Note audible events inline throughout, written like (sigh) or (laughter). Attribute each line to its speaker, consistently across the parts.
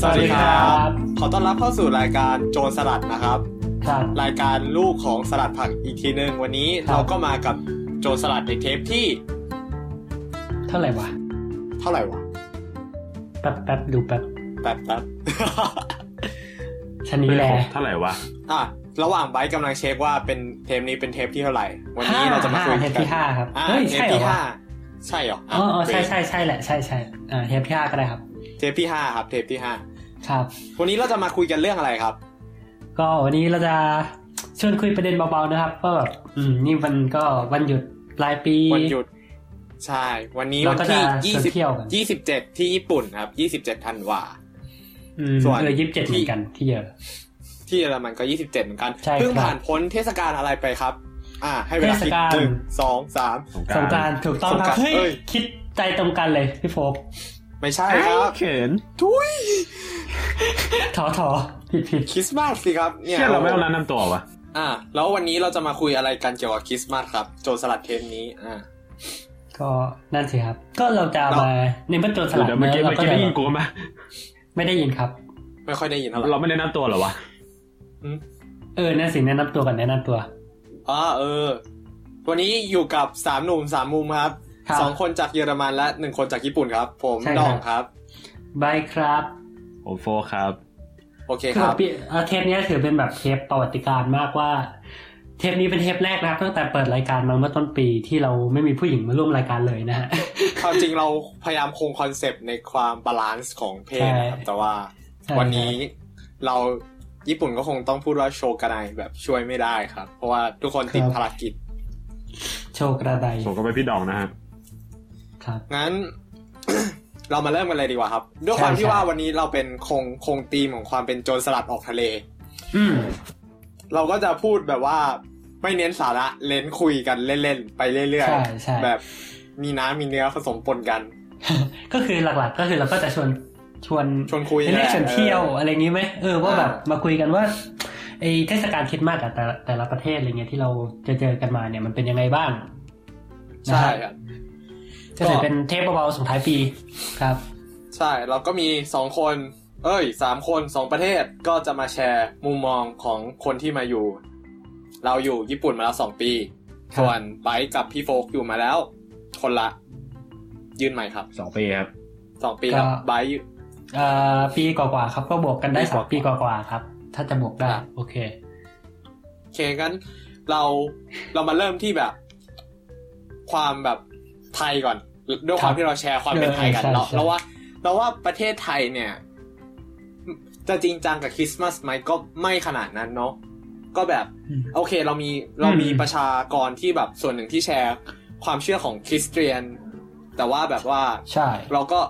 Speaker 1: สวัสดีครับ
Speaker 2: ขอต้อนรับเข้าสู่รายการโจรสลัดนะครับ
Speaker 1: ครับ
Speaker 2: รายการลูกของสลัดผักอีกทีหนึ่งวันนี้
Speaker 1: ครับ
Speaker 2: เราก็มากับโจรสลัดในเทปที่
Speaker 1: เท่าไหร่วะ
Speaker 2: เท่าไหร่วะ
Speaker 1: แป๊บแป๊บดูแป๊บ
Speaker 2: แป๊บแป๊บ (laughs)
Speaker 1: ชะนีแล
Speaker 3: เท่าไหร่วะ
Speaker 2: อ่ะระหว่างไบค์กำลังเช็คว่าเป็นเทปนี้เป็นเทปที่เท่าไหร่ วันนี้
Speaker 1: ห้า
Speaker 2: เราจะมาคุย
Speaker 1: ห้า
Speaker 2: กัน
Speaker 1: เทปที่ห้าครับ
Speaker 2: อ่ะ
Speaker 1: เฮ้ย
Speaker 2: เท
Speaker 1: ใช่
Speaker 2: ป
Speaker 1: เหรอ
Speaker 2: ที่ห้าใช่เหรอ
Speaker 1: วะอ๋
Speaker 2: อ่ะ
Speaker 1: ออ๋อใช่ใช่ใช่แหละใช่ใช่อ่าเทปที่ห้าก็ได้ครับ
Speaker 2: เทปที่ห้าครับ เทปที่ห้า
Speaker 1: ครับ
Speaker 2: วันนี้เราจะมาคุยกันเรื่องอะไรครับ
Speaker 1: ก็วันนี้เราจะชวนคุยประเด็นเบาๆนะครับว่าแบบอืมนี่มันก็วันหยุดปลายปี
Speaker 2: วันหยุด ใช่ วันนี้
Speaker 1: เรา
Speaker 2: วัน
Speaker 1: ก็จะ
Speaker 2: ที่
Speaker 1: ชวน
Speaker 2: ยี่สิบ
Speaker 1: เที่ยวกัน
Speaker 2: ยี่สิบเจ็ดที่ญี่ปุ่นครับยี่สิบเจ็ดธันวา
Speaker 1: อืม
Speaker 2: ส่วน
Speaker 1: เออยี่สิบเจ็ดเหมือนกันที่เยอะ
Speaker 2: ที่เยอรมันก็ 27 เหมือนกัน
Speaker 1: ใช่
Speaker 2: เพิ่ง
Speaker 1: ครับ
Speaker 2: ผ่านพ้นเทศกาลอะไรไปครับ อ่า ให้เวลาคิด
Speaker 1: เทศกาล
Speaker 2: หนึ่งสองสาม
Speaker 1: สงกรารถูกต้อง
Speaker 2: ส
Speaker 1: ค
Speaker 2: งกรา
Speaker 1: รับ
Speaker 2: นต์
Speaker 1: เฮ้ย
Speaker 2: เอ้ย
Speaker 1: คิดใจตรงกันเลยพี่โฟก
Speaker 2: ไม่ใช่ครับ
Speaker 3: เขิน
Speaker 2: ทุย
Speaker 1: ถอถอผิดผิด
Speaker 2: คริสต์มาสสิครับเนี่ย
Speaker 3: เชื่อเราไม่ต้องนันนำตัววะ
Speaker 2: อ่า แล้ววันนี้เราจะมาคุยอะไรกันเกี่ยวกับคริสต์มาสครับ โจรสลัดเทปนี้ อ่า
Speaker 1: ก็นั่นสิครับ ก็เราจะ
Speaker 2: เรา
Speaker 1: มาในเมื่อโจรสลัด
Speaker 3: เดี๋ยวเมื่อกี้
Speaker 1: แล้ว
Speaker 3: เมื่อกี้
Speaker 1: จะ
Speaker 3: ได้ยินกูไหม
Speaker 1: ไม่ได้ยินครับ
Speaker 2: ไม่ค่อยได้ยินเท่าไหร่
Speaker 3: เราไม่ได้นับตัวเหรอวะ
Speaker 2: อืม
Speaker 1: เออนั่นสิแนะนำตัวกันแนะนำตัว
Speaker 2: อ่าเออ วันนี้อยู่กับสามหนุ่มสามมุมครับ
Speaker 1: ครับ
Speaker 2: สองคนจากเยอรมันและหนึ่งคนจากญี่ปุ่นครับ ผม
Speaker 1: ใช่ครั
Speaker 2: ด
Speaker 1: บ
Speaker 2: องครับ
Speaker 1: บายครับ
Speaker 3: ผมโฟครับ
Speaker 2: โอเค
Speaker 1: คือ
Speaker 2: ค
Speaker 1: แบ
Speaker 2: รั
Speaker 1: บบ ปีเอ่อเทปเนี้ยถือเป็นแบบเทปประวัติการณ์มากว่า เทปนี้เป็นเทปแรกนะครับตั้งแต่เปิดรายการมาเมื่อต้นปีที่เราไม่มีผู้หญิงมาร่วมรายการเลยนะฮะ
Speaker 2: ความจริงเราพยายามคงคอนเซปต์ในความบาลานซ์ของเพศนะครับ
Speaker 1: ใช่
Speaker 2: แต่ว่า
Speaker 1: ใช่
Speaker 2: วันนี้เราญี่ปุ่นก็คงต้องพูดว่าโชกระไนแบบช่วยไม่ได้ครับ เพราะว่าทุกคนติดภารกิจ
Speaker 1: โชว์กระได
Speaker 3: ผมก็ไปพี่ดองนะฮะ
Speaker 1: ครับ
Speaker 2: งั้น (coughs) เรามาเริ่มกันเลยดีกว่าครับ ด้วยความ
Speaker 1: ใช่
Speaker 2: ที่ว่า
Speaker 1: ใช่
Speaker 2: วันนี้เราเป็นคงคงธีมของความเป็นโจรสลัดออกทะเล
Speaker 1: อืม
Speaker 2: เราก็จะพูดแบบว่าไม่เน้นสาระเล่นคุยกันเล่นๆไปเรื่อย
Speaker 1: ใช่ใช่
Speaker 2: ๆ แบบมีน้ำมีเนื้อผสมปนกัน
Speaker 1: ก็คือหลักๆ ก็คือเราก็จะชวนชวน
Speaker 2: ชวนคุย
Speaker 1: เรียก
Speaker 2: แหละ
Speaker 1: ชวนเที่ยว
Speaker 2: เอออ
Speaker 1: อะไรอย่างงี้ไหมเออว่าแบบ
Speaker 2: อ่าม
Speaker 1: มาคุยกันว่าไอเทศกาลคริดมากอะแต่ละแต่ละประเทศอะไรเงี้ยที่เราจะเจอกันมาเนี่ยมันเป็นยังไงบ้างนะ
Speaker 2: ใช่
Speaker 1: ฮะ
Speaker 2: ครับ
Speaker 1: ก็ถือเป็นเทปเบาๆส่งท้ายปีครับ
Speaker 2: ใช่เราก็มีสองคน เอ้ยสามคนสองประเทศก็จะมาแชร์มุมมองของคนที่มาอยู่ เราอยู่ญี่ปุ่นมาแล้วสองปี
Speaker 1: ครับ
Speaker 2: ส่วนไบร์ทกับพี่โฟกอยู่มาแล้ว คนละ ยื่นใหม่ครับ
Speaker 3: สองปีครับ
Speaker 2: สองปีครับไบร์ท
Speaker 1: เอ่อปีกว่าๆครับก็บวกกันได้สาม
Speaker 2: ปี
Speaker 1: ปีก
Speaker 2: กว่า
Speaker 1: ว่าๆครับ ถ้าจะบวกได้โอเค
Speaker 2: โอเคงั้นเราเรามาเริ่มที่แบบ ความแบบไทยก่อนด้วยความที่เราแชร์ความเป็นไทยกัน
Speaker 1: เออใช่
Speaker 2: เรา
Speaker 1: ใช่
Speaker 2: เราว่าเราว่าประเทศไทยเนี่ย จะจริงจังกับคริสต์มาสไหมก็ไม่ขนาดนั้นเนาะก็แบบ
Speaker 1: อืม
Speaker 2: โอเคเรามีเรามี
Speaker 1: อืม
Speaker 2: ประชากรที่แบบส่วนหนึ่งที่แชร์ความเชื่อของคริสเตียน แต่ว่าแบบว่า
Speaker 1: ใช่
Speaker 2: เราก็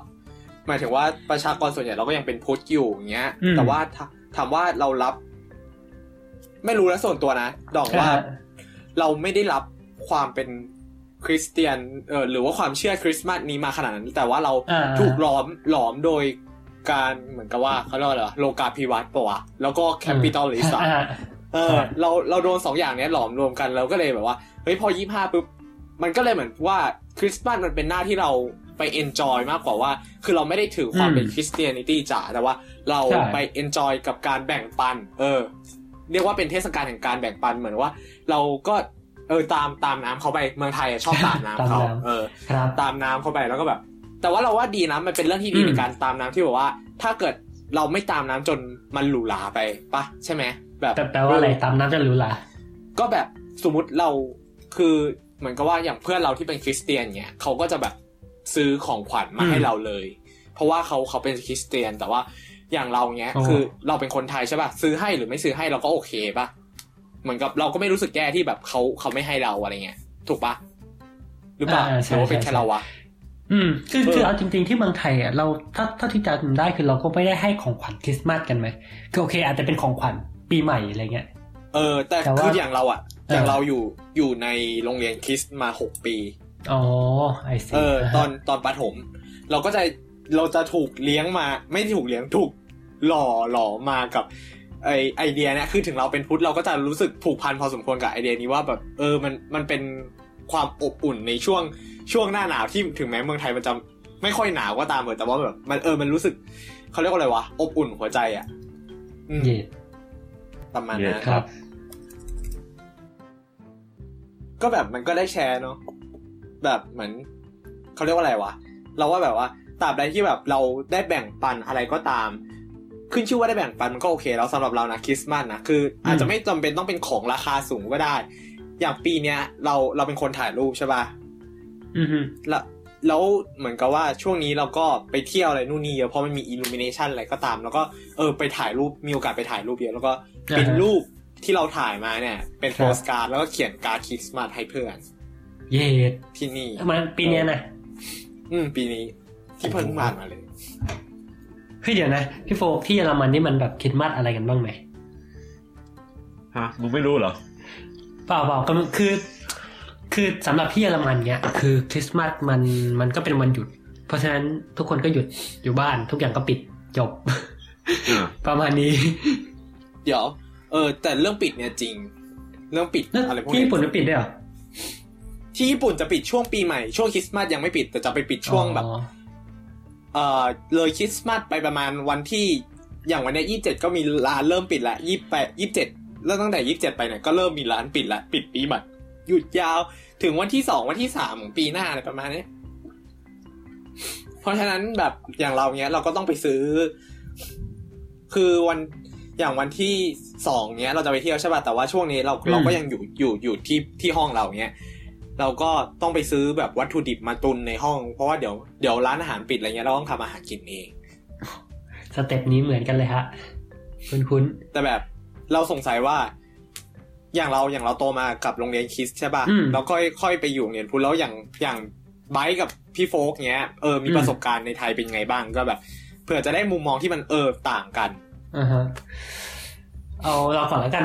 Speaker 2: หมายถึงว่าประชากรส่วนใหญ่เราก็ยังเป็นพุทธอยู่อย่างเงี้ย
Speaker 1: อืม
Speaker 2: แต่ว่าถ้าถามว่าเรารับ ไม่รู้นะส่วนตัวนะดอกว่า
Speaker 1: อ่า
Speaker 2: เราไม่ได้รับความเป็นคริสเตียนเออหรือว่าความเชื่อคริสต์มาสนี้มาขนาดนั้น แต่ว่าเรา
Speaker 1: อ่า
Speaker 2: ถูกหลอมหลอมโดยการเหมือนกับว่าเขาเรียกว่าอะไรวะโลกาภิวัตน์ปะวะแล้วก็แคปิตอลิสต์
Speaker 1: อ่า
Speaker 2: เออ
Speaker 1: ใช่
Speaker 2: เราเราโดนสองอย่างเนี้ยหลอมรวมกันเราก็เลยแบบว่าเฮ้ยพอยี่ห้าปุ๊บมันก็เลยเหมือนว่าคริสต์มาสมันเป็นหน้าที่เราไปเอนจอยมากกว่าว่า คือเราไม่ได้ถือความ
Speaker 1: อืม
Speaker 2: เป็นคริสเตียนิตี้จ๋าแต่ว่าเรา
Speaker 1: ใช่
Speaker 2: ไปเอนจอยกับการแบ่งปัน เออ เรียกว่าเป็นเทศกาลแห่งการแบ่งปันเหมือนว่า เราก็เออตามตามน้ำเขาไปเมืองไทยอะชอบตามน้ำเขาเออ
Speaker 1: ครับ
Speaker 2: ตามน้ำเข้าไปแล้วก็แบบ แต่ว่าเราว่าดีนะมันเป็นเรื่องที่ดี
Speaker 1: อืม
Speaker 2: ในการตามน้ำที่แบบว่า ถ้าเกิดเราไม่ตามน้ำจนมันหรูหราไปปะใช่ไหมแบบ
Speaker 1: แต่แปลว่าอะไรตามน้ำจะรู้ล่ะ
Speaker 2: ก็แบบสมมติเราคือเหมือนกับว่าอย่างเพื่อนเราที่เป็นคริสเตียนเนี่ยเขาก็จะแบบซื้อของขวัญมา
Speaker 1: อืม
Speaker 2: ให้เราเลย เพราะว่าเขาเขาเป็นคริสเตียนแต่ว่าอย่างเราเนี้ย
Speaker 1: โอ้
Speaker 2: คือเราเป็นคนไทยใช่ป่ะซื้อให้หรือไม่ซื้อให้เราก็โอเคปะเหมือนกับเราก็ไม่รู้สึกแย่ที่แบบเขาเขาไม่ให้เราอะไรเงี้ยถูกปะหรือเปล่าหรือว่าเป็นแค่เราวะ
Speaker 1: อืมคือ
Speaker 2: เออ
Speaker 1: คือเอาจริงๆที่เมืองไทยอ่ะเราถ้าถ้าที่จำได้คือเราก็ไม่ได้ให้ของขวัญคริสต์มาสกันไหมคือโอเค อาจจะเป็นของขวัญปีใหม่อะไรเงี้ย
Speaker 2: เออแต่
Speaker 1: แต่ว่า
Speaker 2: คืออย่างเราอะอ
Speaker 1: เอออ
Speaker 2: ย่างเราอยู่อยู่ในโรงเรียนคริสต์มาหกปี
Speaker 1: อ๋อไอซี
Speaker 2: เออ ตอนตอนประถม เราก็จะเราจะถูกเลี้ยงมา ไม่ถูกเลี้ยงถูกหล่อหลอมมากับ ไอไอเดียเนี่ยคือถึงเราเป็นพุทธเราก็จะรู้สึกผูกพันพอสมควรกับไอเดียนี้ว่าแบบเออมันมันเป็นความอบอุ่นในช่วงช่วงหน้าหนาวที่ถึงแม้เมืองไทยมันจะ ไม่ค่อยหนาวก็ตามเถอะแต่ว่าแบบมันเออมันรู้สึกเขาเรียกว่าอะไรวะอบอุ่นหัวใจอ่ะอืม
Speaker 1: เย็ด
Speaker 2: ประมาณ
Speaker 3: เย็ด
Speaker 2: นั้น
Speaker 3: ครับ
Speaker 2: ก็แบบมันก็ได้แชร์เนาะแบบเหมือนเขาเรียกว่าอะไรวะเราว่าแบบว่าตราบใดที่แบบเราได้แบ่งปันอะไรก็ตาม ขึ้นชื่อว่าได้แบ่งปันมันก็โอเคแล้วสำหรับเรานะคริสต์มาสนะคือ อาจจะไม่จำเป็นต้องเป็นของราคาสูงก็ได้ อย่างปีเนี้ยเราเราเป็นคนถ่ายรูปใช่ป่ะ
Speaker 1: อือฮึ
Speaker 2: แล้วแล้วเหมือนกับว่าช่วงนี้เราก็ไปเที่ยวอะไรนู่นนี่เยอะเพราะมันมีอิลูมิเนชันอะไรก็ตาม แล้วก็เออไปถ่ายรูปมีโอกาสไปถ่ายรูปเยอะแล้วก็เป็นรูปที่เราถ่ายมาเนี่ย เป็นโพสการ์ดแล้วก็เขียนการ์ดคริสต์มาสให้เพื่อน
Speaker 1: เย็ด
Speaker 2: ที่นี่
Speaker 1: มันปีเนี้ยนะ
Speaker 2: อืมปีนี้ ที่เพิ่งผ่านมาเลย
Speaker 1: เฮ้ยเดี๋ยวนะพี่โฟกที่เยอรมันนี่มันแบบคริดมาสอะไรกันบ้างไหม
Speaker 3: ฮะมึงไม่รู้เหรอ
Speaker 1: เปล่าเปล่าก็คือ คือสำหรับที่เยอรมันเนี้ยคือคริสต์มาสมันมันก็เป็นวันหยุด เพราะฉะนั้นทุกคนก็หยุดอยู่บ้าน ทุกอย่างก็ปิดจบ (laughs)
Speaker 3: อ่า
Speaker 1: ประมาณนี้
Speaker 2: เดี๋ยว เออ แต่เรื่องปิดเนี่ยจริง เรื่องปิด
Speaker 1: แล้ว
Speaker 2: อะไรพวก
Speaker 1: ที่
Speaker 2: นี้
Speaker 1: ญี่ปุ่นก็ปิดด้วยเหรอ
Speaker 2: ที่ญี่ปุ่นจะปิดช่วงปีใหม่ช่วงคริสต์มาสยังไม่ปิดแต่จะไปปิดช่วงแบบ
Speaker 1: อ๋อ
Speaker 2: เออเลยคริสต์มาสไปประมาณวันที่อย่างวันเนี้ยี่สิบเจ็ดก็มีร้านเริ่มปิดละยี่แปดยี่สิบเจ็ดเริ่มตั้งแต่ยี่สิบเจ็ดไปเนี่ยก็เริ่มมีร้านปิดละปิดปีใหม่หยุดยาวถึงวันที่สองวันที่สามของปีหน้าอะไรประมาณนี้เพราะฉะนั้นแบบอย่างเราเนี้ยเราก็ต้องไปซื้อ คือวันอย่างวันที่สองเนี้ย เราจะไปเที่ยวใช่ป่ะแต่ว่าช่วงนี้เราเราก็ยังอยู่อยู่อยู่ที่ที่ห้องเราเนี้ย เราก็ต้องไปซื้อแบบวัตถุดิบมาตุนในห้อง เพราะว่าเดี๋ยวเดี๋ยวร้านอาหารปิดอะไรเงี้ยเราต้องทำอาหารกินเอง
Speaker 1: สเต็ปนี้เหมือนกันเลยฮะคุ้นคุ้น
Speaker 2: แต่แบบเราสงสัยว่า อย่างเราอย่างเราโตมากับโรงเรียนคริสต์ใช่ป่ะแล้วค่อยค่อยไปอยู่โรงเรียนพุทธแล้วอย่างอย่างไบร์ทกับพี่โฟกเนี้ยเออมีประสบการณ์ในไทยเป็นไงบ้างก็แบบเผื่อจะได้มุมมองที่มันเออต่างกัน
Speaker 1: ๆอ่าฮะเอาเราก่อนแล้วกัน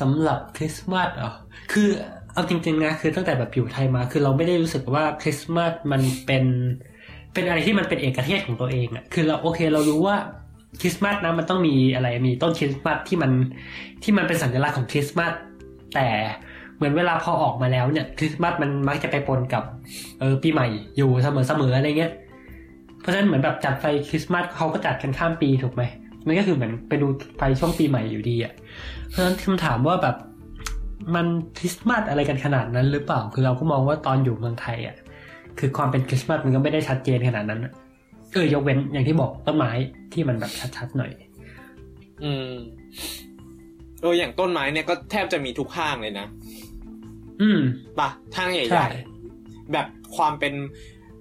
Speaker 1: สำหรับคริสต์มาสเหรอคือเอาจริงๆนะคือตั้งแต่แบบอยู่ไทยมา คือเราไม่ได้รู้สึกว่าคริสต์มาสมันเป็นเป็นอะไรที่มันเป็นเอกเทศของตัวเองอะคือเราโอเคเรารู้ว่าคริสต์มาสนะมันต้องมีอะไรมีต้นคริสต์มาสที่มันที่มันเป็นสัญลักษณ์ของคริสต์มาสแต่เหมือนเวลาพอออกมาแล้วเนี่ยคริสต์มาสมันมักจะไปปนกับ เออปีใหม่อยู่เสมอเสมออะไรเงี้ย เพราะฉะนั้นเหมือนแบบจัดไฟคริสต์มาสเขาก็จัดกันข้ามปีถูกไหมมันก็คือเหมือนไปดูไฟช่วงปีใหม่อยู่ดีอะ่ะ เพราะฉะนั้นคำถามว่าแบบมันคริสต์มาสอะไรกันขนาดนั้นหรือเปล่า คือเราก็มองว่าตอนอยู่เมืองไทยอะ่ะ คือความเป็นคริสต์มาสมันก็ไม่ได้ชัดเจนขนาดนั้นอะเออยกเว้นอย่างที่บอกต้นไม้ที่มันแบบชัดๆหน่อย
Speaker 2: อืมเอออย่างต้นไม้เนี่ยก็แทบจะมีทุกห้างเลยนะ
Speaker 1: อืม
Speaker 2: ป่ะห้างให
Speaker 1: ใช่
Speaker 2: ญ่ๆ แบบความเป็น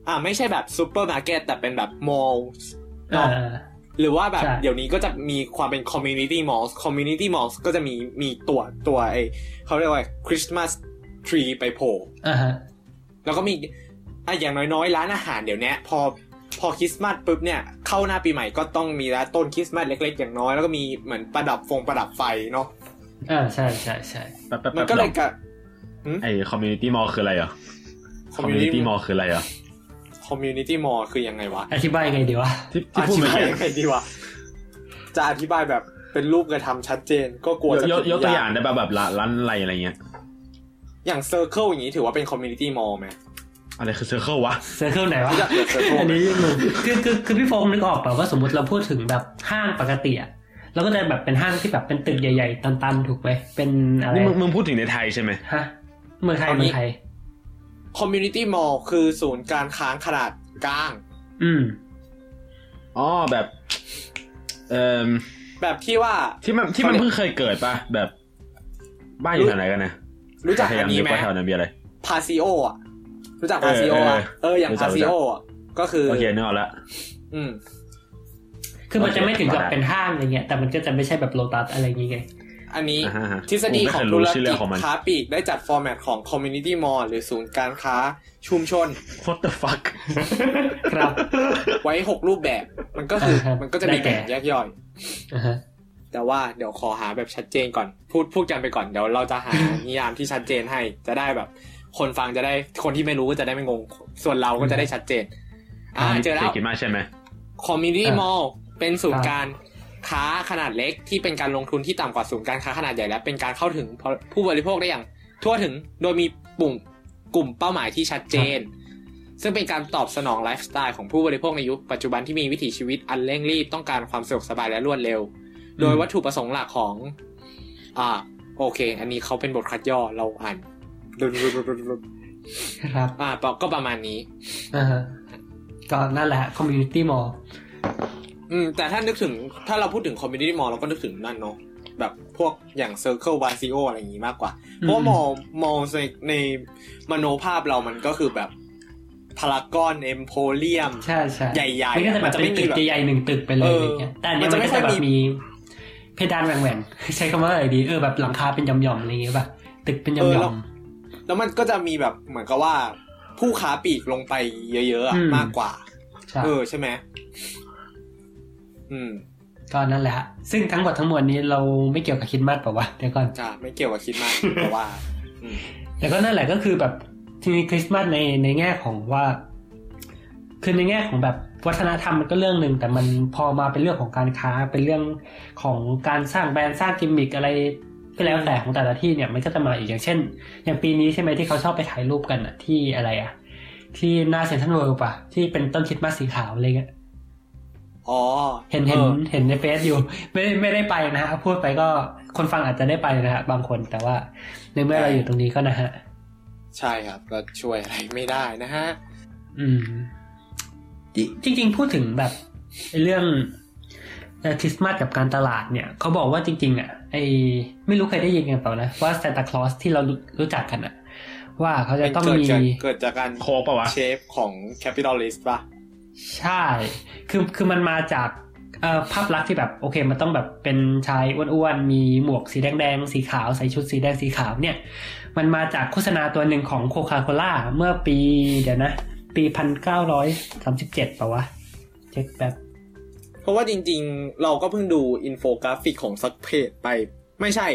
Speaker 2: อ่าไม่ใช่แบบซูเปอร์มาร์เก็ตแต่เป็นแบบมอลล์
Speaker 1: เอ่อ
Speaker 2: หรือว่าแบบ
Speaker 1: ใช่
Speaker 2: เดี๋ยวนี้ก็จะมีความเป็นคอมมูนิตี้มอลล์คอมมูนิตี้มอลล์ก็จะมีมีตัวตัวไอเขาเรียกว่าคริสต์มาสทรีไปโผล่
Speaker 1: อ่าฮะ
Speaker 2: แล้วก็มีอ่ะอย่างน้อยๆ ร้านอาหารเดี๋ยวเนี้ยพอพอคริสต์มาสปุ๊บเนี่ย เข้าหน้าปีใหม่ก็ต้องมีร้านต้นคริสต์มาสเล็ก ๆ อย่างน้อย แล้วก็มีเหมือนประดับฟงประดับไฟเนาะ
Speaker 1: อ่าใช่ใช่ใช่
Speaker 3: แป๊บแป๊บ
Speaker 2: มั
Speaker 3: แป๊
Speaker 2: น
Speaker 3: บ
Speaker 2: ก็เลยกะ
Speaker 3: ไอ้คอมมูนิตี้มอลคืออะไรเหรอคอมมูนิ
Speaker 2: community
Speaker 3: ตี้มอลคืออะไรเหรอ
Speaker 2: คอมมูนิตี้มอลล์คือยังไงวะ
Speaker 1: อธิบายไงดีวะ
Speaker 3: ที่
Speaker 2: อ
Speaker 3: ที่พูดเมื่อบ
Speaker 2: ธิาย
Speaker 3: กี้
Speaker 2: ยังไงดีวะ จะอธิบายแบบเป็นรูปกระทำชัดเจน ก็กลัวย จะ
Speaker 3: กยกยกตัวอย่าง
Speaker 2: ผิด
Speaker 3: ได้ป่ะแบบร้านร้านอะไรอะไรเงี้ย
Speaker 2: อย่างเซอร์เคิลอย่างนี้ถือว่าเป็นคอมมูนิตี้มอลล์ไหม
Speaker 3: อะไรคือเซอร์เคิลวะ
Speaker 1: เซอร์เคิลไหนวะ
Speaker 2: รู้จักเซอร์เคิล
Speaker 1: อัน
Speaker 2: ไหม
Speaker 1: นี้มึงคือคือคือพี่โฟมนึกออกเปล่าว่าสมมติเราพูดถึงแบบห้างปกติอะเราก็จะแบบเป็นห้างที่แบบเป็นตึกใหญ่ ๆ ตันๆ ถูกไหมเป็นอะไร
Speaker 3: นี่มึงมึงพูดถึงในไทยใช่ไหม
Speaker 1: ฮะเมืองไทยเมืองไทย
Speaker 2: คอมมูนิตี้มอลล์คือศูนย์การค้าขนาดกลาง
Speaker 1: อืม
Speaker 3: อ๋อแบบเอ่อ
Speaker 2: แบบที่ว่า
Speaker 3: ที่มันที่มันเพิ่งเคยเกิดป่ะแบบบ้านอยู่แถวไหนกันนะ
Speaker 2: รู้จัก
Speaker 3: พยา
Speaker 2: อั
Speaker 3: ยาน ม
Speaker 2: นี้
Speaker 3: นึก
Speaker 2: ไหม
Speaker 3: ว่าแถวนั้นมีอะไร
Speaker 2: พาซิโออ่ะ รู้จักพาซิโออ่ะ เออ อย่าง
Speaker 3: รู้จั
Speaker 2: พาก ซิโออ่ะ ก็คือ
Speaker 3: โอเคนึกออกละ
Speaker 2: อืม
Speaker 1: คือมันจะไม่ถึงกับ
Speaker 3: โอเค
Speaker 1: เป็นห้างอะไรเงี้ยแต่มันก็จะไม่ใช่แบบโลตัสอะไรอย่างเงี้ยไง
Speaker 2: อันนี้
Speaker 3: อ่าฮะฮะ
Speaker 2: ทฤษฎีของธุ
Speaker 3: ผมไม่
Speaker 2: ร
Speaker 3: เคยรู้ชื่อเรื่
Speaker 2: กิ
Speaker 3: อ
Speaker 2: จ
Speaker 3: งของมัน
Speaker 2: ค้าปลีกได้จัดฟอร์แมตของคอมมูนิตี้มอลล์หรือศูนย์การค้าชุมชน
Speaker 3: What the fuck
Speaker 1: ครับ
Speaker 2: ไว้หกรูปแบบ มันก็คือ
Speaker 1: อ่าฮะ
Speaker 2: มันก็จะมี
Speaker 1: ได้แก่
Speaker 2: แบ่งแยกย่อย
Speaker 1: อ่าฮะ
Speaker 2: แต่ว่าเดี๋ยวขอหาแบบชัดเจนก่อน พูดพูดกันไปก่อนเดี๋ยวเราจะหา นิยามที่ชัดเจนให้ จะได้แบบ คนฟังจะได้คนที่ไม่รู้ก็จะได้ไม่งง ส่วนเราก็จะได้ชัดเจน (laughs) อ่าเจอแล้ว
Speaker 3: กินมากใช่ไหม
Speaker 2: คอมมิ u n i t y มอลเป็นศูนย์การค้าขนาดเล็กที่เป็นการลงทุนที่ต่ำกว่าศูนย์การค้าขนาดใหญ่และเป็นการเข้าถึงผู้บริโภคได้อย่าง ทั่วถึงโดยมีปุ่มกลุ่มเป้าหมายที่ชัดเจน ซึ่งเป็นการตอบสนองไลฟ์สไตล์ของผู้บริโภคในยุคปัจจุบันที่มีวิถีชีวิตอันเร่งรีบต้องการความสะดวกสบายและรวดเร็ว โดยวัตถุประสงค์หลักของ อ่า โอเค อันนี้เขาเป็นบทคัดย่อเรา (laughs) อ่าน
Speaker 1: ครับ
Speaker 2: อ่าก็ประมาณนี้
Speaker 1: อ่าฮะก็นั่นแหละคอมมูนิตี้มอล
Speaker 2: อืมแต่ถ้านึกถึงถ้าเราพูดถึงคอมมิวนิตี้มอลเราก็นึกถึงนั่นเนาะแบบพวกอย่างเซอร์เคิลวาซิโออะไรอย่างงี้มากกว่า เพราะว่ามอลมอลในในมโนภาพเรามันก็คือแบบพารากอนเอ็มโพเรียม
Speaker 1: ใช่ใช่
Speaker 2: ใหญ่ๆ
Speaker 1: มันก็จะแบ
Speaker 2: มัน
Speaker 1: บ
Speaker 2: จะไม่
Speaker 1: เป็นตึ
Speaker 2: มีแบ
Speaker 1: ก
Speaker 2: บ
Speaker 1: ใหญ่ๆหนึ่งตึกไปเล
Speaker 2: เอยออ
Speaker 1: อย่างเงี้ยแต่อันเนี้ย
Speaker 2: มั
Speaker 1: มั
Speaker 2: จะ
Speaker 1: นน
Speaker 2: ไม่
Speaker 1: ก็จะแบ
Speaker 2: ค่อย
Speaker 1: บ
Speaker 2: มี
Speaker 1: มี เพดานแหว่งๆ (laughs) ใช้คำว่าอะไรดีเออแบบหลังคาเป็นหย่อมๆอะไรอย่างเงี้ยป่ะตึกเป็นหย่
Speaker 2: เออแล้
Speaker 1: อ
Speaker 2: ว
Speaker 1: ม
Speaker 2: แล้วมันก็จะมีแบบเหมือนกับว่า ผู้ค้าปลีกลงไปเยอะๆอะ
Speaker 1: อืม
Speaker 2: มากกว่า
Speaker 1: ๆใช่
Speaker 2: เออใช่ไหมอืม
Speaker 1: ก็นั่นแหละฮะซึ่งทั้งหมดทั้งมวลนี้เราไม่เกี่ยวกับคริดมากเปล่าวะเดี๋ยวก่อน
Speaker 2: จ้ะไม่เกี่ยวกับคิดมาก เพราะว่า อืม
Speaker 1: แต่ก็นั่นแหละก็คือแบบจริงๆคริสต์มาสในในแง่ของว่า คือในแง่ของแบบวัฒนธรรมมันก็เรื่องหนึ่งแต่มันพอมาเป็นเรื่องของการค้าเป็นเรื่องของการสร้างแบรนด์สร้างกิมมิคอะไรก็แล้วแต่ของแต่ละที่เนี่ยมันก็จะมาอีกอย่างเช่น อย่างปีนี้ใช่ไหมที่เขาชอบไปถ่ายรูปกันอะที่อะไรอะที่หน้าเซนทรัลเวิลด์ป่ะที่เป็นต้นคริสต์มาสสีขาวอะไรเงี้ย
Speaker 2: อ๋อ
Speaker 1: เห็นเห็น
Speaker 2: ออ
Speaker 1: เห็นในเฟซอยู่ (laughs) ไม่ได้ไม่ได้ไปนะฮะพูดไปก็คนฟังอาจจะได้ไปนะฮะบางคนแต่ว่าในเมื่อเราอยู่ตรงนี้ก็นะฮะ
Speaker 2: ใช่ครับ ก็ช่วยอะไรไม่ได้นะฮะ
Speaker 1: อืมจริงจริง ๆ พูดถึงแบบไอ้เรื่องเอ่อคริสต์มาสกับการตลาดเนี่ย เขาบอกว่าจริง ๆ อ่ะ ไอไม่รู้เคยได้ยินกันเปล่านะ ว่าซานตาคลอสที่เรารู้รู้จักกันอ่ะ ว่าเขาจะ
Speaker 2: เป็น
Speaker 1: ต้อง
Speaker 2: เกิด
Speaker 1: มี
Speaker 2: จากเกิดจากการ
Speaker 3: โคกปะวะ
Speaker 2: เชฟของแคปิตอลิสต์ป่ะ
Speaker 1: ใช่ คือคือมันมาจากเอ่อภาพลักษณ์ที่แบบโอเค มันต้องแบบเป็นชายอ้วนๆ มีหมวกสีแดงๆ สีขาว ใส่ชุดสีแดงสีขาวเนี่ย มันมาจากโฆษณาตัวหนึ่งของโคคาโคล่าเมื่อปีเดี๋ยวนะ ปีพันเก้าร้อยสามสิบเจ็ดป่าวะ เช็คแบบ
Speaker 2: เพราะว่าจริงๆ เราก็เพิ่งดูอินโฟกราฟิกของสักเพจไป ไม่ใช่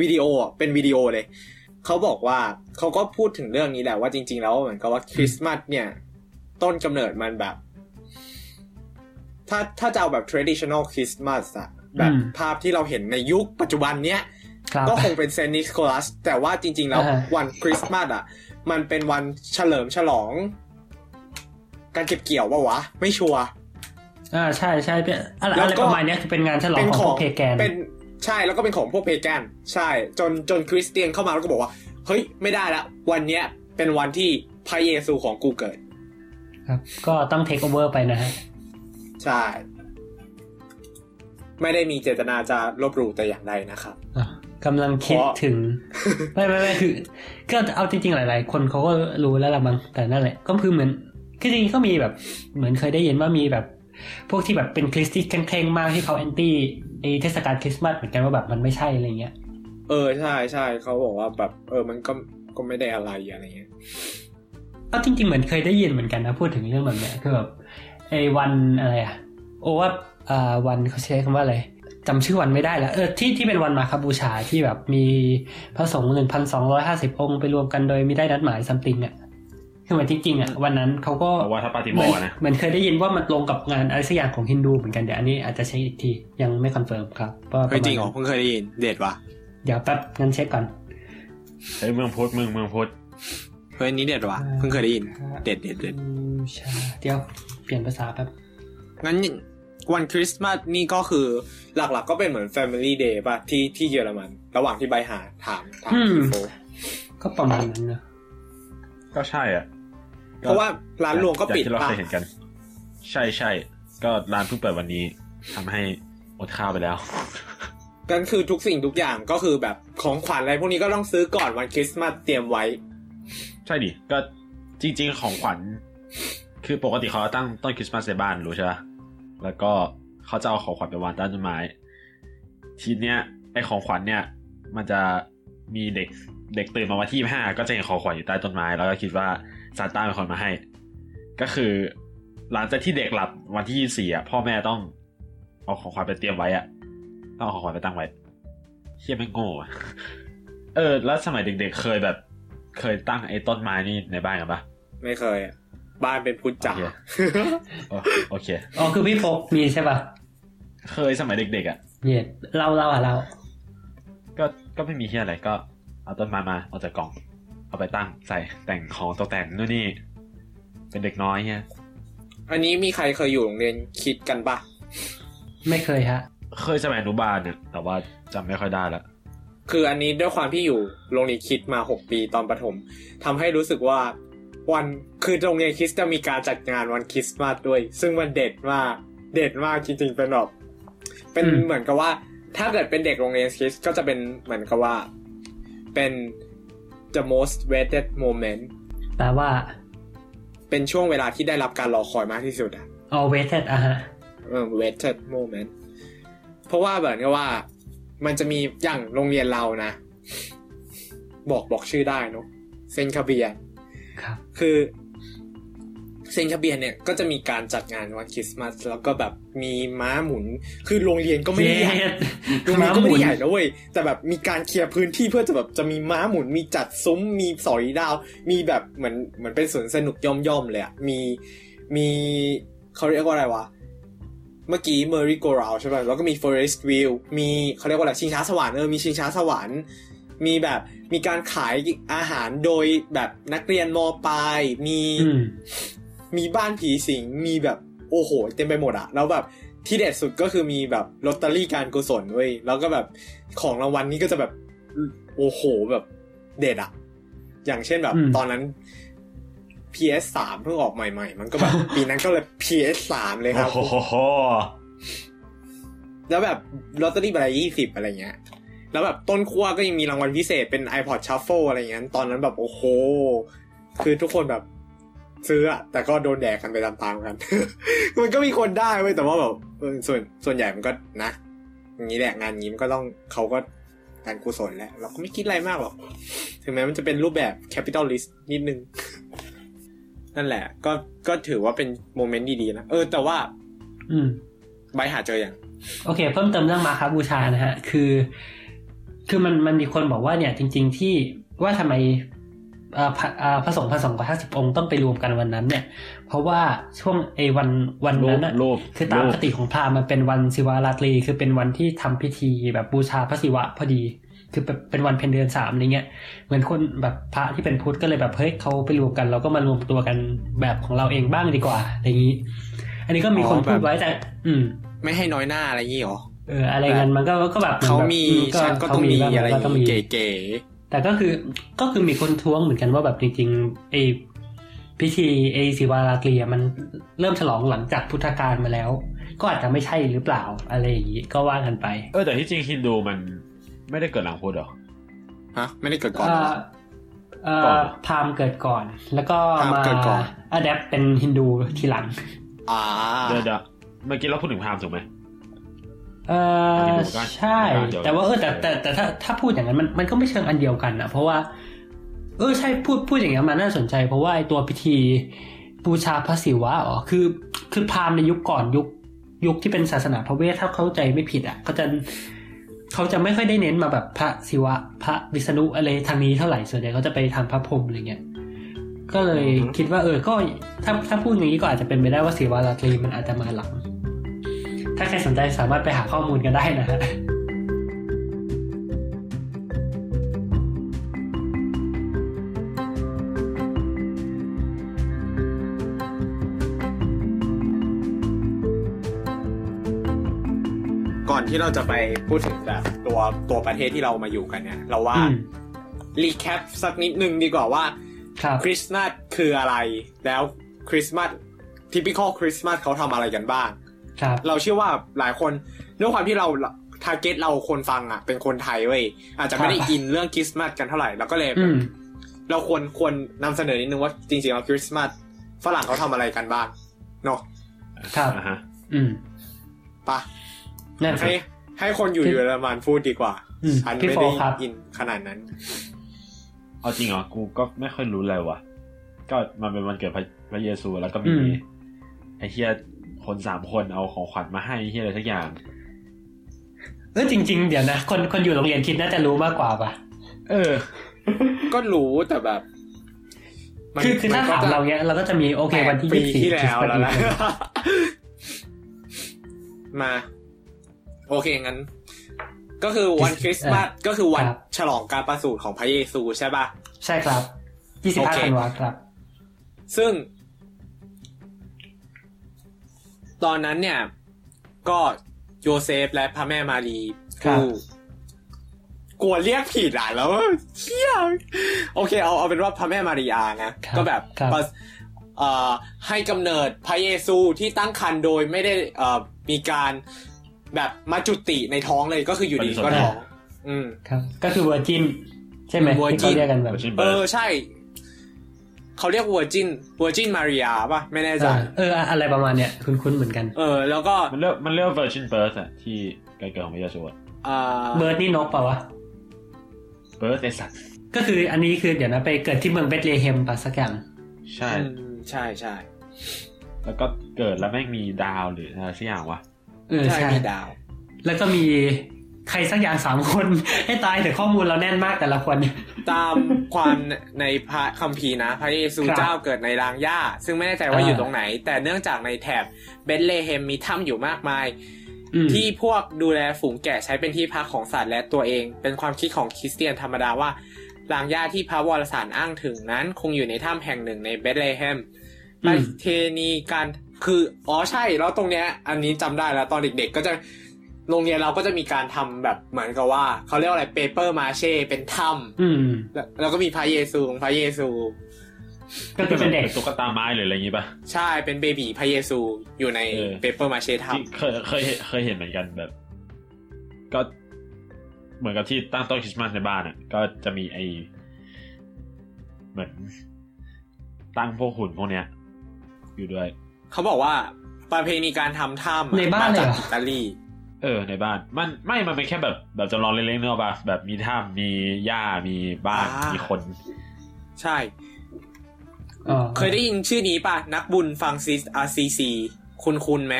Speaker 2: วิดีโออะเป็นวิดีโอเลย เขาบอกว่าเขาก็พูดถึงเรื่องนี้แหละว่าจริง ๆ แล้วเหมือนกับว่าคริสต์มาสเนี่ย ต้นกำเนิดมันแบบ ถ้าถ้าจะเอาแบบ traditional Christmas อะแบบ
Speaker 1: อืม
Speaker 2: ภาพที่เราเห็นในยุคปัจจุบันเนี้ย
Speaker 1: ครับ
Speaker 2: ก็คงเป็นเซนต์นิโคลัส แต่ว่าจริง ๆ แล้ว
Speaker 1: อ่าฮะ
Speaker 2: วันคริสต์มาสอ่ะ มันเป็นวันเฉลิมฉลอง การเก็บเกี่ยววะวะ ไม่ชัวร์
Speaker 1: อ่าใช่ใช่เป็นอะไร
Speaker 2: แล้ว
Speaker 1: อะไร
Speaker 2: ก็
Speaker 1: ประมาณเนี้ยคือเป็นงานฉลองของพวกเพแกน
Speaker 2: เป็นใช่แล้วก็เป็นของพวกเพแกน ใช่ จนจนคริสเตียนเข้ามาแล้วก็บอกว่า เฮ้ย ไม่ได้ละวันเนี้ยเป็นวันที่พระเยซูของกูเกิด
Speaker 1: ครับ ก็ต้องเทคโอเวอร์ไปนะฮะ
Speaker 2: ใช่ ไม่ได้มีเจตนาจะลบหลู่แต่อย่างใดนะครับ
Speaker 1: อ่ะกำลังคิด
Speaker 2: เพราะ
Speaker 1: ถึง ไม่ไม่ไม่คือก็เอาจริงๆหลาย ๆ คนเขาก็รู้แล้วละมั้งแต่นั่นแหละ ก็คือเหมือนคือจริงๆเขามีแบบ เหมือนเคยได้ยินว่ามีแบบ พวกที่แบบเป็นคริสต์ที่เคร่งๆมากที่เขาแอนตี้ไอเทศกาลคริสต์มาสเหมือนกันว่าแบบมันไม่ใช่อะไรเงี้ย
Speaker 2: เออใช่ใช่เขาบอกว่าแบบ เออมันก็ก็ไม่ได้อะไรอะไรเงี้ย
Speaker 1: ก็จริงๆเหมือนเคยได้ยินเหมือนกันนะพูดถึงเรื่องแบบเนี้ยคือแบบไอ้วันอะไรอะโอว่าอ่าวันเขาใช้คำว่าอะไรจำชื่อวันไม่ได้ละเออที่ที่เป็นวันมาคบูชาที่แบบมีพระสงฆ์หนึ่งพันสองร้อยห้าสิบองค์ไปรวมกันโดยไม่ได้นัดหมายซัมติงอ่ะคือเหมือนจริงๆอ่ะวันนั้นเขาก็
Speaker 3: เพราะว่าถ้าปาติ
Speaker 1: เห
Speaker 3: โม
Speaker 1: มือน
Speaker 3: กข์นะ
Speaker 1: เหมือนเคยได้ยินว่ามันลงกับงานอะไรสักอย่างของฮินดูเหมือนกันเดี๋ยวอันนี้อาจจะเช็คอีกทียังไม่คอนเฟิร์มครับว่าปะ
Speaker 2: เฮ้
Speaker 1: มาย ณ
Speaker 2: จริงเหรอเพิ่งเคยได้ยินเด็ดว่ะ
Speaker 1: เดี๋ยวแป๊บงั้นเช็คก่อน
Speaker 3: เฮ้ยเมืองพุทธเมืองเมืองพุทธ
Speaker 2: เฮ้ยอันนี้เด็ดว่ะ
Speaker 1: อ่า
Speaker 2: เพิ่งเคยได้ยิน เด็ดเด็ดเด็ด
Speaker 1: บูชาเดี๋ยวเปลี่ยนภาษาแป๊บ
Speaker 2: งั้นวันคริสต์มาสนี่ก็คือหลักๆก็เป็นเหมือน Family Day ป่ะที่ที่เยอรมัน ระหว่างที่ใบหาถามถาม
Speaker 1: อืม
Speaker 2: พี่โฟ
Speaker 1: ก็ประมาณนั้นนะ
Speaker 3: ก็ใช่อ่ะ
Speaker 2: เพราะว่าร้านรวงก็ปิด
Speaker 3: อย่ที่เรา
Speaker 2: ป่ะ
Speaker 3: เคยเห็นกัน ใช่ใช่ก็ร้านเพิ่งเปิดวันนี้ทำให้อดข้าวไปแล้ว
Speaker 2: กันคือทุกสิ่งทุกอย่างก็คือแบบของขวัญอะไรพวกนี้ก็ต้องซื้อก่อนวันคริสต์มาสเตรียมไว้
Speaker 3: ใช่ดิ ก็จริง ๆ ของขวัญ คือปกติเขาตั้งต้นคริสต์มาสในบ้านรู้ใช่ปะแล้วก็เขาจะเอาของขวัญไปวางใต้ต้นไม้ ทีเนี้ยไอของขวัญเนี่ย มันจะมีเด็กเด็กตื่นมาวันที่ห้าก็จะเห็นของขวัญอยู่ใต้ต้นไม้ แล้วก็คิดว่าซานต้าเป็นคนมาให้ ก็คือ หลังจากที่เด็กหลับวันที่ยี่สี่อ่ะพ่อแม่ต้องเอาของขวัญไปเตรียมไว้อ่ะต้องเอาของขวัญไปตั้งไว้เฮียแม่งโง่อะ เออ แล้วสมัยเด็กๆ เคยแบบ เคยตั้งไอ้ต้นไม้นี่ในบ้านกันปะ
Speaker 2: ไม่เคยอะบ้านเป็นพุทธจ๋า
Speaker 3: โอเค โอโอเค
Speaker 1: อ๋อคือพี่โฟกมีใช่ป่ะ
Speaker 3: เคยสมัยเด็กๆอ่ะ
Speaker 1: เย่เราเราอ่ะเรา
Speaker 3: ก็ ก็ไม่มีเฮียอะไร ก็เอาต้นไม้มา เอาจากกล่อง เอาไปตั้งใส่แต่งของตกแต่งนู่นนี่ เป็นเด็กน้อยเฮีย
Speaker 2: อันนี้มีใครเคยอยู่โรงเรียนคิดกันปะ
Speaker 1: ไม่เคยฮะ
Speaker 3: เคยสมัยอนุบาลเนี่ยแต่ว่าจำไม่ค่อยได้ละ
Speaker 2: คืออันนี้ด้วยความที่อยู่โรงเรียนคิดมาหกปีตอนประถมทำให้รู้สึกว่าวันคือโรงเรียนคิดจะมีการจัดงานวันคริสต์มาสด้วย ซึ่งมันเด็ดมากเด็ดมากจริงๆเป็นแบบเป็น
Speaker 1: อืม
Speaker 2: เหมือนกับว่า ถ้าเกิดเป็นเด็กโรงเรียนคิดก็จะเป็นเหมือนกับว่าเป็น the most waited moment
Speaker 1: แปลว่า
Speaker 2: เป็นช่วงเวลาที่ได้รับการรอคอยมากที่สุดอะ
Speaker 1: always at อ่ะฮะ
Speaker 2: เออ waited moment เพราะว่าเหมือนกับว่า มันจะมีอย่างโรงเรียนเรานะ บอกบอกชื่อได้เนอะเซนคาเบีย
Speaker 1: ครับ
Speaker 2: คือเซนคาเบียเนี่ยก็จะมีการจัดงานวันคริสต์มาสแล้วก็แบบมีม้าหมุน คือโรงเรียนก็ไม่ได้ใหญ่
Speaker 1: Yes
Speaker 2: โรงเรียนก็ไม่ได้ใหญ่นะเว้ยแต่แบบมีการเคลียร์พื้นที่เพื่อจะแบบจะมีม้าหมุน มีจัดซุ้มมีสอยดาว มีแบบเหมือนเหมือนเป็นสวนสนุกย่อมย่อมๆเลยอะมีมีเขาเรียกว่าอะไรวะ เมื่อกี้เมอริโกราวใช่ป่ะแล้วก็มี Forest View มีเขาเรียกว่าอะไรชิงช้าสวรรค์เออมีชิงช้าสวรรค์ มีแบบมีการขายอาหารโดยแบบนักเรียนมปลายมี
Speaker 1: อืม
Speaker 2: มีบ้านผีสิง มีแบบโอ้โห เต็มไปหมดอะแล้วแบบที่เด็ดสุดก็คือมีแบบลอตเตอรี่การกุศลเว้ย แล้วก็แบบของรางวัลนี่ก็จะแบบโอ้โหแบบเด็ดอะอย่างเช่นแบบ
Speaker 1: อืม
Speaker 2: ตอนนั้น PS สามเพิ่งออกใหม่ๆ มันก็แบบ
Speaker 3: (laughs)
Speaker 2: ปีนั้นก็เลย PS สามเลยครับ
Speaker 3: โอ้โห
Speaker 2: แล้วแบบลอตเตอรี่ใบละยี่สิบอะไรเงี้ย แล้วแบบต้นขั้วก็ยังมีรางวัลพิเศษเป็น iPod Shuffle อะไรเงี้ย ตอนนั้นแบบโอ้โห คือทุกคนแบบซื้ออะแต่ก็โดนแดกกันไปตามๆกัน (laughs) มันก็มีคนได้เว้ย แต่ว่าแบบเออส่วนส่วนใหญ่มันก็นะ อย่างนี้แหละงานนี้มันก็ต้องเขาก็การกุศลแหละ เราก็ไม่คิดอะไรมากหรอก ถึงแม้มันจะเป็นรูปแบบ capitalist นิดนึง (laughs) นั่นแหละ ก็ก็ถือว่าเป็นโมเมนต์ดีๆนะ เออ แต่ว่า
Speaker 1: อืม
Speaker 2: ใบหาเจออย่าง
Speaker 1: โอเค เพิ่มเติมเรื่องมาครับบูชานะฮะ คือ คือมันมันมีคนบอกว่าเนี่ยจริง ๆ ที่ว่าทำไมเอ่อพระเอ่อพระสงฆ์พันสองร้อยห้าสิบองค์ต้องไปรวมกันวันนั้น เนี่ย เพราะว่าช่วงไอ้วันวัน
Speaker 3: รู
Speaker 1: นั้
Speaker 3: ป
Speaker 1: นอะ
Speaker 3: รูป
Speaker 1: คือตาม
Speaker 3: รู
Speaker 1: ค
Speaker 3: ป
Speaker 1: ติของพราหมณ์มันเป็นวันศิวาราตรี คือเป็นวันที่ทำพิธีแบบบูชาพระศิวะพอดี คือเป็นเป็นวันเพ็ญเดือนสามอะไรเงี้ยเหมือนคนแบบพระที่เป็นพุทธก็เลยแบบเฮ้ยเขาไปรวมกัน เราก็มารวมตัวกันแบบของเราเองบ้างดีกว่าอะไรอย่างนี้ อันนี้ก็มีคน
Speaker 2: อ๋อแบบ
Speaker 1: พูดไว้แต่ อืม
Speaker 2: ไม่ให้น้อยหน้าอะไรอย่างงี้เหรอ
Speaker 1: เอออะไรเงี้ยมันก็ก็แบบ
Speaker 2: เขามี
Speaker 1: อื
Speaker 2: ฉันก็ต้องมี
Speaker 1: เข
Speaker 2: อะไรอย่า
Speaker 1: บ้า
Speaker 2: ง
Speaker 1: ก็ต้อง
Speaker 2: งี้
Speaker 1: มี
Speaker 2: เก๋
Speaker 1: แต่ก็คือก็คือมีคนท้วงเหมือนกันว่าแบบจริงๆไอพิธีไอศิวาราตรีอะมันเริ่มฉลองหลังจากพุทธกาลมาแล้ว ก็อาจจะไม่ใช่หรือเปล่าอะไรอย่างนี้ก็ว่ากันไป
Speaker 3: เออแต่ที่จริงฮินดูมันไม่ได้เกิดหลังพุทธหรอ
Speaker 2: ๆฮะไม่ได้เกิดก่อน
Speaker 1: เอ่
Speaker 2: เหร
Speaker 1: อ
Speaker 2: อ
Speaker 1: เอ่อ
Speaker 3: ก่อน
Speaker 1: พราหมณ์เกิดก่อน แล้วก็
Speaker 2: พราหมณ์
Speaker 1: มา
Speaker 2: เกิดก่อน
Speaker 1: อัดแอปเป็นฮินดูทีหลัง
Speaker 2: อ่า
Speaker 3: เดี๋ยวเดี๋ยวเมื่อกี้เราพูดถึงพราหมณ์ถูกไหม
Speaker 1: เออ
Speaker 3: ฮินดูก็
Speaker 1: ใช่
Speaker 3: ก็เดียวกัน
Speaker 1: แต่ว่าเออแต่แต่แต่ถ้าถ้าพูดอย่างนั้นมันมันก็ไม่เชิงอันเดียวกันนะเพราะว่า เออใช่พูดพูดอย่างนี้นมันน่าสนใจ เพราะว่าไอตัวพิธีบูชาพระศิวะอ๋อคือคือพราหมณ์ในยุคก่อนยุคยุคที่เป็นศาสนาพระเวทถ้าเข้าใจไม่ผิดอ่ะเขาจะเขาจะไม่ค่อยได้เน้นมาแบบพระศิวะ พระวิษณุอะไรทางนี้เท่าไหร่ส่วนใหญ่เขาจะไปทางพระพรหมอะไรเงี้ยก็เลยคิดว่าเออก็ถ้าถ้าพูดอย่างนี้ก็อาจจะเป็นไปได้ว่าศิวะราตรีมันอาจจะมาหลัง ถ้าใครสนใจสามารถไปหาข้อมูลกันได้นะฮะ
Speaker 2: ก่อนที่เราจะไปพูดถึงแบบตัวตัวประเทศที่เรามาอยู่กันเนี่ย เราว่า
Speaker 1: อืม
Speaker 2: รีแคปสักนิดนึงดีกว่าว่า
Speaker 1: ครับ
Speaker 2: คริสต์มาสคืออะไร แล้วคริสต์มาสทิปิคอลคริสต์มาสเขาทำอะไรกันบ้าง
Speaker 1: ครับ
Speaker 2: เราเชื่อว่าหลายคนด้วยความที่เราทาร์เก็ตเราคนฟังอ่ะ เป็นคนไทยเว้ยอาจจะไม่ได้อินเรื่องคริสต์มาสกันเท่าไหร่เราก็เลยแบบ
Speaker 1: อืม
Speaker 2: เราควรควรนำเสนอนิดนึงว่าจริงๆแล้วคริสต์มาสฝรั่งเขาทำอะไรกันบ้างเนาะ
Speaker 1: ครับ
Speaker 3: อ่าฮะ
Speaker 1: อืม
Speaker 2: ปะ
Speaker 1: นั่นสิ
Speaker 2: ให้ให้คนอยู่
Speaker 1: พี่
Speaker 2: เยอรมันพูดดีกว่า
Speaker 1: อืม
Speaker 2: ฉัน
Speaker 1: พี่
Speaker 2: ไม่
Speaker 1: โฟ
Speaker 2: ได้
Speaker 1: ครับ
Speaker 2: อินขนาดนั้น
Speaker 3: เอาจริงเหรอกูก็ไม่ค่อยรู้เลยว่ะ ก็มันเป็นวันเกิดพระพระเยซูแล้วก็
Speaker 1: อื
Speaker 3: มี
Speaker 1: ม
Speaker 3: ไอ้เฮียคนสามคนเอาของขวัญมาให้ไอ้เฮียอะไรทักอย่าง
Speaker 1: เออจริง ๆ เดี๋ยวนะ คนคนอยู่โรงเรียนคิดน่าจะรู้มากกว่าป่ะ
Speaker 3: เออ
Speaker 2: ก็รู้แต่แบบมัน
Speaker 1: คือคือถ้าถาม
Speaker 2: นก็จะ
Speaker 1: เราเนี้ยเราก็จะมีโอเค วันที่
Speaker 2: แปดปี
Speaker 1: ยี่สิบสี่
Speaker 2: ที่แล้วแล้วนะ
Speaker 1: พฤศจิกายน
Speaker 2: มา โอเคงั้น ก็คือวันคริสต์มาสก็คือวันฉลองการประสูติของพระเยซูใช่ป่ะ
Speaker 1: ใช่ครับยี่สิบห้า
Speaker 2: โอเค
Speaker 1: ธันวาครับ
Speaker 2: ซึ่ง ตอนนั้นเนี่ย ก็โยเซฟและพระแม่มารี
Speaker 1: ครับ
Speaker 2: ผู้กลัวเรียกผิดอ่ะแล้ว (laughs) เชี่ยโอเคเอาเอาเป็นว่าพระแม่มารีอานะ
Speaker 1: ครับ
Speaker 2: ก็แบบ
Speaker 1: ครับ
Speaker 2: ประเอ่อให้กำเนิดพระเยซูที่ตั้งครรภ์โดยไม่ได้เอ่อมีการแบบมาจุติในท้องเลยก็คืออยู่ดีก็ท้อง อืม
Speaker 1: ครับ ก็คือเวอร์จินใช่ไหมท
Speaker 2: Virgin
Speaker 1: ี่เขาเรียกกันแบบ
Speaker 3: Virgin
Speaker 2: เอ
Speaker 3: Birth
Speaker 2: อใช่ เขาเรียกวอร์จินวอร์จินมารีอาป่ะ ไม่แน่ใจ
Speaker 1: เอออะไรประมาณเนี้ยคุ้นๆเหมือนกัน
Speaker 2: เออ แล้วก็
Speaker 3: มันเรียกมันเรียก Virgin Birth อะที่การเกิดของพระเยซูอะ
Speaker 2: อ่า
Speaker 1: เบิร์ดนี่นกเปล่าวะ
Speaker 3: Birth ในสัตว์
Speaker 1: ก็คืออันนี้คือเดี๋ยวนะไปเกิดที่เมืองเบธเลเฮมปะสักอย่าง
Speaker 3: ใช่
Speaker 2: อืมใช่ใช่
Speaker 3: แล้วก็เกิดแล้วแม่งมีดาวหรืออะไรสักอย่างวะ
Speaker 1: เออ
Speaker 2: ใช่
Speaker 1: ใช่
Speaker 2: มีดาว
Speaker 1: แล้วก็มีใครสักอย่างสามคน ให้ตายแต่ข้อมูลเราแน่นมากแต่ละคน
Speaker 2: ตามความในพระคัมภีร์นะ พระเยซู
Speaker 1: ครับ
Speaker 2: เจ้าเกิดในรางหญ้า ซึ่งไม่แน่ใจว่า
Speaker 1: อ่า
Speaker 2: อยู่ตรงไหน แต่เนื่องจากในแถบเบธเลเฮมมีถ้ำอยู่มากมาย
Speaker 1: อืม
Speaker 2: ที่พวกดูแลฝูงแกะใช้เป็นที่พักของสัตว์และตัวเอง เป็นความคิดของคริสเตียนธรรมดาว่ารางหญ้าที่พระวรสารอ้างถึงนั้น คงอยู่ในถ้ำแห่งหนึ่งในเบธเลเฮมประเทณีการคืออ๋อใช่แล้วตรงเนี้ย อันนี้จำได้แล้วตอนเด็กๆก็จะโรงเรียนเราก็จะมีการทำแบบเหมือนกับว่าเขาเรียกว่าอะไรเปเปอร์มาเช่เป็นถ้ำ
Speaker 1: อืม
Speaker 2: แล้วแล้วก็มีพระเยซูของพระเยซู
Speaker 1: ก็คือเป็นเด็ก
Speaker 3: ตุ๊กตาไม้หรืออะไรอย่างงี้ปะ
Speaker 2: ใช่เป็นเบบีพระเยซูอยู่ใน
Speaker 3: เออ
Speaker 2: เปเปอร์มาเช่ถ้
Speaker 3: ที่เคยเคยเคยเห็นเหมือนกันแบบ ก็เหมือนกับที่ตั้งต้นคริสต์มาสในบ้านอ่ะ ก็จะมีไอเหมือนตั้งพวกหุ่นพวกเนี้ย อยู่ด้วย
Speaker 2: ำเขาบอกว่าประเพณีการทำถ้ำอะ
Speaker 1: ในบ้าน
Speaker 2: มจก
Speaker 1: เลยเหรออิ
Speaker 2: ตาลี
Speaker 3: เออในบ้าน มันไม่มันเป็นแค่แบบแบบจำลองเล็กๆเนกอะปะแบบมีถ้ำมีหญ้ามีบ้าน
Speaker 2: อ่ามี
Speaker 3: มีคน
Speaker 2: ใช่
Speaker 1: อ๋อ
Speaker 2: เคยได้ยินชื่อนี้ป่ะ นักบุญฟรังซิสอาซีซีคุณคุณไหม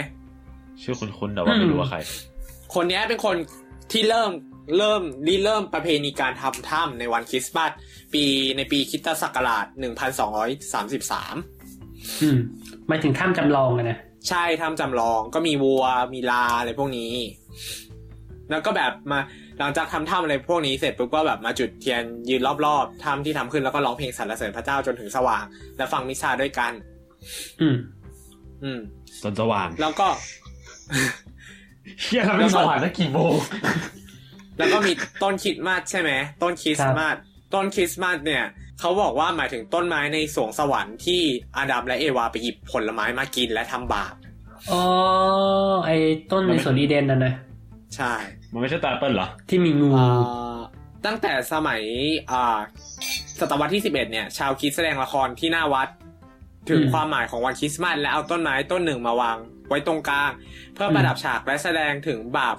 Speaker 3: ชื่อคุ้นๆแต่ว่าไม่รู้ว่าใคร
Speaker 2: คนเนี้ยเป็นคนที่เริ่มเริ่มริเริ่มประเพณีการทำถ้ำในวันคริสต์มาสปีในปีคริสตศักราช 1233
Speaker 1: อืมหมายถึงถ้ำจำลองอะนะ
Speaker 2: ใช่ทำจำลองก็มีวัวมีลาอะไรพวกนี้ แล้วก็แบบมาหลังจากทำถ้ำอะไรพวกนี้เสร็จปุ๊บก็แบบมาจุดเทียนยืนรอบๆถ้ำที่ทำขึ้นแล้วก็ร้องเพลงสรรเสริญพระเจ้าจนถึงสว่าง และฟังมิชาด้วยกัน
Speaker 1: อืม
Speaker 2: อืม
Speaker 3: จนสว่าง
Speaker 2: แล้วก็
Speaker 3: เฮียแล้วไม่สว่างตั้งกี่โมง
Speaker 2: แล้วก็มีต้นคริสต์มาสใช่ไหมต้นคริสต์มาสต้นคริสต์มาสเนี่ย เขาบอกว่าหมายถึงต้นไม้ในสวงสวรรค์ที่อาดัมและเอวาไปหยิบผลไม้มากินและทำบาป
Speaker 1: อ๋อ ไอ้ต้นในสวนอีเดนน่ะนะ
Speaker 2: ใช่
Speaker 3: มันไม่ใช่ตาเปิลเหรอ
Speaker 1: ที่มีงู
Speaker 2: อ่าตั้งแต่สมัยอ่าศตวรรษที่ 11 เนี่ย ชาวคริสต์แสดงละครที่หน้าวัด ถึง
Speaker 1: อืม
Speaker 2: ความหมายของวันคริสต์มาสและเอาต้นไม้ต้นหนึ่งมาวางไว้ตรงกลาง เพื่อประดับฉากและแสดงถึงบาป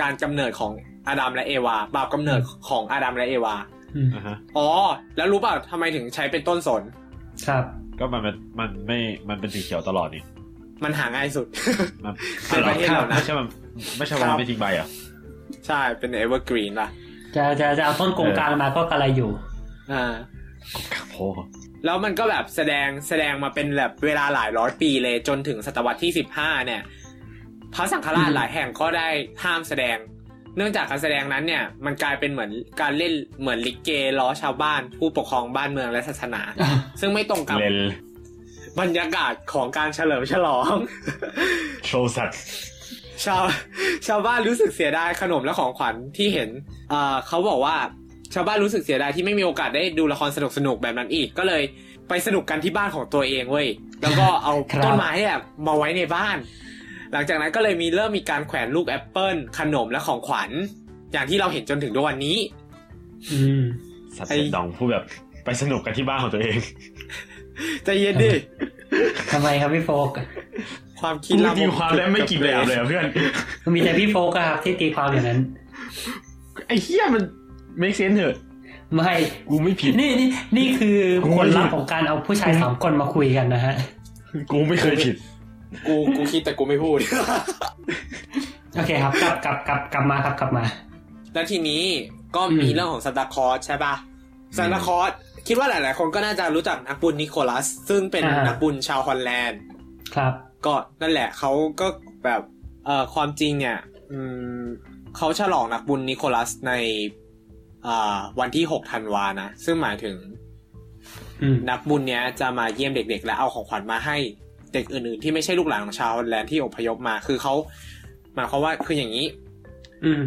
Speaker 2: การกำเนิดของอาดัมและเอวา บาปกำเนิดของอาดัมและเอวา
Speaker 1: อืม
Speaker 3: อ่าฮะ
Speaker 2: อ๋อ แล้วรู้เปล่าทำไมถึงใช้เป็นต้นสน
Speaker 1: ครับ
Speaker 3: ก็มันเป็นมันไม่ มันเป็นสีเขียวตลอดนี่
Speaker 2: มันหาง่ายสุด (laughs)
Speaker 3: มัน
Speaker 2: เป็นประเทศ
Speaker 3: อ้
Speaker 2: เรานะ
Speaker 3: ไม่ใช่มันไม่ใช่ว่า
Speaker 2: ครับ
Speaker 3: ไม่ทิ้งใบเหรอ่ะ
Speaker 2: ใช่เป็นเอเวอร์กรีนล่ะ
Speaker 1: จะจะจะเอาต้นกงกลางมาก็กระไรอยู่
Speaker 2: อ่า
Speaker 3: โพ
Speaker 2: แล้วมันก็แบบแสดงแสดงมาเป็นแบบเวลาหลายร้อยปีเลยจนถึงศตวรรษที่สิบห้าเนี่ย พระสังฆราช
Speaker 1: อืม
Speaker 2: หลายแห่งก็ได้ห้ามแสดง เนื่องจากการแสดงนั้นเนี่ย มันกลายเป็นเหมือนการเล่นเหมือนลิเกล้อชาวบ้าน ผู้ปกครองบ้านเมืองและศาสนา ซึ่งไม่ตรงกับ
Speaker 3: เลน
Speaker 2: บรรยากาศของการเฉลิมฉลอง
Speaker 3: โชว์สัตว์
Speaker 2: ชาวชาวบ้านรู้สึกเสียดายขนมและของขวัญที่เห็นเอ่อเขาบอกว่าชาวบ้านรู้สึกเสียดายที่ไม่มีโอกาสได้ดูละครสนุกสนุกๆแบบนั้นอีก ก็เลยไปสนุกกันที่บ้านของตัวเองเว้ย แล้วก็เอา
Speaker 1: ครับ
Speaker 2: ต้นไม้เนี่ยมาไว้ในบ้าน หลังจากนั้นก็เลยมีเริ่มมีการแขวนลูกแอปเปิลขนมและของขวัญ อย่างที่เราเห็นจนถึงทุกวันนี้
Speaker 1: อืม
Speaker 3: สัตว์
Speaker 2: ไอ้
Speaker 3: เสียงดองพูดแบบไปสนุกกันที่บ้านของตัวเอง
Speaker 2: ใจเย็นดิ
Speaker 1: ทำไมครับพี่โฟก
Speaker 2: ความคิ
Speaker 3: กู
Speaker 2: ด
Speaker 3: ไม่
Speaker 2: ลามก
Speaker 3: ตีความได้ไม่กี่แบบเลยอะเพื่อน
Speaker 1: มีแต่พี่โฟกอะครับที่ตีความอย่างนั้น
Speaker 3: ไอ้เฮียมัน make sense เถอะ
Speaker 1: ไม่
Speaker 3: กูไม่ผิด
Speaker 1: นี่นี่นี่คือ
Speaker 3: โอ้ย
Speaker 1: ผลลัพธ์ของการเอาผู้ชายสามคนมาคุยกันนะฮะ
Speaker 3: กูไม่เคยผิด
Speaker 2: กูกูคิดแต่กูไม่พูด
Speaker 1: โอเคครับ กลับกลับกลับกลับมาครับกลับมา
Speaker 2: แล้วทีนี้ก็มี
Speaker 1: อืม
Speaker 2: เรื่องของซันตาคลอสใช่ปะซันตาคลอสคิดว่าหลาย ๆ คนก็น่าจะรู้จักนักบุญนิโคลัส ซึ่งเป็นนักบุญชาวฮอลแลนด์
Speaker 1: ครับ
Speaker 2: ก็นั่นแหละเขาก็แบบเอ่อความจริงเนี่ยอืมเขาฉลองนักบุญนิโคลัสในอ่าวันที่6ธันวานะ ซึ่งหมายถึง
Speaker 1: อืม
Speaker 2: นักบุญเนี้ยจะมาเยี่ยมเด็ก ๆ และเอาของขวัญมาให้ ด็กๆอื่นๆที่ไม่ใช่ลูกหลานของชาวฮอลแลนด์ที่อพยพมาคือเขาหมายความว่าคืออย่างนี้
Speaker 1: อืม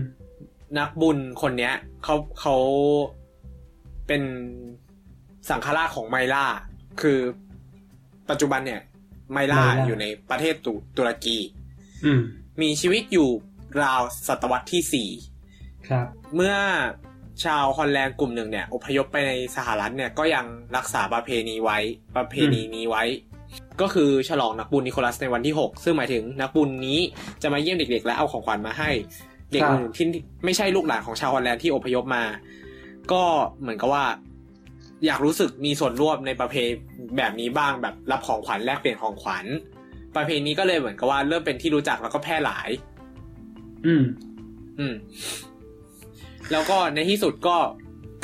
Speaker 2: นักบุญคนเนี้ยเขาเขาเป็นสังฆราชของไมล่า คือปัจจุบันเนี่ย ไมล่า
Speaker 1: ไมล่า
Speaker 2: อยู่ในประเทศตุตุรกี
Speaker 1: อืม
Speaker 2: มีชีวิตอยู่ราวศตวรรษที่สี่
Speaker 1: ครับ
Speaker 2: เมื่อชาวฮอลแลนด์กลุ่มหนึ่งเนี่ย อพยพไปในสหรัฐเนี่ยก็ยังรักษาประเพณีไว้ ประเพณีนี้ไว้ ก็คือฉลองนักบุญนิโคลัสในวันที่ 6 ซึ่งหมายถึงนักบุญนี้จะมาเยี่ยมเด็กๆ และเอาของขวัญมาให้ เด็ก
Speaker 1: ครับ
Speaker 2: อื่นที่ไม่ใช่ลูกหลานของชาวฮอลแลนด์ที่อพยพมา ก็เหมือนกับว่า อยากรู้สึกมีส่วนร่วมในประเพณีแบบนี้บ้างแบบรับของขวัญแลกเปลี่ยนของขวัญ ประเพณีก็เลยเหมือนกับว่าเริ่มเป็นที่รู้จักแล้วก็แพร่หลาย
Speaker 1: อืม
Speaker 2: อืม แล้วก็ในที่สุดก็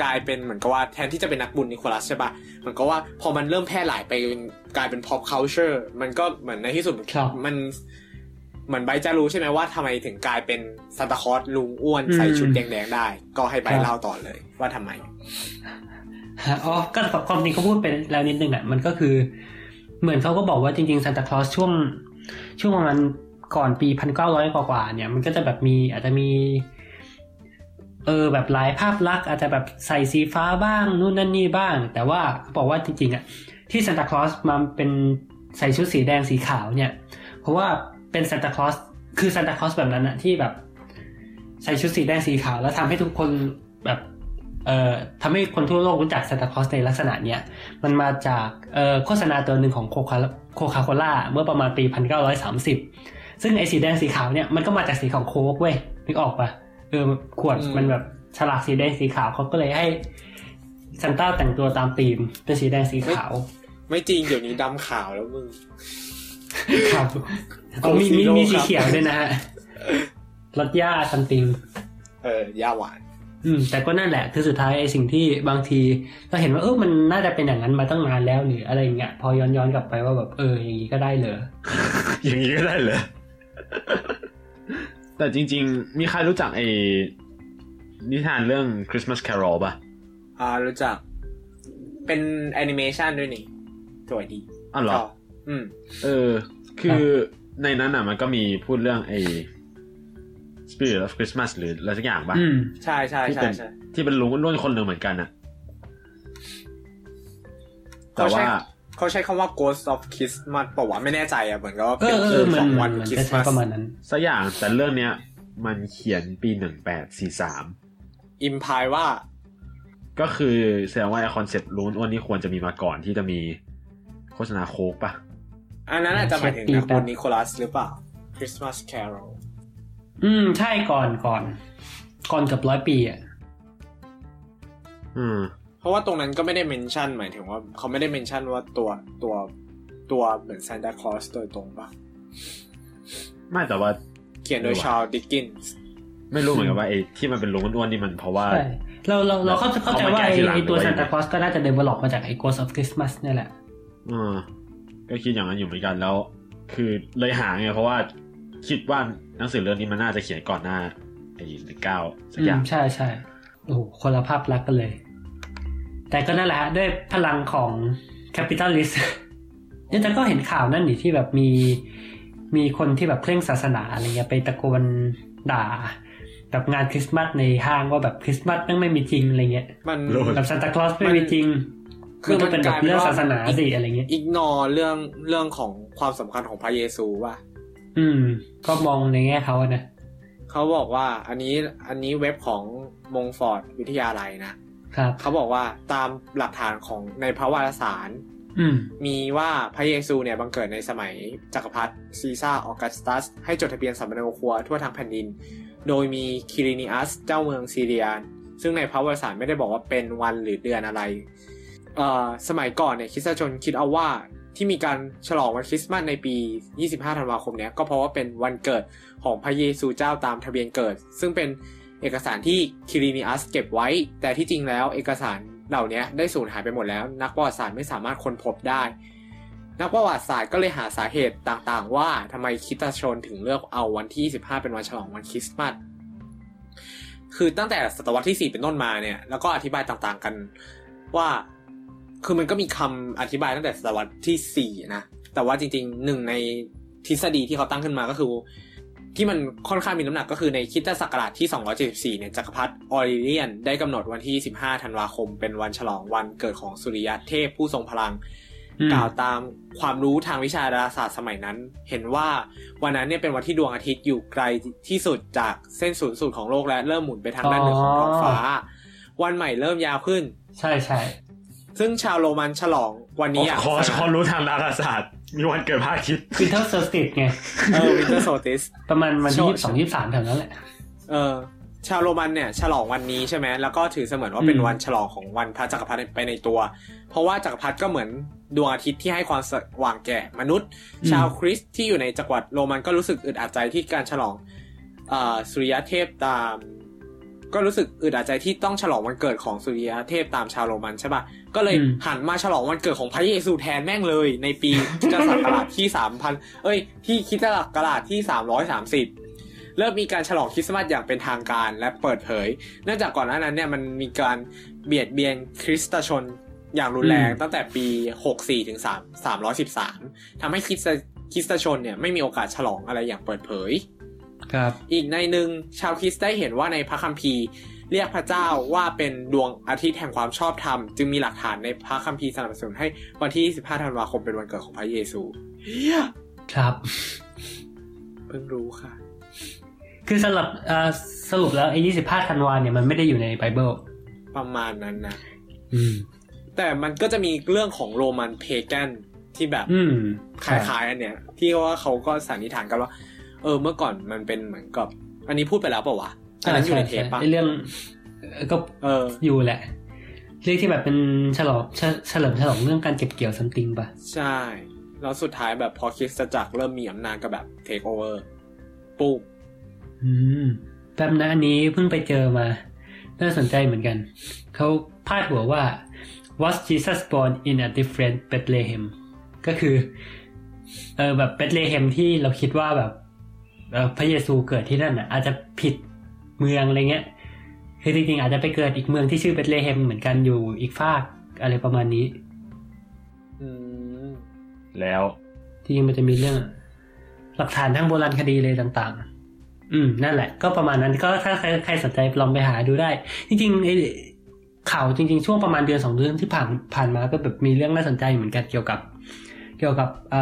Speaker 2: กลายเป็นเหมือนกับว่าแทนที่จะเป็นนักบุญนิโคลัสใช่ปะเหมือนกับว่าพอมันเริ่มแพร่หลายไปกลายเป็น pop culture มันก็เหมือนในที่สุด
Speaker 1: ครับ
Speaker 2: มันเหมือนไบร์ทจะรู้ใช่ไหมว่าทำไมถึงกลายเป็นซานตาคลอสลุงอ้วน
Speaker 1: อืม
Speaker 2: ใส่ชุดแดงๆได้ ก็ให้ไบร์
Speaker 1: ครั
Speaker 2: ท
Speaker 1: บ
Speaker 2: เล่าต่อเลยว่าทำไม
Speaker 1: ฮะอ๋อ ก็ความจริงเขาพูดไปแล้วนิดนึงอ่ะ มันก็คือ เหมือนเขาก็บอกว่าจริงๆซานตาคลอสช่วง ช่วงประมาณก่อนปีพันเก้าร้อยกว่าๆเนี่ย มันก็จะแบบมีอาจจะมี เออแบบหลายภาพลักษณ์อาจจะแบบใส่สีฟ้าบ้างนู่นนั่นนี่บ้าง แต่ว่าเขาบอกว่าจริงๆอ่ะที่ซานตาคลอสมาเป็นใส่ชุดสีแดงสีขาวเนี่ย เพราะว่าเป็นซานตาคลอสคือซานตาคลอสแบบนั้นอะที่แบบ ใส่ชุดสีแดงสีขาว แล้วทำให้ทุกคนแบบเอ่อทำให้คนทั่วโลกรู้จักซานตาคลอสในลักษณะเนี้ยมันมาจากเอ่อโฆษณาตัวหนึ่งของโคคาโคคาโคล่าเมื่อประมาณปี 1930 ซึ่งไอ้สีแดงสีขาวเนี่ยมันก็มาจากสีของโค้กเว้ยนึกออกปะเออขวด
Speaker 2: อืม
Speaker 1: มันแบบฉลากสีแดงสีขาวเขาก็เลยให้ซันต้าแต่งตัวตามธีมเป็นสีแดงสีขาว
Speaker 2: ไม่จริงเดี๋ยวนี้ดำขาวแล้วมึง
Speaker 1: ครับเอามีมีมีสีเขียวด้วยนะฮะรสย่าซัมติง
Speaker 2: เออยาหวาน
Speaker 1: อืมแต่ก็นั่นแหละคือสุดท้ายไอ้สิ่งที่บางทีเราเห็นว่าเออมันน่าจะเป็นอย่างนั้นมาตั้งนานแล้วหรืออะไรอย่างเงี้ยพอย้อนย้อนๆกลับไปว่าแบบเอออย่างนี้ก็ได้เหรอ
Speaker 3: อย่างนี้ก็ได้เลย แต่จริง ๆ มีใครรู้จักไอ้นิทานเรื่อง Christmas Carol ป่ะ
Speaker 2: อ่ารู้จัก เป็นแอนิเมชันด้วยนี่สวยดี
Speaker 3: อ๋อเหรอ
Speaker 2: ก็อืม
Speaker 3: เออ คือในนั้นอ่ะ มันก็มีพูดเรื่องไอ้ Spirit of Christmas หรืออะไรสักอย่างป่ะ
Speaker 1: อืม
Speaker 2: ใช่ใช่
Speaker 3: ที่
Speaker 2: ใช่
Speaker 3: เป็น
Speaker 2: ใช่
Speaker 3: ที่เป็นลุงอ้วนๆคนหนึ่งเหมือนกันอ่ะ แต่
Speaker 2: เขาใช้
Speaker 3: ว่า
Speaker 2: เขาใช้คำว่า Ghost of Christmas เปล่าวะไม่แน่ใจอะเหมือนก็
Speaker 1: เอ
Speaker 2: เป็น
Speaker 1: อเอ
Speaker 2: คื
Speaker 1: อน
Speaker 2: ข
Speaker 1: มัน
Speaker 2: อง
Speaker 1: มั
Speaker 2: วัน น
Speaker 1: มัน
Speaker 2: คริ
Speaker 1: ก็
Speaker 2: สต์
Speaker 1: ใช้
Speaker 2: มาส
Speaker 1: ประมาณนั้น
Speaker 3: สักอย่างแต่เรื่องเนี้ย มันเขียนปีหนึ่งแปดสี่สาม
Speaker 2: อิมพายว่า
Speaker 3: ก็คือแสดงว่าไอคอนเซ็ปต์ลุงอ้วนๆนี่ควรจะมีมาก่อนที่จะมีโฆษณาโค้กป่ะ
Speaker 2: อันนั้นอาจจะหมายถึง
Speaker 1: เช็คปี
Speaker 2: นักบุ
Speaker 1: แป๊
Speaker 2: ญ
Speaker 1: บ
Speaker 2: นิโคลัสหรือเปล่า Christmas Carol
Speaker 1: อืมใช่ก่อนก่อน ก่อนเกับร้อยปีอ่ะ
Speaker 3: อืม
Speaker 2: เพราะว่าตรงนั้นก็ไม่ได้เมนชั่นหมายถึงว่าเขาไม่ได้เมนชั่นว่าตัวตัวตัวเหมือนซานตาคลอสโดยตรงปะ
Speaker 3: ไม่แต่ว่า
Speaker 2: เขียนโดย
Speaker 3: ไม่ว่ะ
Speaker 2: ชาร์ลดิกกินส์
Speaker 3: ไม่รู้เหมือนกันว่าไอ้ที่มันเป็นลุงอ้วนๆนี่มันเพราะว่า
Speaker 1: ใช่เราเราเราเข้าเข้าใจว่าไอ้
Speaker 3: เขามาแก้ทีหลัง
Speaker 1: ไอ้ตัว
Speaker 3: หรือว่า
Speaker 1: ซานตาคลอสก็น่าจะเดเวล็อปมาจากไอ้ Ghost of Christmas เนี่ยแหละ
Speaker 3: อืมก็คิดอย่างนั้นอยู่เหมือนกันแล้ว คือเลยหาไงเพราะว่าคิดว่าหนังสือเรื่องนี้มันน่าจะเขียนก่อนหน้าไอ้หนึ่งเก้าสัก
Speaker 1: อื
Speaker 3: อย่าม ง
Speaker 1: ใช่ใช่โอ้โหคนละภาพลักษณ์กันเลย แต่ก็นั่นแหละฮะด้วยพลังของแคปิตอลิส (laughs) เนี่ยแต่ก็เห็นข่าวนั่นนี่ที่แบบมีมีคนที่แบบเคร่งศาสนาอะไรเงี้ยไปตะโกนด่า แบบงานคริสต์มาสในห้างว่าแบบคริสต์มาสแม่งไม่มีจริงอะไรเงี้ย
Speaker 2: มัน
Speaker 3: โลด
Speaker 1: แบบซานตาคลอสไม่
Speaker 2: มัน
Speaker 1: มีจริง
Speaker 2: คื
Speaker 1: คือ อ
Speaker 2: มั
Speaker 1: มัน
Speaker 2: น
Speaker 1: เป็นแบ
Speaker 2: ก
Speaker 1: บ
Speaker 2: ลายเป็น
Speaker 1: เรื่อง
Speaker 2: ว่า
Speaker 1: ศาสนาสิอะไรเงี้ย
Speaker 2: อิกนอเรื่องเรื่องของความสำคัญของพระเยซูว่ะ
Speaker 1: อืม ก็มองในแง่เขาอะนะ
Speaker 2: เขาบอกว่าอันนี้อันนี้เว็บของมงฟอร์ดวิทยาลัยนะ
Speaker 1: ครับ
Speaker 2: เขาบอกว่าตามหลักฐานของในพระวารสาร
Speaker 1: อืม
Speaker 2: มีว่าพระเยซูเนี่ยบังเกิดในสมัยจักรพรรดิซีซ่าร์ออกัสตัส ให้จดทะเบียนสัมมนาครัวทั่วทั้งแผ่นดิน โดยมีคิรินิอัสเจ้าเมืองซีเรีย ซึ่งในพระวารสารไม่ได้บอกว่าเป็นวันหรือเดือนอะไรเอ่อสมัยก่อนเนี่ยคริสตชนคิดเอาว่าที่มีการฉลองวันคริสต์มาสในปี 25 ธันวาคมเนี่ยก็เพราะว่าเป็นวันเกิดของพระเยซูเจ้าตามทะเบียนเกิด ซึ่งเป็นเอกสารที่คิรินิอัสเก็บไว้ แต่ที่จริงแล้วเอกสารเหล่านี้ได้สูญหายไปหมดแล้ว นักประวัติศาสตร์ไม่สามารถค้นพบได้ นักประวัติศาสตร์ก็เลยหาสาเหตุต่างๆ ว่าทำไมคริสตชนถึงเลือกเอาวันที่ 25 เป็นวันฉลองวันคริสต์มาส คือตั้งแต่ศตวรรษที่ 4 เป็นต้นมาเนี่ย แล้วก็อธิบายต่างๆกันว่า คือมันก็มีคำอธิบายตั้งแต่ศตวรรษที่ 4 นะ แต่ว่าจริงๆหนึ่งในทฤษฎีที่เขาตั้งขึ้นมาก็คือ ที่มันค่อนข้างมีน้ำหนักก็คือในคริดศักราชที่ 274 เนี่ยจักรพรรดิออริเลียน ได้กำหนดวันที่ 15 ธันวาคม เป็นวันฉลองวันเกิดของสุริยะเทพผู้ทรงพลัง
Speaker 1: อืม
Speaker 2: กล่าวตามความรู้ทางวิชาดาราศาสตร์สมัยนั้น เห็นว่าวันนั้นเนี่ยเป็นวันที่ดวงอาทิตย์อยู่ไกลที่สุดจากเส้นศูนย์สูตรของโลกและเริ่มหมุนไปทางด้านเหนือของท้องฟ้า วันใหม่เริ่มยาวขึ้น
Speaker 1: ใช่ใช่
Speaker 2: ซึ่งชาวโรมันฉลองวันนี้อ่ะ
Speaker 3: ขอช้อนรู้ทางดาราศาสตร์ มีวันเกิดพระอาทิตย์
Speaker 1: วินเทอร์เซอร์ติไง
Speaker 2: เออวินเทอร์โซติส
Speaker 1: ประมาณวันที่
Speaker 2: ใช่
Speaker 1: ยี่สิบสองยี่สิบสามแถวนั้นแหละ
Speaker 2: เออชาวโรมันเนี่ยฉลองวันนี้ใช่ไหมแล้วก็ถือเสมือนว่าเป็น
Speaker 1: อืม
Speaker 2: วันฉลองของวันพระจักรพรรดิไปในตัว เพราะว่าจักรพรรดิก็เหมือนดวงอาทิตย์ที่ให้ความสว่างแก่มนุษย์ ชาวคริสต์ที่อยู่ในจักรวรรดิโรมันก็รู้สึกอึดอัดใจที่การฉลองเอ่อสุริยเทพตาม ก็รู้สึกอึดอัดใจที่ต้องฉลองวันเกิดของสุริยเทพตามชาวโรมันใช่ปะก็เลย
Speaker 1: อืม
Speaker 2: หันมาฉลองวันเกิดของพระเยซูแทนแม่งเลย ใน
Speaker 1: (laughs)
Speaker 2: ปีคริสตศักราชที่สามพันเอ้ย ที่คริสตศักราชที่สามร้อยสามสิบเริ่มมีการฉลองคริสต์มาสอย่างเป็นทางการและเปิดเผย เนื่องจากก่อนหน้านั้นเนี่ยมันมีการเบียดเบียนคริสตชนอย่างรุนแรง
Speaker 1: อืม
Speaker 2: ตั้งแต่ปี 64 ถึง 3 313 ทำให้คริสตคริสตชนเนี่ยไม่มีโอกาสฉลองอะไรอย่างเปิดเผย
Speaker 1: ครับ
Speaker 2: อีกในหนึ่งชาวคริสต์ได้เห็นว่าในพระคัมภีร์ เรียกพระเจ้าว่าเป็นดวงอาทิตย์แห่งความชอบธรรม จึงมีหลักฐานในพระคัมภีร์สนับสนุนให้วันที่ 15 ธันวาคมเป็นวันเกิดของพระเยซูเหี้ย
Speaker 1: ครับ
Speaker 2: เพิ่งรู้ค่ะ
Speaker 1: คือสำหรับอ่าสรุปแล้วไอ้ยี่สิบห้าธันวาเนี่ยมันไม่ได้อยู่ในไบเบิล
Speaker 2: ประมาณนั้นนะ
Speaker 1: อืม
Speaker 2: แต่มันก็จะมีเรื่องของโรมันเพแกนที่แบบ
Speaker 1: อืม
Speaker 2: ค
Speaker 1: ใช่
Speaker 2: ล้ายๆอันเนี้ยที่ว่าเขาก็สันนิษฐานกันว่า เออเมื่อก่อนมันเป็นเหมือนกับ อันนี้พูดไปแล้วเปล่าวะอันนั้นอยู่ในเทปปะ
Speaker 1: ไอ้เรื่องเอ่อก็
Speaker 2: เออ
Speaker 1: อยู่แหละ เรื่องที่แบบเป็นฉลองเฉเฉลิมฉลองเรื่องการเก็บเกี่ยวซัมติงป่ะ
Speaker 2: ใช่ แล้วสุดท้ายแบบพอคริสตจักรเริ่มมีอำนาจก็แบบเทคโอเวอร์ปุ๊บ
Speaker 1: อืมแป๊บนะอันนี้เพิ่งไปเจอมา น่าสนใจเหมือนกัน เขาพาดหัวว่า was Jesus born in a different Bethlehem ก็คือเออแบบเบธเลเฮมที่เราคิดว่าแบบเออพระเยซูเกิดที่นั่นอ่ะอาจจะผิดเมืองอะไรเงี้ย คือจริงๆอาจจะไปเกิดอีกเมืองที่ชื่อเบธเลเฮมเหมือนกันอยู่อีกฟากอะไรประมาณนี้
Speaker 2: อืม
Speaker 3: แล้ว
Speaker 1: ที่มันจะมีเรื่อง หลักฐานทางโบราณคดีเลยต่างๆ อืม นั่นแหละ ก็ประมาณนั้นก็ถ้าใครใครสนใจลองไปหาดูได้ จริงๆไอ้ข่าวจริง ๆ ช่วงประมาณเดือนสองเดือนที่ผ่านผ่านมาก็แบบมีเรื่องน่าสนใจเหมือนกันเกี่ยวกับ เกี่ยวกับเอ่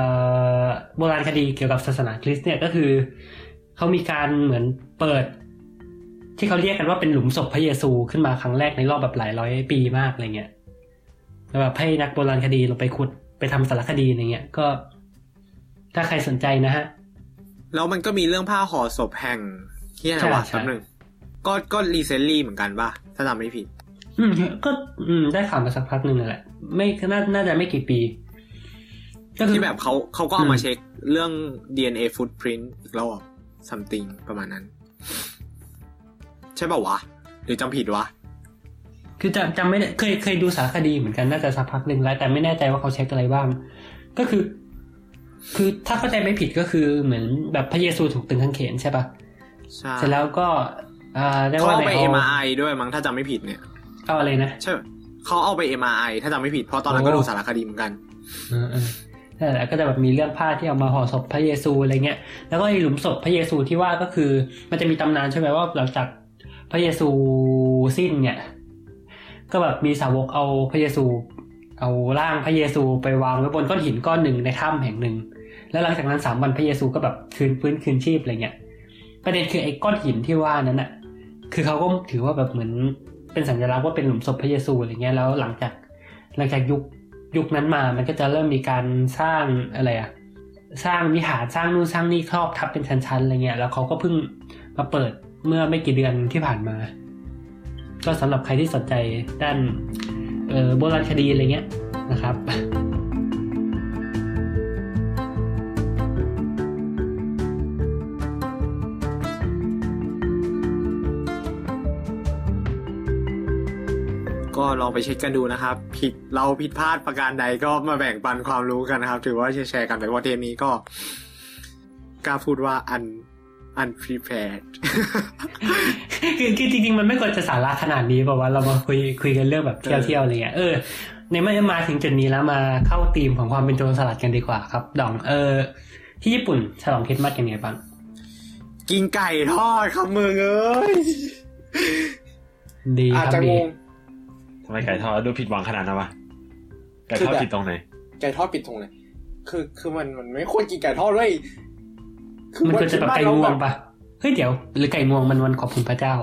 Speaker 1: อโบราณคดีเกี่ยวกับศาสนาคริสต์เนี่ยก็คือเขามีการเหมือนเปิด ที่เขาเรียกกันว่าเป็นหลุมศพพระเยซูขึ้นมาครั้งแรกในรอบแบบหลายร้อยปีมากอะไรเงี้ยแล้วแบบให้นักโบราณคดีเราไปขุดไปทำสารคดีอะไรเงี้ยก็ ถ้าใครสนใจนะฮะ
Speaker 2: แล้วมันก็มีเรื่องผ้าห่อศพแห่งที่ไหนวะ
Speaker 1: ใช่ใช่
Speaker 2: แป๊บหนึ่งก็ก็รีเซนลี่เหมือนกันปะถ้าจำไม่ผิด
Speaker 1: อืมก็อืมได้ข่าวมาสักพักหนึ่งนั่นแหละ ไม่น่าน่าจะไม่กี่ปี ก็คือ
Speaker 2: ที่แบบเขาเขาก็เอามา
Speaker 1: อืม
Speaker 2: เช็คเรื่อง DNA footprint อีกรอบ something ประมาณนั้น ใช่ป่าวะ หรือจำผิดวะ
Speaker 1: คือจำจำไม่ได้เคยเคยดูสารคดีเหมือนกันน่าจะสักพักหนึ่งแล้ว แต่ไม่แน่ใจว่าเขาเช็คอะไรบ้าง ก็คือ คือถ้าเข้าใจไม่ผิดก็คือเหมือนแบบพระเยซูถูกตึงกางเขนใช่ปะ
Speaker 2: ใช่
Speaker 1: เสร็จแล้วก็อ่าได้
Speaker 2: เขา
Speaker 1: ว่า
Speaker 2: เอา
Speaker 1: อะ
Speaker 2: ไป
Speaker 1: ไรเอา
Speaker 2: MRI ด้วยมั้งถ้าจำไม่ผิดเนี่ย
Speaker 1: เอาอะไรนะ
Speaker 2: ใช่เขาเอาไป MRI ถ้าจำไม่ผิดเพราะตอนนั้นก็
Speaker 1: โอ้
Speaker 2: ดูสารคดีเหมือนกัน
Speaker 1: เออเออนั่นแหละก็จะแบบมีเรื่องผ้าที่เอามาห่อศพพระเยซูอะไรเงี้ย แล้วก็ไอหลุมศพพระเยซูที่ว่าก็คือ มันจะมีตำนานใช่ไหมว่าหลังจากพระเยซูสิ้นเนี่ย ก็แบบมีสาวกเอาพระเยซู เอาร่างพระเยซูไปวางไว้บนก้อนหินก้อนหนึ่งในถ้ำแห่งหนึ่ง แล้วหลังจากนั้นสามวันพระเยซูก็แบบคืนฟื้นคืนชีพอะไรเงี้ย ประเด็นคือไอ้ก้อนหินที่ว่านั้นอะคือเขาก็ถือว่าแบบเหมือนเป็นสัญลักษณ์ว่าเป็นหลุมศพพระเยซูอะไรเงี้ย แล้วหลังจาก หลังจากยุคยุคนั้นมา มันก็จะเริ่มมีการสร้างอะไรอะสร้างวิหารสร้างนู่นสร้างนี่ครอบทับเป็นชั้นๆอะไรเงี้ย แล้วเขาก็เพิ่งมาเปิดเมื่อไม่กี่เดือนที่ผ่านมา ก็สำหรับใครที่สนใจด้านเอ่อโบราณคดีอะไรเงี้ยนะครับ
Speaker 2: ก็ลองไปเช็คกันดูนะครับ ผิดเราผิดพลาดประการใดก็มาแบ่งปันความรู้กันนะครับ ถือว่าแชร์ๆกันไปว่าเทปนี้ก็กล้าพูดว่าอันอัน prepared
Speaker 1: คือคือจริงๆ มันไม่ควรจะสาระขนาดนี้แบบว่าวะเรามาคุยคุยกันเรื่องแบบเที่ยวๆอะไรเงี้ยเออ ในเมื่อมาถึงจุดนี้แล้วมาเข้าธีมของความเป็นโจรสลัดกันดีกว่าครับดองเออ ที่ญี่ปุ่นฉลองคริสต์มาสกันยังไงบ้าง
Speaker 2: (laughs) กินไก่ทอดครับมึงเอ้ย
Speaker 1: ดี
Speaker 2: อาจ
Speaker 1: ครั
Speaker 2: จะ
Speaker 1: บ
Speaker 2: ง
Speaker 1: ดี
Speaker 2: ง
Speaker 3: ทำไมไก่ทอดดูผิดหวังขนาดนั้นวะไก่ทอ
Speaker 2: คื
Speaker 3: ด
Speaker 2: อแบบ
Speaker 3: ผิดตรงไหน
Speaker 2: ไก่ทอดปิดทงเลยคือคือมันมันไม่ควรกินไก่ทอดด้วย
Speaker 1: มันควรจะแบบ
Speaker 2: วั
Speaker 1: ไก่
Speaker 2: คิด
Speaker 1: งว
Speaker 2: ว่าง
Speaker 1: ปะเฮ้ยเดี๋ยว หรือไก่งวงมันวันขอบคุณพระเจ้า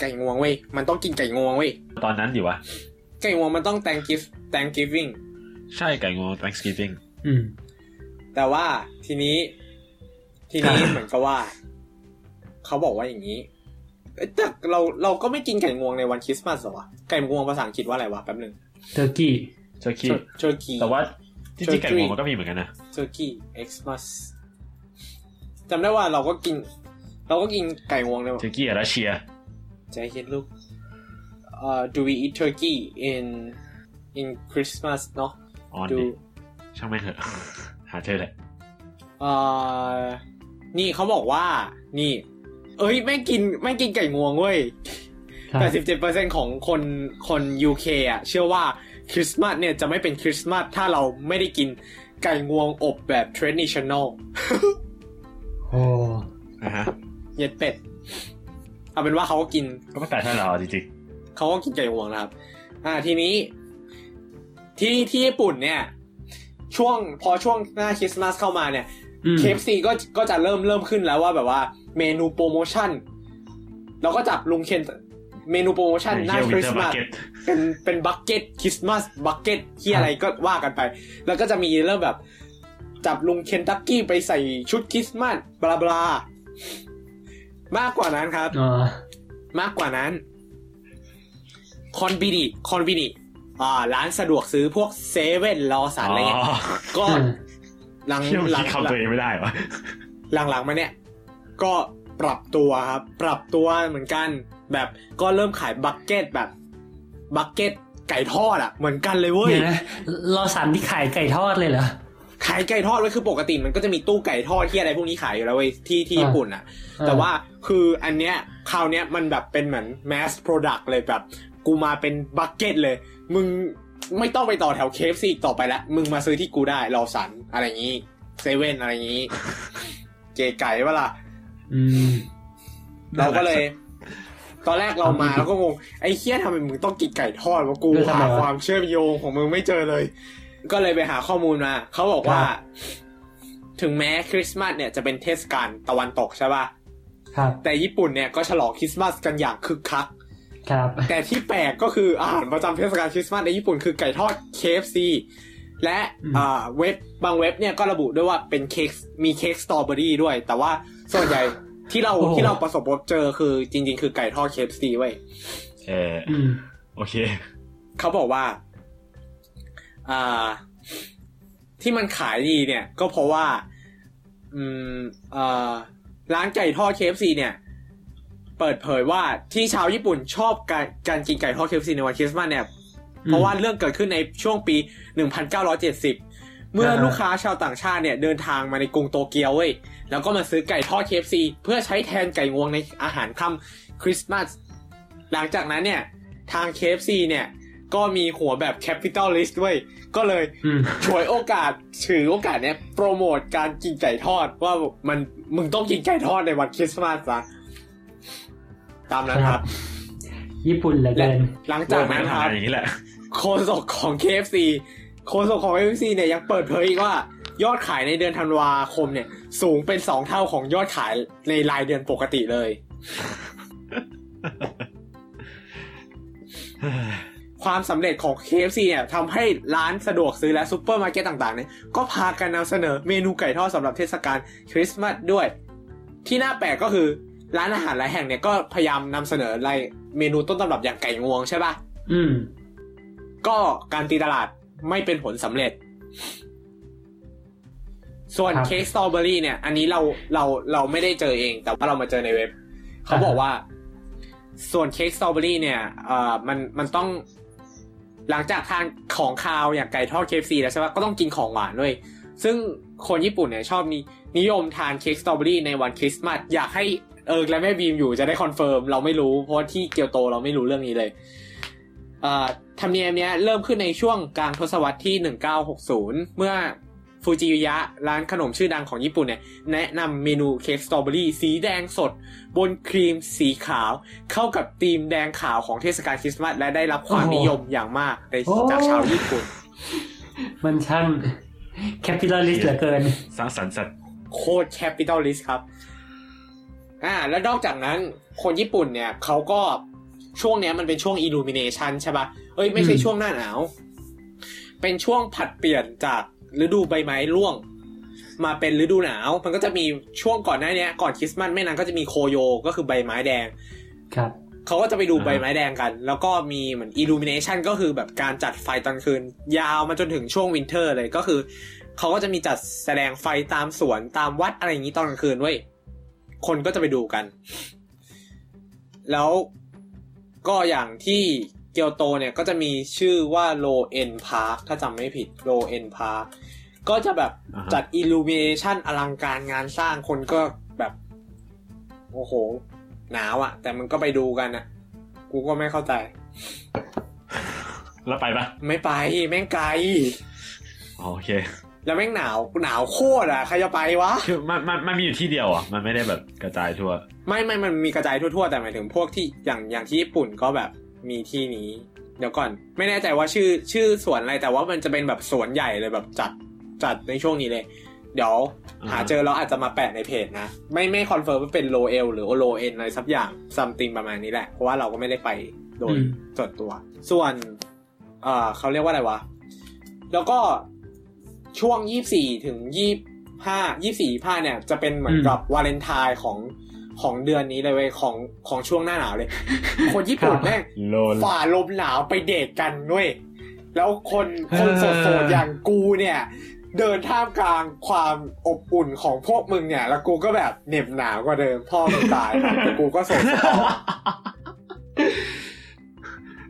Speaker 2: ไก่งวงเว้ยมันต้องกินไก่งวงเว้ย
Speaker 3: ตอนนั้นอยู่วะ
Speaker 2: ไก่งวงมันต้อง thank gift thank giving
Speaker 3: ใช่ไก่งวง Thanksgiving
Speaker 1: อืม
Speaker 2: แต่ว่าทีนี้ ทีนี้
Speaker 1: อ่า
Speaker 2: เหมือนกับว่า เขาบอกว่าอย่างนี้เอ้ยแต่เราเราก็ไม่กินไก่งวงในวันคริสต์มาสเหรอวะไก่งวงภาษาอังกฤษว่าอะไรวะแป๊บหนึง
Speaker 1: เทอร์กี้
Speaker 3: เชอร์คี้
Speaker 2: เชอร์กี
Speaker 3: แต่ว่าจริงๆ
Speaker 2: Turkey
Speaker 3: ไก่งวงมันก็มีเหมือนกันนะ
Speaker 2: เ u อร์กี้เอ็กซ์มัสจำได้ว่าเราก็กิน เราก็กินไก่งวงในวัน
Speaker 3: เชอร์คี้รัสเซีย
Speaker 2: ใจเย็นลูกเอ่อ do we eat turkey in in Christmas เนาะ
Speaker 3: ออน
Speaker 2: do
Speaker 3: ดิช่างไม่งเถอะ หาเจอแหละ
Speaker 2: เอ่อ นี่เขาบอกว่า นี่ เอ้ย ไม่งกิน ไม่งกินไก่งวงเว้ย
Speaker 1: ใช่
Speaker 2: 87%ของคนคน UK อ่ะ เชื่อว่าคริสต์มาสเนี่ยจะไม่เป็นคริสต์มาสถ้าเราไม่ได้กินไก่งวงอบแบบ traditional
Speaker 1: โอ้
Speaker 3: นะฮะ
Speaker 2: เย็ดเป็ด เอาเป็นว่าเขาก็กิน
Speaker 3: ก็ไม่แปลกเท่าไหร่หรอกจริง
Speaker 2: เขาก็กินไก่งวงนะครับ อ่าทีนี้ที่ที่ญี่ปุ่นเนี่ย ช่วงพอช่วงหน้าคริสต์มาสเข้ามาเนี่ย
Speaker 1: อืม
Speaker 2: KFC ก็ก็จะเริ่มเริ่มขึ้นแล้วว่าแบบว่าเมนูโปรโมชั่น เราก็จับลุงเคนเมนูโปรโม
Speaker 3: ๆ
Speaker 2: ชั่นหน้าค
Speaker 3: เฮียวิน
Speaker 2: ริ
Speaker 3: เท
Speaker 2: สต์
Speaker 3: อร์มา
Speaker 2: มา
Speaker 3: ร์
Speaker 2: ส
Speaker 3: เก็ต
Speaker 2: เป็นเป็นบักเก็ตคริสต์มาสบักเก็ตที่อะไรก็ว่ากันไป แล้วก็จะมีเริ่มแบบ จับลุงเคนตักกี้ไปใส่ชุดคริสต์มาสบลาบลา มากกว่านั้นครับ
Speaker 1: อ๋อ
Speaker 2: มากกว่านั้น คอนบินิคอนบินิอ่า ร้านสะดวกซื้อพวกเซเว่นรอสันอะไรเงี้ย ก็
Speaker 1: อืม
Speaker 2: หลัง
Speaker 3: เที่ยว
Speaker 2: (laughs) หลั
Speaker 3: คิ
Speaker 2: ง
Speaker 3: ดคำตัวเองไม่ได้วะ
Speaker 2: หลังหลังมาเนี่ย ก็ปรับตัวครับ ปรับตัวเหมือนกัน แบบก็เริ่มขายบักเก็ตแบบ บักเก็ตไก่ทอดอ่ะ เหมือนกันเลยเว้ย
Speaker 1: เนี่ยวนะรอสามที่ขายไก่ทอดเลยเหรอ
Speaker 2: ขายไก่ทอดไว้คือปกติมันก็จะมีตู้ไก่ทอดที่อะไรพวกนี้ขายอยู่แล้วเว้ยที่ที่
Speaker 1: อ่า
Speaker 2: ญี่ปุ่นอ่ะ แต่ว่าคืออันเนี้ยคราวเนี้ยมันแบบเป็นเหมือน mass product เลยแบบ กูมาเป็นบักเก็ตเลย มึงไม่ต้องไปต่อแถวเคฟซีกต่อไปละมึงมาซื้อที่กูได้รอสันอะไรอย่างงี้เซเว่นอะไรอย่างงี้ เก๋ไก่เวล่ะ
Speaker 1: อืม
Speaker 2: เราก็เลย ตอนแรกเรามาแล้วก็งง ไอ้เคี้ยทำไมมึงต้องกินไก่ทอดวะกู
Speaker 1: เออทำ
Speaker 2: หาว
Speaker 1: ไมะ
Speaker 2: ความเชื่อมโยงของมึงไม่เจอเลย ก็เลยไปหาข้อมูลมา เขาบอกว่า
Speaker 1: ครับ
Speaker 2: ถึงแม้คริสต์มาสเนี่ยจะเป็นเทศกาลตะวันตกใช่ป่ะ
Speaker 1: ครับ
Speaker 2: แต่ญี่ปุ่นเนี่ยก็ฉลองคริสต์มาสกันอย่างคึกคัก
Speaker 1: ครับ
Speaker 2: (laughs) แต่ที่แปลกก็คืออาหารประจำเทศกาลคริสต์มาสในญี่ปุ่นคือไก่ทอด KFC และอ่าเว็บบางเว็บเนี่ยก็ระบุด้วยว่าเป็นเค้กมีเค้กสตรอเบอรี่ด้วย แต่ว่าส่วนใหญ่ที่เราที่เราประสบพบเจอคือจริง ๆ คือไก่ทอด KFC เว้ย
Speaker 3: เออ
Speaker 1: อืม
Speaker 3: โอเค
Speaker 2: เขาบอกว่าอ่าที่มันขายดีเนี่ย ก็เพราะว่า อืมอ่าร้านไก่ทอด KFC เนี่ย เปิดเผยว่าที่ชาวญี่ปุ่นชอบการการกินไก่ทอด KFC ในวันคริสต์มาสเนี่ย เพราะว่าเรื่องเกิดขึ้นในช่วงปี 1970 เมื่อลูกค้าชาวต่างชาติเนี่ยเดินทางมาในกรุงโตเกียวเว้ย แล้วก็มาซื้อไก่ทอด KFC เพื่อใช้แทนไก่งวงในอาหารค่ำคริสต์มาส หลังจากนั้นเนี่ย ทาง KFC เนี่ย ก็มีหัวแบบ capitalist เว้ย ก็เลย
Speaker 1: อืม
Speaker 2: ฉวยโอกาสถือโอกาสเนี่ยโปรโมทการกินไก่ทอดว่ามันมึงต้องกินไก่ทอดในวันคริสต์มาสซะตามนั้นครับ
Speaker 1: ญี่ปุ่นเหลือ
Speaker 2: และ
Speaker 1: เกิน
Speaker 2: หลังจากนั้น
Speaker 3: โล
Speaker 2: ค
Speaker 3: ก
Speaker 2: รับ
Speaker 3: มัทำงอย่างนี้แหละ (laughs)
Speaker 2: โฆษกของ KFC โฆษกของ KFC เนี่ยยังเปิดเผยอีกว่า ยอดขายในเดือนธันวาคมเนี่ย สูงเป็นสองเท่าของยอดขายในรายเดือนปกติเลย ความสำเร็จของ KFC เนี่ยทำให้ร้านสะดวกซื้อและซูเปอร์มาร์เก็ตต่างๆเนี่ยก็พากันนำเสนอเมนูไก่ทอดสำหรับเทศกาลคริสต์มาสด้วย ที่น่าแปลกก็คือร้านอาหารหลายแห่งเนี่ยก็พยายามนำเสนออะไรเมนูต้นตำรับอย่างไก่งวงใช่ปะ
Speaker 1: อืม
Speaker 2: ก็การตีตลาดไม่เป็นผลสำเร็จ ส่วน
Speaker 1: ครับ
Speaker 2: เค้กสตรอเบอรี่เนี่ย อันนี้เราเราเราไม่ได้เจอเอง แต่ว่าเรามาเจอในเว็บ เขาบอกว่า ส่วนเค้กสตรอเบอรี่เนี่ยเอ่อมันมันต้อง หลังจากทานของคาวอย่างไก่ทอดเคฟซีแล้วใช่ปะก็ต้องกินของหวานด้วย ซึ่งคนญี่ปุ่นเนี่ยชอบนินิยมทานเค้กสตรอเบอรี่ในวันคริสต์มาสอยากให้เอิร์กและแม่บีมอยู่จะได้คอนเฟิร์มเราไม่รู้ เพราะที่เกียวโตเราไม่รู้เรื่องนี้เลยเอ่อ ธรรมเนียมเนี้ยเริ่มขึ้นในช่วงกลางทศวรรษที่ 1960 เมื่อฟูจิยะร้านขนมชื่อดังของญี่ปุ่นเนี่ย แนะนำเมนูเค้กสตรอเบอรี่สีแดงสด บนครีมสีขาว เข้ากับธีมแดงขาวของเทศกาลคริสต์มาสและได้รับความ
Speaker 1: โอ้โห
Speaker 2: นิยมอย่างมากใน
Speaker 1: โอ้
Speaker 2: จากชาวญี่ปุ่น
Speaker 1: มันช่างแคปิตอลิสเหลือเกิน
Speaker 3: สร้างสรรค์สัตว์
Speaker 2: โคตรแคปิตอลิสครับ อ่า แล้วนอกจากนั้น คนญี่ปุ่นเนี่ยเขาก็ช่วงเนี้ยมันเป็นช่วงอิลูมิเนชันใช่ปะเอ้ย ไม่ใช่
Speaker 1: อืม
Speaker 2: ช่วงหน้าหนาว เป็นช่วงผลัดเปลี่ยนจากฤดูใบไม้ร่วง มาเป็นฤดูหนาว มันก็จะมีช่วงก่อนหน้าเนี้ยก่อนคริสต์มาสไม่นานก็จะมีโคโยก็คือใบไม้แดง
Speaker 1: ครับ
Speaker 2: เขาก็จะไปดูใบไม้แดงกัน แล้วก็มีเหมือนอิลูมิเนชันก็คือแบบการจัดไฟตอนคืน ยาวมาจนถึงช่วงวินเทอร์เลยก็คือ เขาก็จะมีจัดแสดงไฟตามสวนตามวัดอะไรอย่างนี้ตอนกลางคืนเว้ย คนก็จะไปดูกัน แล้วก็อย่างที่เกียวโตเนี่ยก็จะมีชื่อว่าโลเอ็นพาร์คถ้าจำไม่ผิดโลเอ็นพาร์คก็จะแบบ
Speaker 3: อ่าฮะ
Speaker 2: จัดอิลูมิเนชันอลังการงานสร้างคนก็แบบ โอ้โห หนาวอะแต่มันก็ไปดูกันอะกูก็ไม่เข้าใจ
Speaker 3: แล้วไปปะ
Speaker 2: ไม่ไปแม่งไกล
Speaker 3: อ๋อโอเค
Speaker 2: แล้วแม่งหนาวหนาวโคตรอะใครจะไปวะ
Speaker 3: คือมันมันมันมีอยู่ที่เดียวอ่ะมันไม่ได้แบบกระจายทั่ว
Speaker 2: ไม่ไม่มันมีกระจายทั่วๆ แต่หมายถึงพวกที่อย่างอย่างที่ญี่ปุ่นก็แบบมีที่นี้ เดี๋ยวก่อน ไม่แน่ใจว่าชื่อชื่อสวนอะไรแต่ว่ามันจะเป็นแบบสวนใหญ่เลยแบบจัดจัดในช่วงนี้เลย เดี๋ยว
Speaker 3: อ่าฮะ
Speaker 2: หาเจอแล้วอาจจะมาแปะในเพจนะ ไม่ไม่คอนเฟิร์มว่าเป็นโลเอลหรือโลเอ็นอะไรสักอย่างซัมติงประมาณนี้แหละ เพราะว่าเราก็ไม่ได้ไปโดย
Speaker 1: อืม
Speaker 2: ส่วนตัว ส่วนเอ่อเขาเรียกว่าอะไรวะ แล้วก็ช่วงยี่สี่ถึงยี่ห้ายี่สี่ห้าเนี่ย จะเป็นเหมือนกับวาเลนไทน์ของของเดือนนี้เลยเว้ยของของช่วงหน้าหนาวเลย (laughs) คนญี่ปุ่นแม่ง
Speaker 3: โลน
Speaker 2: ฝ่าลมหนาวไปเดทกันด้วย แล้วคน
Speaker 1: เออ
Speaker 2: คนโสดๆอย่างกูเนี่ย เดินท่ามกลางความอบอุ่นของพวกมึงเนี่ย แล้วกูก็แบบเหน็บหนาวกว่าเดิมพ่อมึงตาย แต่กูก็โสดๆ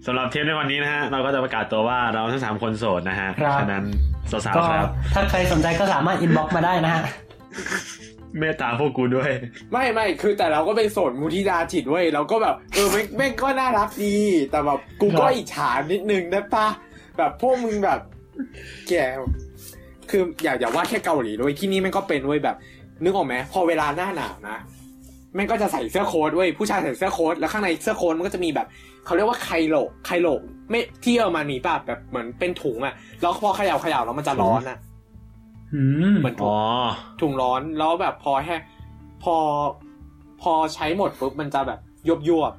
Speaker 3: สำหรับเทปในวันนี้นะฮะ เราก็จะประกาศตัวว่าเราทั้งสามคนโสดนะฮะ
Speaker 1: ครับ
Speaker 3: ฉะนั้นสาว
Speaker 1: ก็
Speaker 3: ๆครับ
Speaker 1: ถ้าใครสนใจก็สามารถอินบ็อกมาได้นะฮะ
Speaker 3: เมตตาพวกกูด้วย
Speaker 2: ไม่ไม่คือแต่เราก็เป็นโสดมุทิดาจิตเว้ยเราก็แบบเออแม่งแม่งก็น่ารักดี แต่แบบกูก็
Speaker 1: ครับ
Speaker 2: อิจฉานิดนึงได้ปะแบบพวกมึงแบบ แกคืออย่าอย่าว่าแค่เกาหลีด้วยที่นี่แม่งก็เป็นเว้ยแบบ นึกออกไหมพอเวลาหน้าหนาวนะแม่งก็จะใส่เสื้อโค้ทเว้ยผู้ชายใส่เสื้อโค้ทแล้วข้างในเสื้อโค้ทมันก็จะมีแบบเขาเรียกว่าไคโลไคโลไม่ที่เยอรมันมีป่ะแบบเหมือนเป็นถุงอะแล้วพอเขย่าเขย่าแล้วมันจะร้อนอะ
Speaker 1: อืม
Speaker 2: เหมือนถุง
Speaker 3: อ๋อ
Speaker 2: ถุงร้อนแล้วแบบพอแห้งพอพอใช้หมดปุ๊บมันจะแบบยวบยวบ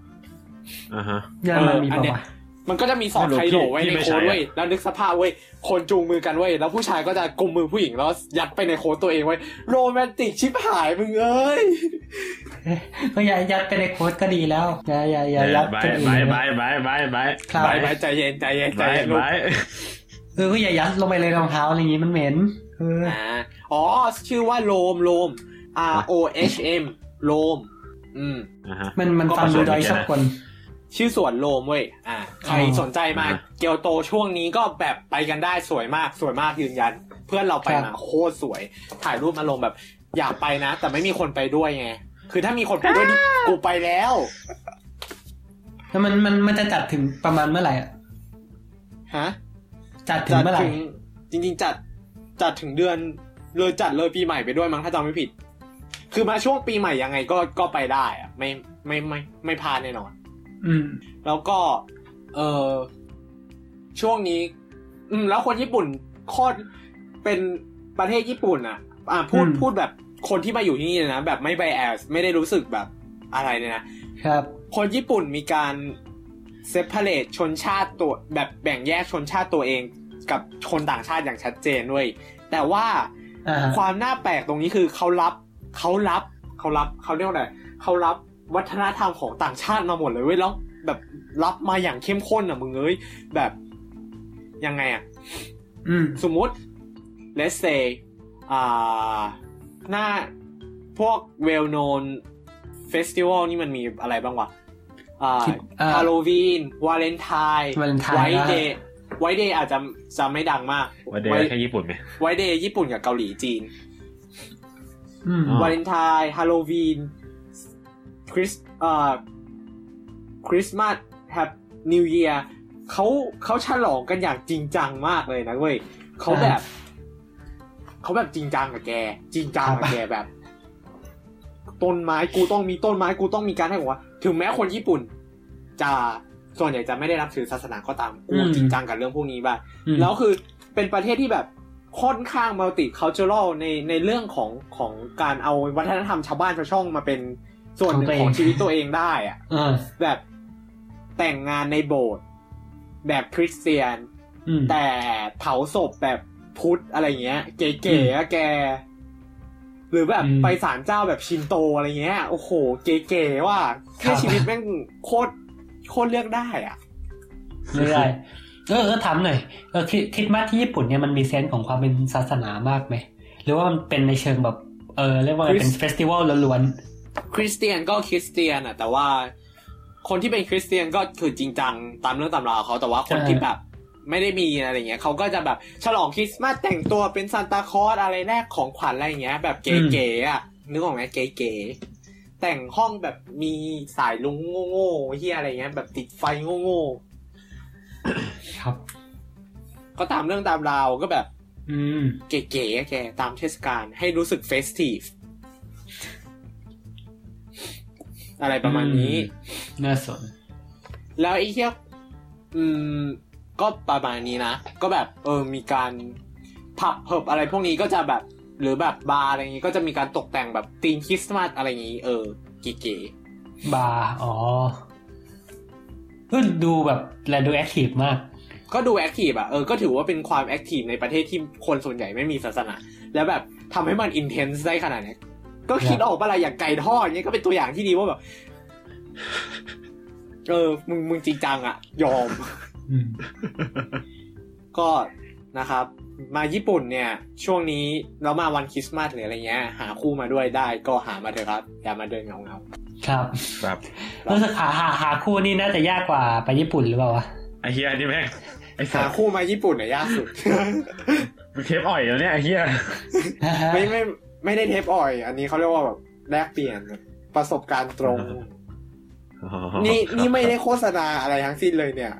Speaker 3: อ่าฮะ
Speaker 1: เยอรมันมี
Speaker 2: เอออัน
Speaker 1: ปะ
Speaker 2: เนี้ย
Speaker 1: วะ
Speaker 2: ๆมันก็จะมีสอด
Speaker 3: ไม่รู้
Speaker 2: ไคโลไว้
Speaker 3: พี่พี่
Speaker 2: ใน
Speaker 3: ไม่ใช้
Speaker 2: โค้ด
Speaker 3: อะ
Speaker 2: เว้ยแล้วนึกสภาพเว้ยคนจูงมือกันเว้ยแล้วผู้ชายก็จะกุมมือผู้หญิงแล้วยัดไปในโค้ดตัวเองเว้ยโรแมนติกชิบหายมึงเอ้ย
Speaker 1: ก็ยัดยัดไปในโค้ดก็ดีแล้วอย่าอย่าอย่ายัด
Speaker 3: บา
Speaker 1: ค
Speaker 3: ย
Speaker 1: นอื่น
Speaker 3: บาย
Speaker 1: นะ
Speaker 3: บายบายบายบาย
Speaker 1: ครับ
Speaker 2: ไป
Speaker 3: บาย
Speaker 2: ไป
Speaker 3: บาย
Speaker 2: ใจเย็นใจเย็นใจ
Speaker 3: บาย
Speaker 2: เย็นลูก
Speaker 3: บาย (laughs)
Speaker 1: เออก็อย่ายัดลงไปเลยรองเท้าอะไรอย่างงี้มันเหม็นเออ
Speaker 2: อ่าอ๋อชื่อว่าโลมโลม R O H M โลม อืม
Speaker 3: อ่าฮะ
Speaker 1: มันมัน
Speaker 2: ก็
Speaker 1: ฟังดูดอยสักคน
Speaker 2: ชื่อสวนโลมเว้ย อ่า ใคร
Speaker 1: อ๋อ
Speaker 2: สนใจมา
Speaker 3: อ่า
Speaker 2: เกียวโตช่วงนี้ก็แบบไปกันได้สวยมากสวยมากยืนยัน เพื่อนเราไป
Speaker 1: ครับ
Speaker 2: มาโคตรสวย ถ่ายรูปมาลงแบบ อยากไปนะ แต่ไม่มีคนไปด้วยไง คือถ้ามีคนไปด้วยนี่กูไปแล้ว
Speaker 1: แล้วมันมันมันจะจัดถึงประมาณเมื่อไหร่อะ
Speaker 2: ฮะ
Speaker 1: จัดถึง
Speaker 2: จัด
Speaker 1: เมื่อไหร่
Speaker 2: ถึงจริง ๆ จัดจัดถึงเดือนเลยจัดเลยปีใหม่ไปด้วยมั้งถ้าจำไม่ผิด คือมาช่วงปีใหม่ยังไงก็ก็ไปได้อะไม่ไม่ไม่ไม่พลาดแน่นอน
Speaker 1: อืม
Speaker 2: แล้วก็ เออช่วงนี้ อืม แล้วคนญี่ปุ่นโคตรเป็นประเทศญี่ปุ่นอ่ะ อ่าพูด
Speaker 1: อืม
Speaker 2: พูดแบบคนที่มาอยู่ที่นี่เลยนะ แบบไม่ไบแอสไม่ได้รู้สึกแบบอะไรเลยนะ
Speaker 1: ครับ
Speaker 2: คนญี่ปุ่นมีการเซปเ a ร e ชนชาติตัวแบบแบ่งแยกชนชาติตัวเองกับคนต่างชาติอย่างชัดเจนด้วย แต่ว่า
Speaker 1: อ่าฮะ
Speaker 2: ความน่าแปลกตรงนี้คือเขารับเขารับเขารับเขาเรียกว่าอะไรเขารับวัฒนธรรมของต่างชาติมาหมดเลยเว้ยแล้วแบบรับมาอย่างเข้มข้นอ่ะมึงเอ้ยแบบยังไงอ่ะ
Speaker 1: อืม
Speaker 2: สมมุติ let's say อ่าหน้าพวก well known festival นี่มันมีอะไรบ้างวะอ่า
Speaker 1: คิดอ่า
Speaker 2: ฮาโลวีนวาเลนไทน์
Speaker 1: Valentine
Speaker 2: ไว
Speaker 1: ได้
Speaker 2: เดย์ไวเดย์อาจจะจะไม่ดังมาก
Speaker 3: วันเดย์แค่ญี่ปุ่นไหม
Speaker 2: ไวเดย์ญี่ปุ่นกับเกาหลีจีน
Speaker 1: อืม
Speaker 3: อ๋อ
Speaker 2: วาเลนไทน์ฮาโลวีนคริสเอ่อคริสต์มาสแฮปนิวเยีย เขาเขาฉลองกันอย่างจริงจังมากเลยนะเว้ยเขาแบบเขาแบบจริงจังกับแก จริงจังกับแกแบบ ต้นไม้กูต้องมีต้นไม้กูต้องมีการให้หัวถึงแม้คนญี่ปุ่น จะส่วนใหญ่จะไม่ได้รับถือศาสนาก็ตามกู
Speaker 1: อืม
Speaker 2: จริงจังกับเรื่องพวกนี้บ้าง
Speaker 1: อืม
Speaker 2: แล้วคือเป็นประเทศที่แบบค่อนข้างมัลติคัลเจอรัลในในเรื่องของของการเอาวัฒนธรรมชาวบ้านชาวช่องมาเป็นส่วนหนึ่งของชีวิตตัวเองได้อะ
Speaker 1: เออ
Speaker 2: แบบแต่งงานในโบสถ์แบบคริสเตียน
Speaker 1: อืม
Speaker 2: แต่เผาศพแบบพุทธอะไรเงี้ย เก๋ๆอะแก หรือแบบ
Speaker 1: อืม
Speaker 2: ไปศาลเจ้าแบบชินโตอะไรเงี้ย โอ้โห เก๋ๆว่าแค่
Speaker 1: ครับ
Speaker 2: ชีวิตแม่งโคตรโคตรเลือกได้อ่ะ
Speaker 1: ไม่ได้เออเออถามหน่อยเออคริคริดมาสที่ญี่ปุ่นเนี่ยมันมีเซนส์ของความเป็นศาสนามากไหม หรือว่ามันเป็นในเชิงแบบเออเรียกว่าไง
Speaker 2: Chris-
Speaker 1: เป็นเฟสติวัลล้วน
Speaker 2: คริสเตียนก็คริสเตียนอ่ะ แต่ว่าคนที่เป็นคริสเตียนก็คือจริงจังตามเรื่องตำราของเขาแต่ว่าคนที่แบบไม่ได้มีอะไรเงี้ยเขาก็จะแบบฉลองคริสต์มาสแต่งตัวเป็นซานตาคลอสอะไรแรกของขวัญอะไรเงี้ย แบบเก๋ๆอ่ะนึกออกไหมเก๋ๆแต่งห้องแบบมีสายลุงโง่ๆเฮียอะไรเงี้ย แบบติดไฟโง่
Speaker 1: ๆครับ
Speaker 2: ๆก็ตามเรื่องตามราวก็แบบ
Speaker 1: อืม
Speaker 2: เก๋ๆอะแกตามเทศกาลให้รู้สึกเฟสทีฟอะไรประมาณนี้
Speaker 1: อืม น่าสน
Speaker 2: แล้วไอ้เทียอืม ก็ประมาณนี้นะ ก็แบบ เออ มีการผับเพิบอะไรพวกนี้ก็จะแบบ หรือแบบบาร์อะไรอย่างนี้ก็จะมีการตกแต่งแบบธีมคริสต์มาสอะไรอย่างนี้ เออเก๋
Speaker 1: บาร์ อ๋อเออดูแบบแลดูแอคทีฟมาก
Speaker 2: ๆก็ดูแอคทีฟอะเออ ก็ถือว่าเป็นความแอคทีฟในประเทศที่คนส่วนใหญ่ไม่มีศาสนา แล้วแบบทำให้มันอินเทนส์ได้ขนาดเนี้ยก็คิดออกปะอะไรอย่างไก่ทอดเนี้ยก็เป็นตัวอย่างที่ดีว่าแบบ เออ มึงมึงจริงจังอะยอม
Speaker 1: อืม
Speaker 2: ก็นะครับ มาญี่ปุ่นเนี่ย ช่วงนี้แล้วมาวันคริสต์มาสหรืออะไรเงี้ย หาคู่มาด้วยได้ก็หามาเถอะครับ อย่ามาเดินเงาเงา
Speaker 1: ครับ
Speaker 3: ครับ
Speaker 1: รู้สึกหาหาหาคู่นี่น่าจะยากกว่าไปญี่ปุ่นหรือเปล่าวะ
Speaker 3: ไอเฮียนี่แม่งไอ
Speaker 2: ๆ
Speaker 3: สั
Speaker 2: หา
Speaker 3: ตว์
Speaker 2: คู่มาญี่ปุ่นเนี่ยยากสุ
Speaker 1: (laughs)
Speaker 2: ด
Speaker 3: มึงเทปอ่อยแล้วเนี่ยไอเฮีย
Speaker 2: ไม่ไม่ไม่ได้เทปอ่อย อันนี้เขาเรียกว่าแบบแลกเปลี่ยนประสบการณ์ตรง นี่นี่ไม่ได้โฆษณาอะไรทั้งสิ้นเลยเนี่ย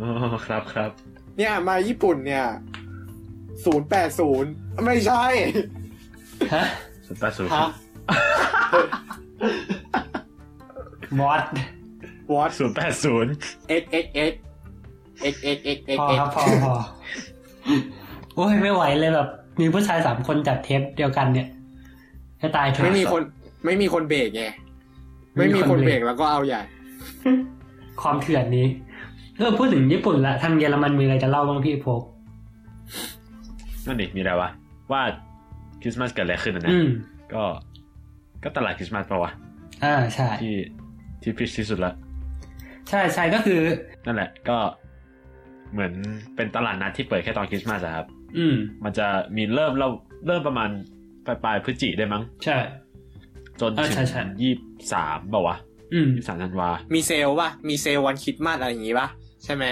Speaker 3: อ๋อครับครับ
Speaker 2: เนี่ยมาญี่ปุ่นเนี่ยศูนย์แปดศูนย์ไม่ใช่
Speaker 1: (laughs) ฮะ
Speaker 3: สุดตาสุด
Speaker 2: ฮะ
Speaker 1: บอส
Speaker 2: วอต
Speaker 3: ศูนย์แปดศูนย์
Speaker 2: เอ็กเอ็กเอ็กเอ็กเอ็กเอ็กเอ็ก
Speaker 1: พอ
Speaker 2: เอ็
Speaker 1: ครับพอพอโอ้ยไม่ไหวเลยแบบ มีผู้ชายสามคนจัดเทปเดียวกันเนี่ยจะตายเถอะ
Speaker 2: ไม่มีคนไม่มีคนเบรกไงไม่มีคนเบรกแล้วก็เอาใหญ่
Speaker 1: ความเถื่อนนี้เออพูดถึงญี่ปุ่นละทางเยอรมันมีอะไรจะเล่าบ้างพี่พก
Speaker 3: นั่นดิมีอะไรวะว่าคริสต์มาสเกิดอะไรขึ้นนะ
Speaker 1: อืม
Speaker 3: ก็ ก็ตลาดคริสต์มาสปะวะ
Speaker 1: อ่าใช่
Speaker 3: ที่ที่พิชที่สุดละ
Speaker 1: ใช่ใช่ก็คือ
Speaker 3: นั่นแหละก็เหมือนเป็นตลาดนัดที่เปิดแค่ตอนคริสต์มาสอะครับ
Speaker 1: อืม
Speaker 3: มันจะมีเริ่มเราเริ่มประมาณปลายปลายพฤศจิได้มั้ง
Speaker 1: ใช่
Speaker 3: จน
Speaker 1: เออ
Speaker 3: ถึ
Speaker 1: ใช่ใช่
Speaker 3: งยี่สิบสามเปล่าวะ
Speaker 1: อืม
Speaker 3: ยี่สิบสามธันวา
Speaker 2: มีเซลล์ป่ะ มีเซลล์วันคริดมาสอะไรอย่างงี้ป่ะ ใช่ไหม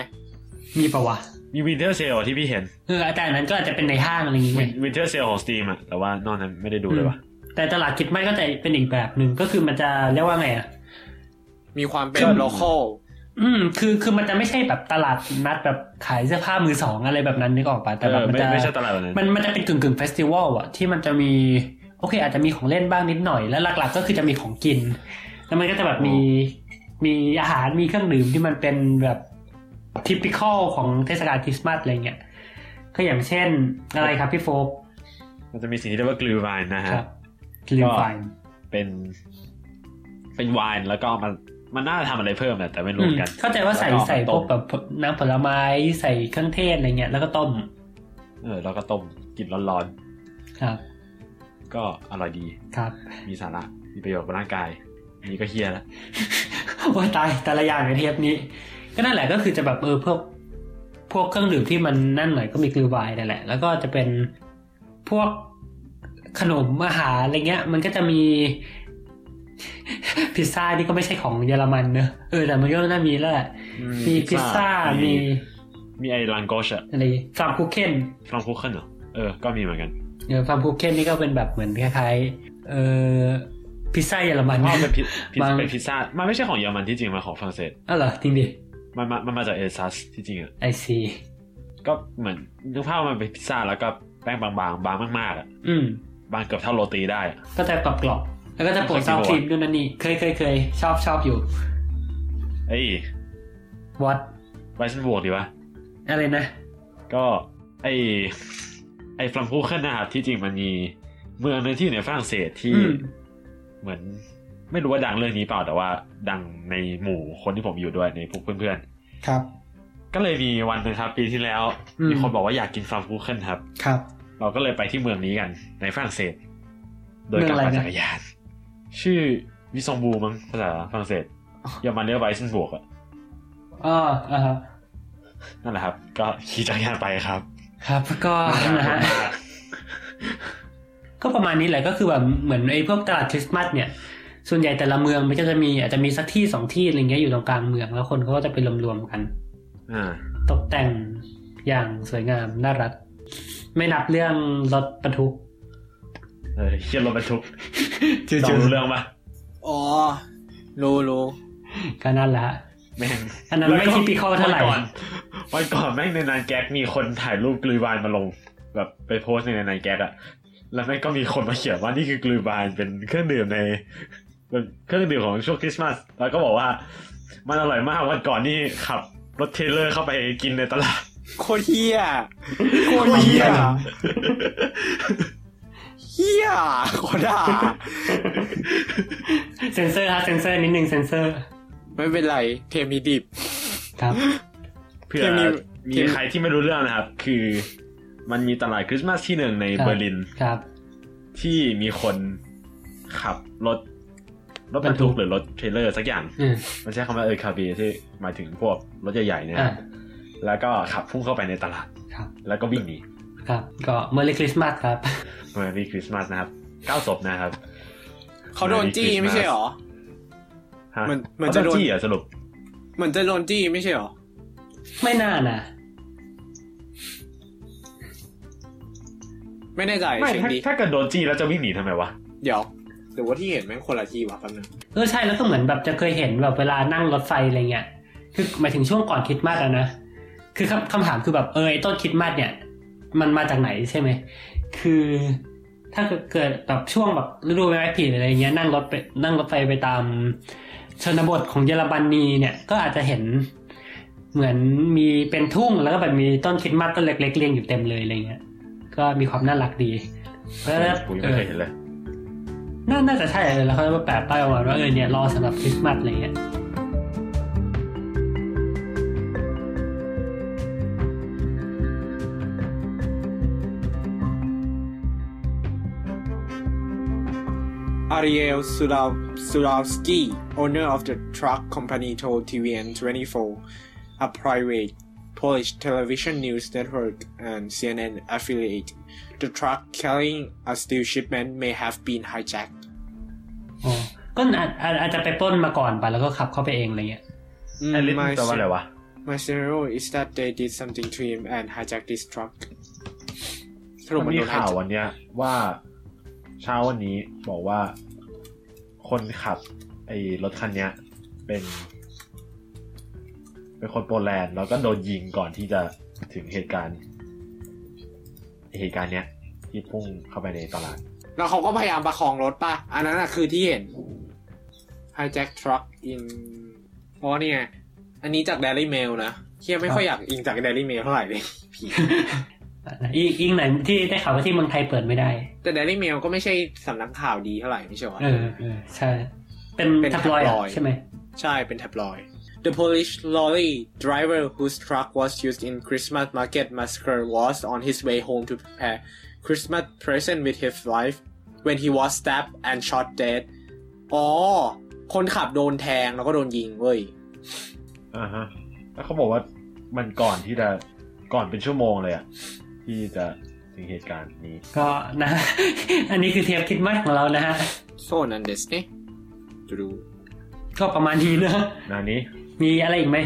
Speaker 1: มีปะวะ
Speaker 3: มีวินเทอร์เซลที่พี่เห็น
Speaker 1: เอออาจารย์นั้นก็อาจจะเป็นในห้างอะไรอย่างเงี้ย
Speaker 3: วินเทอร์เซลของสต e มอะแต่ว่านอกนั้นไม่ได้ดูเลยวะ
Speaker 1: แต่ตลาดคิดไม่ก็จะเป็นอีกแบบหนึ่งก็คือมันจะเรียกว่าไงอ่ะ
Speaker 2: มีความเป็
Speaker 1: คื
Speaker 2: น
Speaker 1: อ
Speaker 2: โลคอล
Speaker 1: อืม คือคือมันจะไม่ใช่แบบตลาดนัดแบบขายเสื้อผ้ามือสองอะไรแบบนั้นนึกออกปะแต่
Speaker 3: เอ
Speaker 1: แบบ
Speaker 3: อ
Speaker 1: มัน
Speaker 3: ไม่
Speaker 1: จะ
Speaker 3: ไม่ใช่ตลาดแบบนั้น
Speaker 1: มันมันจะเป็นกึ่งกึ่งเฟสติวัลอะที่มันจะมี โอเค อาจจะมีของเล่นบ้างนิดหน่อย แล้วหลักๆก็คือจะมีของกิน แล้วมันก็จะแบบมีมีอาหารมีเครื่องดื่มที่มันเป็นแบบทิปิคอลของเทศกาลคริสต์มาสอะไรเงี้ยก็อย่างเช่นอะไรครับพี่โฟก
Speaker 3: มันจะมีสิ่งที่เรียกว่ากลูวายนะฮะ
Speaker 1: ครับลืมไฟ
Speaker 3: เป็นเป็นไวน์แล้วก็เอามันมันน่าจะทำอะไรเพิ่มแหละแต่ไม่รู้เหมือนกัน
Speaker 1: เข้าใจว่าใส่
Speaker 3: แล้วก็
Speaker 1: ใส่พ
Speaker 3: ต้
Speaker 1: ว
Speaker 3: ม
Speaker 1: กแบบน้ำผลไม้ใส่เครื่องเทศอะไรเงี้ยแล้วก็ต้ม
Speaker 3: เออแล้วก็ต้มกินร้อน
Speaker 1: ครับ
Speaker 3: ๆ ก็อร่อยดี
Speaker 1: ครับ
Speaker 3: มีสาระ มีประโยชน์กับร่างกาย นี่ก็เฮียแล้ว
Speaker 1: (laughs) โอ้ยตายแต่ละอย่างในเทปนี้ ก็นั่นแหละก็คือจะแบบเออพวกพวกเครื่องดื่มที่มันนั่นหน่อยก็มีกลูไวน์นั่นแหละ แล้วก็จะเป็นพวกขนมอาหารอะไรเงี้ย มันก็จะมี (laughs) พิซซ่านี่ก็ไม่ใช่ของเยอรมันเนอะเออแต่มันก็น่ามีแล้วแหละมีพิซซ่ามี
Speaker 3: มีไอ้ลังโกชอะ
Speaker 1: อะไรฟาร์มคุกเคน
Speaker 3: ฟรองคุกเคนเหรอเออ ก็มีเหมือนกัน
Speaker 1: เออฟาร์มคุกเคนนี่ก็เป็นแบบเหมือนคล้ายๆเออพิซซ่าเยอรมัน (laughs)
Speaker 3: เพราะมันเป็นพิซ
Speaker 1: บาง
Speaker 3: เป็นพิซซ่ามันไม่ใช่ของเยอรมันที่จริงมันของฝรั่งเศส
Speaker 1: อ้าวเหรอจริงดิ
Speaker 3: มันมามันมาจากเอซัสที่จริงอ่ะ
Speaker 1: ไอซี
Speaker 3: ก็เหมือนนึกภาพว่ามันเป็นพิซซ่าแล้วก็แป้งบางๆ บางมากๆอ่ะ
Speaker 1: อืม
Speaker 3: บางเกือบเท่าโรตีได้อะ
Speaker 1: ก็จะกรอบกรอบๆแล้วก็จะโปรยซอสครีมด้วยนั่นนี่เคยเคยเคยชอบชอบอยู่
Speaker 3: เอ้ยว
Speaker 1: อต
Speaker 3: ไว้ฉันบวกดีวะ
Speaker 1: อะไรนะ
Speaker 3: ก็ไอไอฟลัมพูเคิลนะครับที่จริงมันมีเมืองหนึงที่อยู่ในฝรั่งเศสที่
Speaker 1: อืม
Speaker 3: เหมือน ไม่รู้ว่าดังเรื่องนี้เปล่าแต่ว่า ดังในหมู่คนที่ผมอยู่ด้วยในพวกเพื่อน
Speaker 1: ครับ
Speaker 3: ๆ ก็เลยมีวันหนึงครับ ปีที่แล้ว
Speaker 1: อืม
Speaker 3: มีคนบอกว่าอยากกินฟลัมพูเคิลครับ
Speaker 1: ครับ
Speaker 3: เราก็เลยไปที่เมืองนี้กันในฝรั่งเศส โดย
Speaker 1: เมื
Speaker 3: กา
Speaker 1: องอะ
Speaker 3: ร
Speaker 1: ไร
Speaker 3: ปั่น
Speaker 1: นะ
Speaker 3: จักรยาน ชื่อวิซองบูมั้งภาษาฝรั่งเศสอย่ามาเรียกไวซ์บวกอะ
Speaker 1: อ๋ออ่าฮะ
Speaker 3: นั่นแหละครับ ก็ขี่จักรยานไปครับ
Speaker 1: ครับก็นะฮะ ก็ประมาณนี้แหละก็คือแบบเหมือนไอ้พวกตลาดคริสต์มาสเนี่ย ส่วนใหญ่แต่ละเมืองมันก็จะมีอาจจะมีสักที่สองที่อะไรเงี้ยอยู่ตรงกลางเมืองแล้วคนเขาก็จะไปรวมๆกัน
Speaker 3: อ่า
Speaker 1: ตกแต่งอย่างสวยงามน่ารัก ไม่นับเรื่องรถบรรทุก
Speaker 3: เออเขียนรถบรรทุก
Speaker 1: จริงๆ
Speaker 3: จำรู้เรื่องปะ
Speaker 2: อ๋อรู้รู้
Speaker 1: ก็นั่นแหละฮะ
Speaker 3: แม่ง
Speaker 1: อันนั้นไม่
Speaker 3: แล้วก็
Speaker 1: typical เท่าไหร่
Speaker 3: วันก่อนวันก่อนแม่งในนานแก๊กมีคนถ่ายรูปกลือบานมาลง แบบไปโพสต์ในนานแก๊กอะแล้วแม่งก็มีคนมาเขียนว่านี่คือกลือบานเป็นเครื่องดื่มในเป็นเครื่องดื่มของช่วงคริสต์มาสแล้วก็บอกว่า มันอร่อยมากวันก่อนนี่ขับรถเทรลเลอร์เข้าไปกินในตลาด (laughs)
Speaker 2: โคตรเฮียโคตรเฮียเฮียขอด่า
Speaker 1: เซนเซอร์ฮะเซนเซอร์นิดนึงเซนเซอร์
Speaker 2: ไม่เป็นไรเทมีดิบ
Speaker 1: ครับ
Speaker 3: เพื่อ
Speaker 2: เคมี
Speaker 3: มี
Speaker 2: เคมี
Speaker 3: ใครที่ไม่รู้เรื่องนะครับ คือมันมีตลาดคริสต์มาสที่หนึ่งในเบอร์ลิน
Speaker 1: ครับ
Speaker 3: ที่มีคนขับรถรถบรรทุกหรือรถเทรลเลอร์สักอย่าง
Speaker 1: อืม
Speaker 3: มันใช้คำว่าเออคาบีที่หมายถึงพวกรถใหญ่ๆเนี่ย
Speaker 1: อ่า
Speaker 3: แล้วก็ขับพุ่งเข้าไปในตลาด
Speaker 1: ครับ
Speaker 3: แล้วก็วิ่งหนี
Speaker 1: ครับ ก็เมอร์ y ี h คริสต์มาสครับ
Speaker 3: เมื่อนี่คริสต์มาสนะครับเก้าศพนะครับ
Speaker 2: เขาโดนจี้ไม่ใช่หรอ
Speaker 3: ฮ
Speaker 2: มันมัน
Speaker 3: เขา
Speaker 2: จะโดน
Speaker 3: จี้เหรอ่ะสรุป
Speaker 2: เหมือนจะโดนจี้ไม่ใช่หรอ
Speaker 1: ไม่น่านะ
Speaker 2: ไม่แน่ใจ
Speaker 3: ไม่
Speaker 2: เช็ค
Speaker 3: ถ้า
Speaker 2: ดี
Speaker 3: ถ้าเกิดโดนจี้แล้วจะวิ่งหนีทำไมวะ
Speaker 2: เดี๋ยวหรือว่าที่เห็นแม่งคนละที่วะแป๊บนึง
Speaker 1: เออใช่แล้วก็เหมือนแบบจะเคยเห็นแบบเวลานั่งรถไฟอะไรเงี้ยคือหมายถึงช่วงก่อนคริสต์มาสอะนะคือคำคำถามคือแบบเออไอ้ต้นคริสต์มาสเนี่ย มันมาจากไหนใช่ไหมคือถ้าเกิดแบบช่วงแบบฤดูใบไม้ผลิอะไรเงี้ยนั่งรถไปนั่งรถไฟไปตามชนบทของเยอรมนีเนี่ยก็อาจจะเห็นเหมือนมีเป็นทุ่งแล้วก็แบบมีต้นคริสต์มาสต้นเล็กๆเรียงอยู่เต็มเลยอะไรเงี้ย ก็มีความน่ารักดีเพราะฉะนั้น
Speaker 3: กูยังไม่เคยเห็นเลย
Speaker 1: น่าน่าจะใช่เลยแล้วเขาจะมาแปะป้ายออกมาว่าเออเนี่ยรอสำหรับคริสต์มาสอะไรเงี้ย
Speaker 2: อาริเอลซูราซูราวสกี้ owner of the truck company told TVN 24 a private Polish television news network and CNN affiliate the truck carrying a steel shipment may have been hijacked
Speaker 1: อ๋อก็อาจอาจอาจจะไปปล้นมาก่อนไปแล้วก็ขับเข้าไปเองอะไรเงี้ย
Speaker 3: ไอ้ลิส
Speaker 2: My
Speaker 3: แปลว่าอะไรวะ
Speaker 2: My scenario is that they did something to him and hijacked this truck สรุป
Speaker 3: มั
Speaker 2: มัน
Speaker 3: น
Speaker 2: โด
Speaker 3: มี
Speaker 2: น
Speaker 3: ข่า
Speaker 2: ไฮ
Speaker 3: ว
Speaker 2: แจ็ค
Speaker 3: วันเนี้ยว่าเช้าวันนี้บอกว่า คนขับ ไอ้รถคันเนี้ย เป็น เป็นคนโปแลนด์แล้วก็โดนยิงก่อนที่จะถึงเหตุการณ์เหตุการณ์เนี้ย ที่พุ่งเข้าไปในตลาด
Speaker 2: แล้วเขาก็พยายามประคองรถป่ะ อันนั้นน่ะคือที่เห็น hijack truck in อ๋อเนี่ย อันนี้จาก Daily Mail นะเฮียไม่ค่อยอยากอิงจาก Daily Mail เท่าไหร่เลย
Speaker 1: อีกอีกไหนที่ได้ข่าวว่าที่เมืองไทยเปิดไม่ได้
Speaker 2: แต่ Daily Mail ก็ไม่ใช่สำนักข่าวดีเท่าไหร่ไม่ใช่หรอ
Speaker 1: เออเออใช่ เป็น
Speaker 2: เป็น
Speaker 1: ทับลอยด์อะ
Speaker 2: ทับลอยด์
Speaker 1: ใช่ไหม
Speaker 2: ใช่เป็นแท็บลอย The Polish lorry driver whose truck was used in Christmas market massacre was on his way home to prepare Christmas present with his wife when he was stabbed and shot dead อ๋อ คนขับโดนแทงแล้วก็โดนยิงเว้ย
Speaker 3: อ่าฮะ แล้วเขาบอกว่ามันก่อนที่จะก่อนเป็นชั่วโมงเลยอะที่จะถึงเหตุการณ์นี้
Speaker 1: ก็นะ (laughs) อันนี้คือเทปคริสต์มาสของเรานะฮะ
Speaker 2: so นั่นเดสเนี่ยจะดู
Speaker 1: ก็ประมาณนี้นะ
Speaker 3: นานี้
Speaker 1: มีอะไรอีกไหม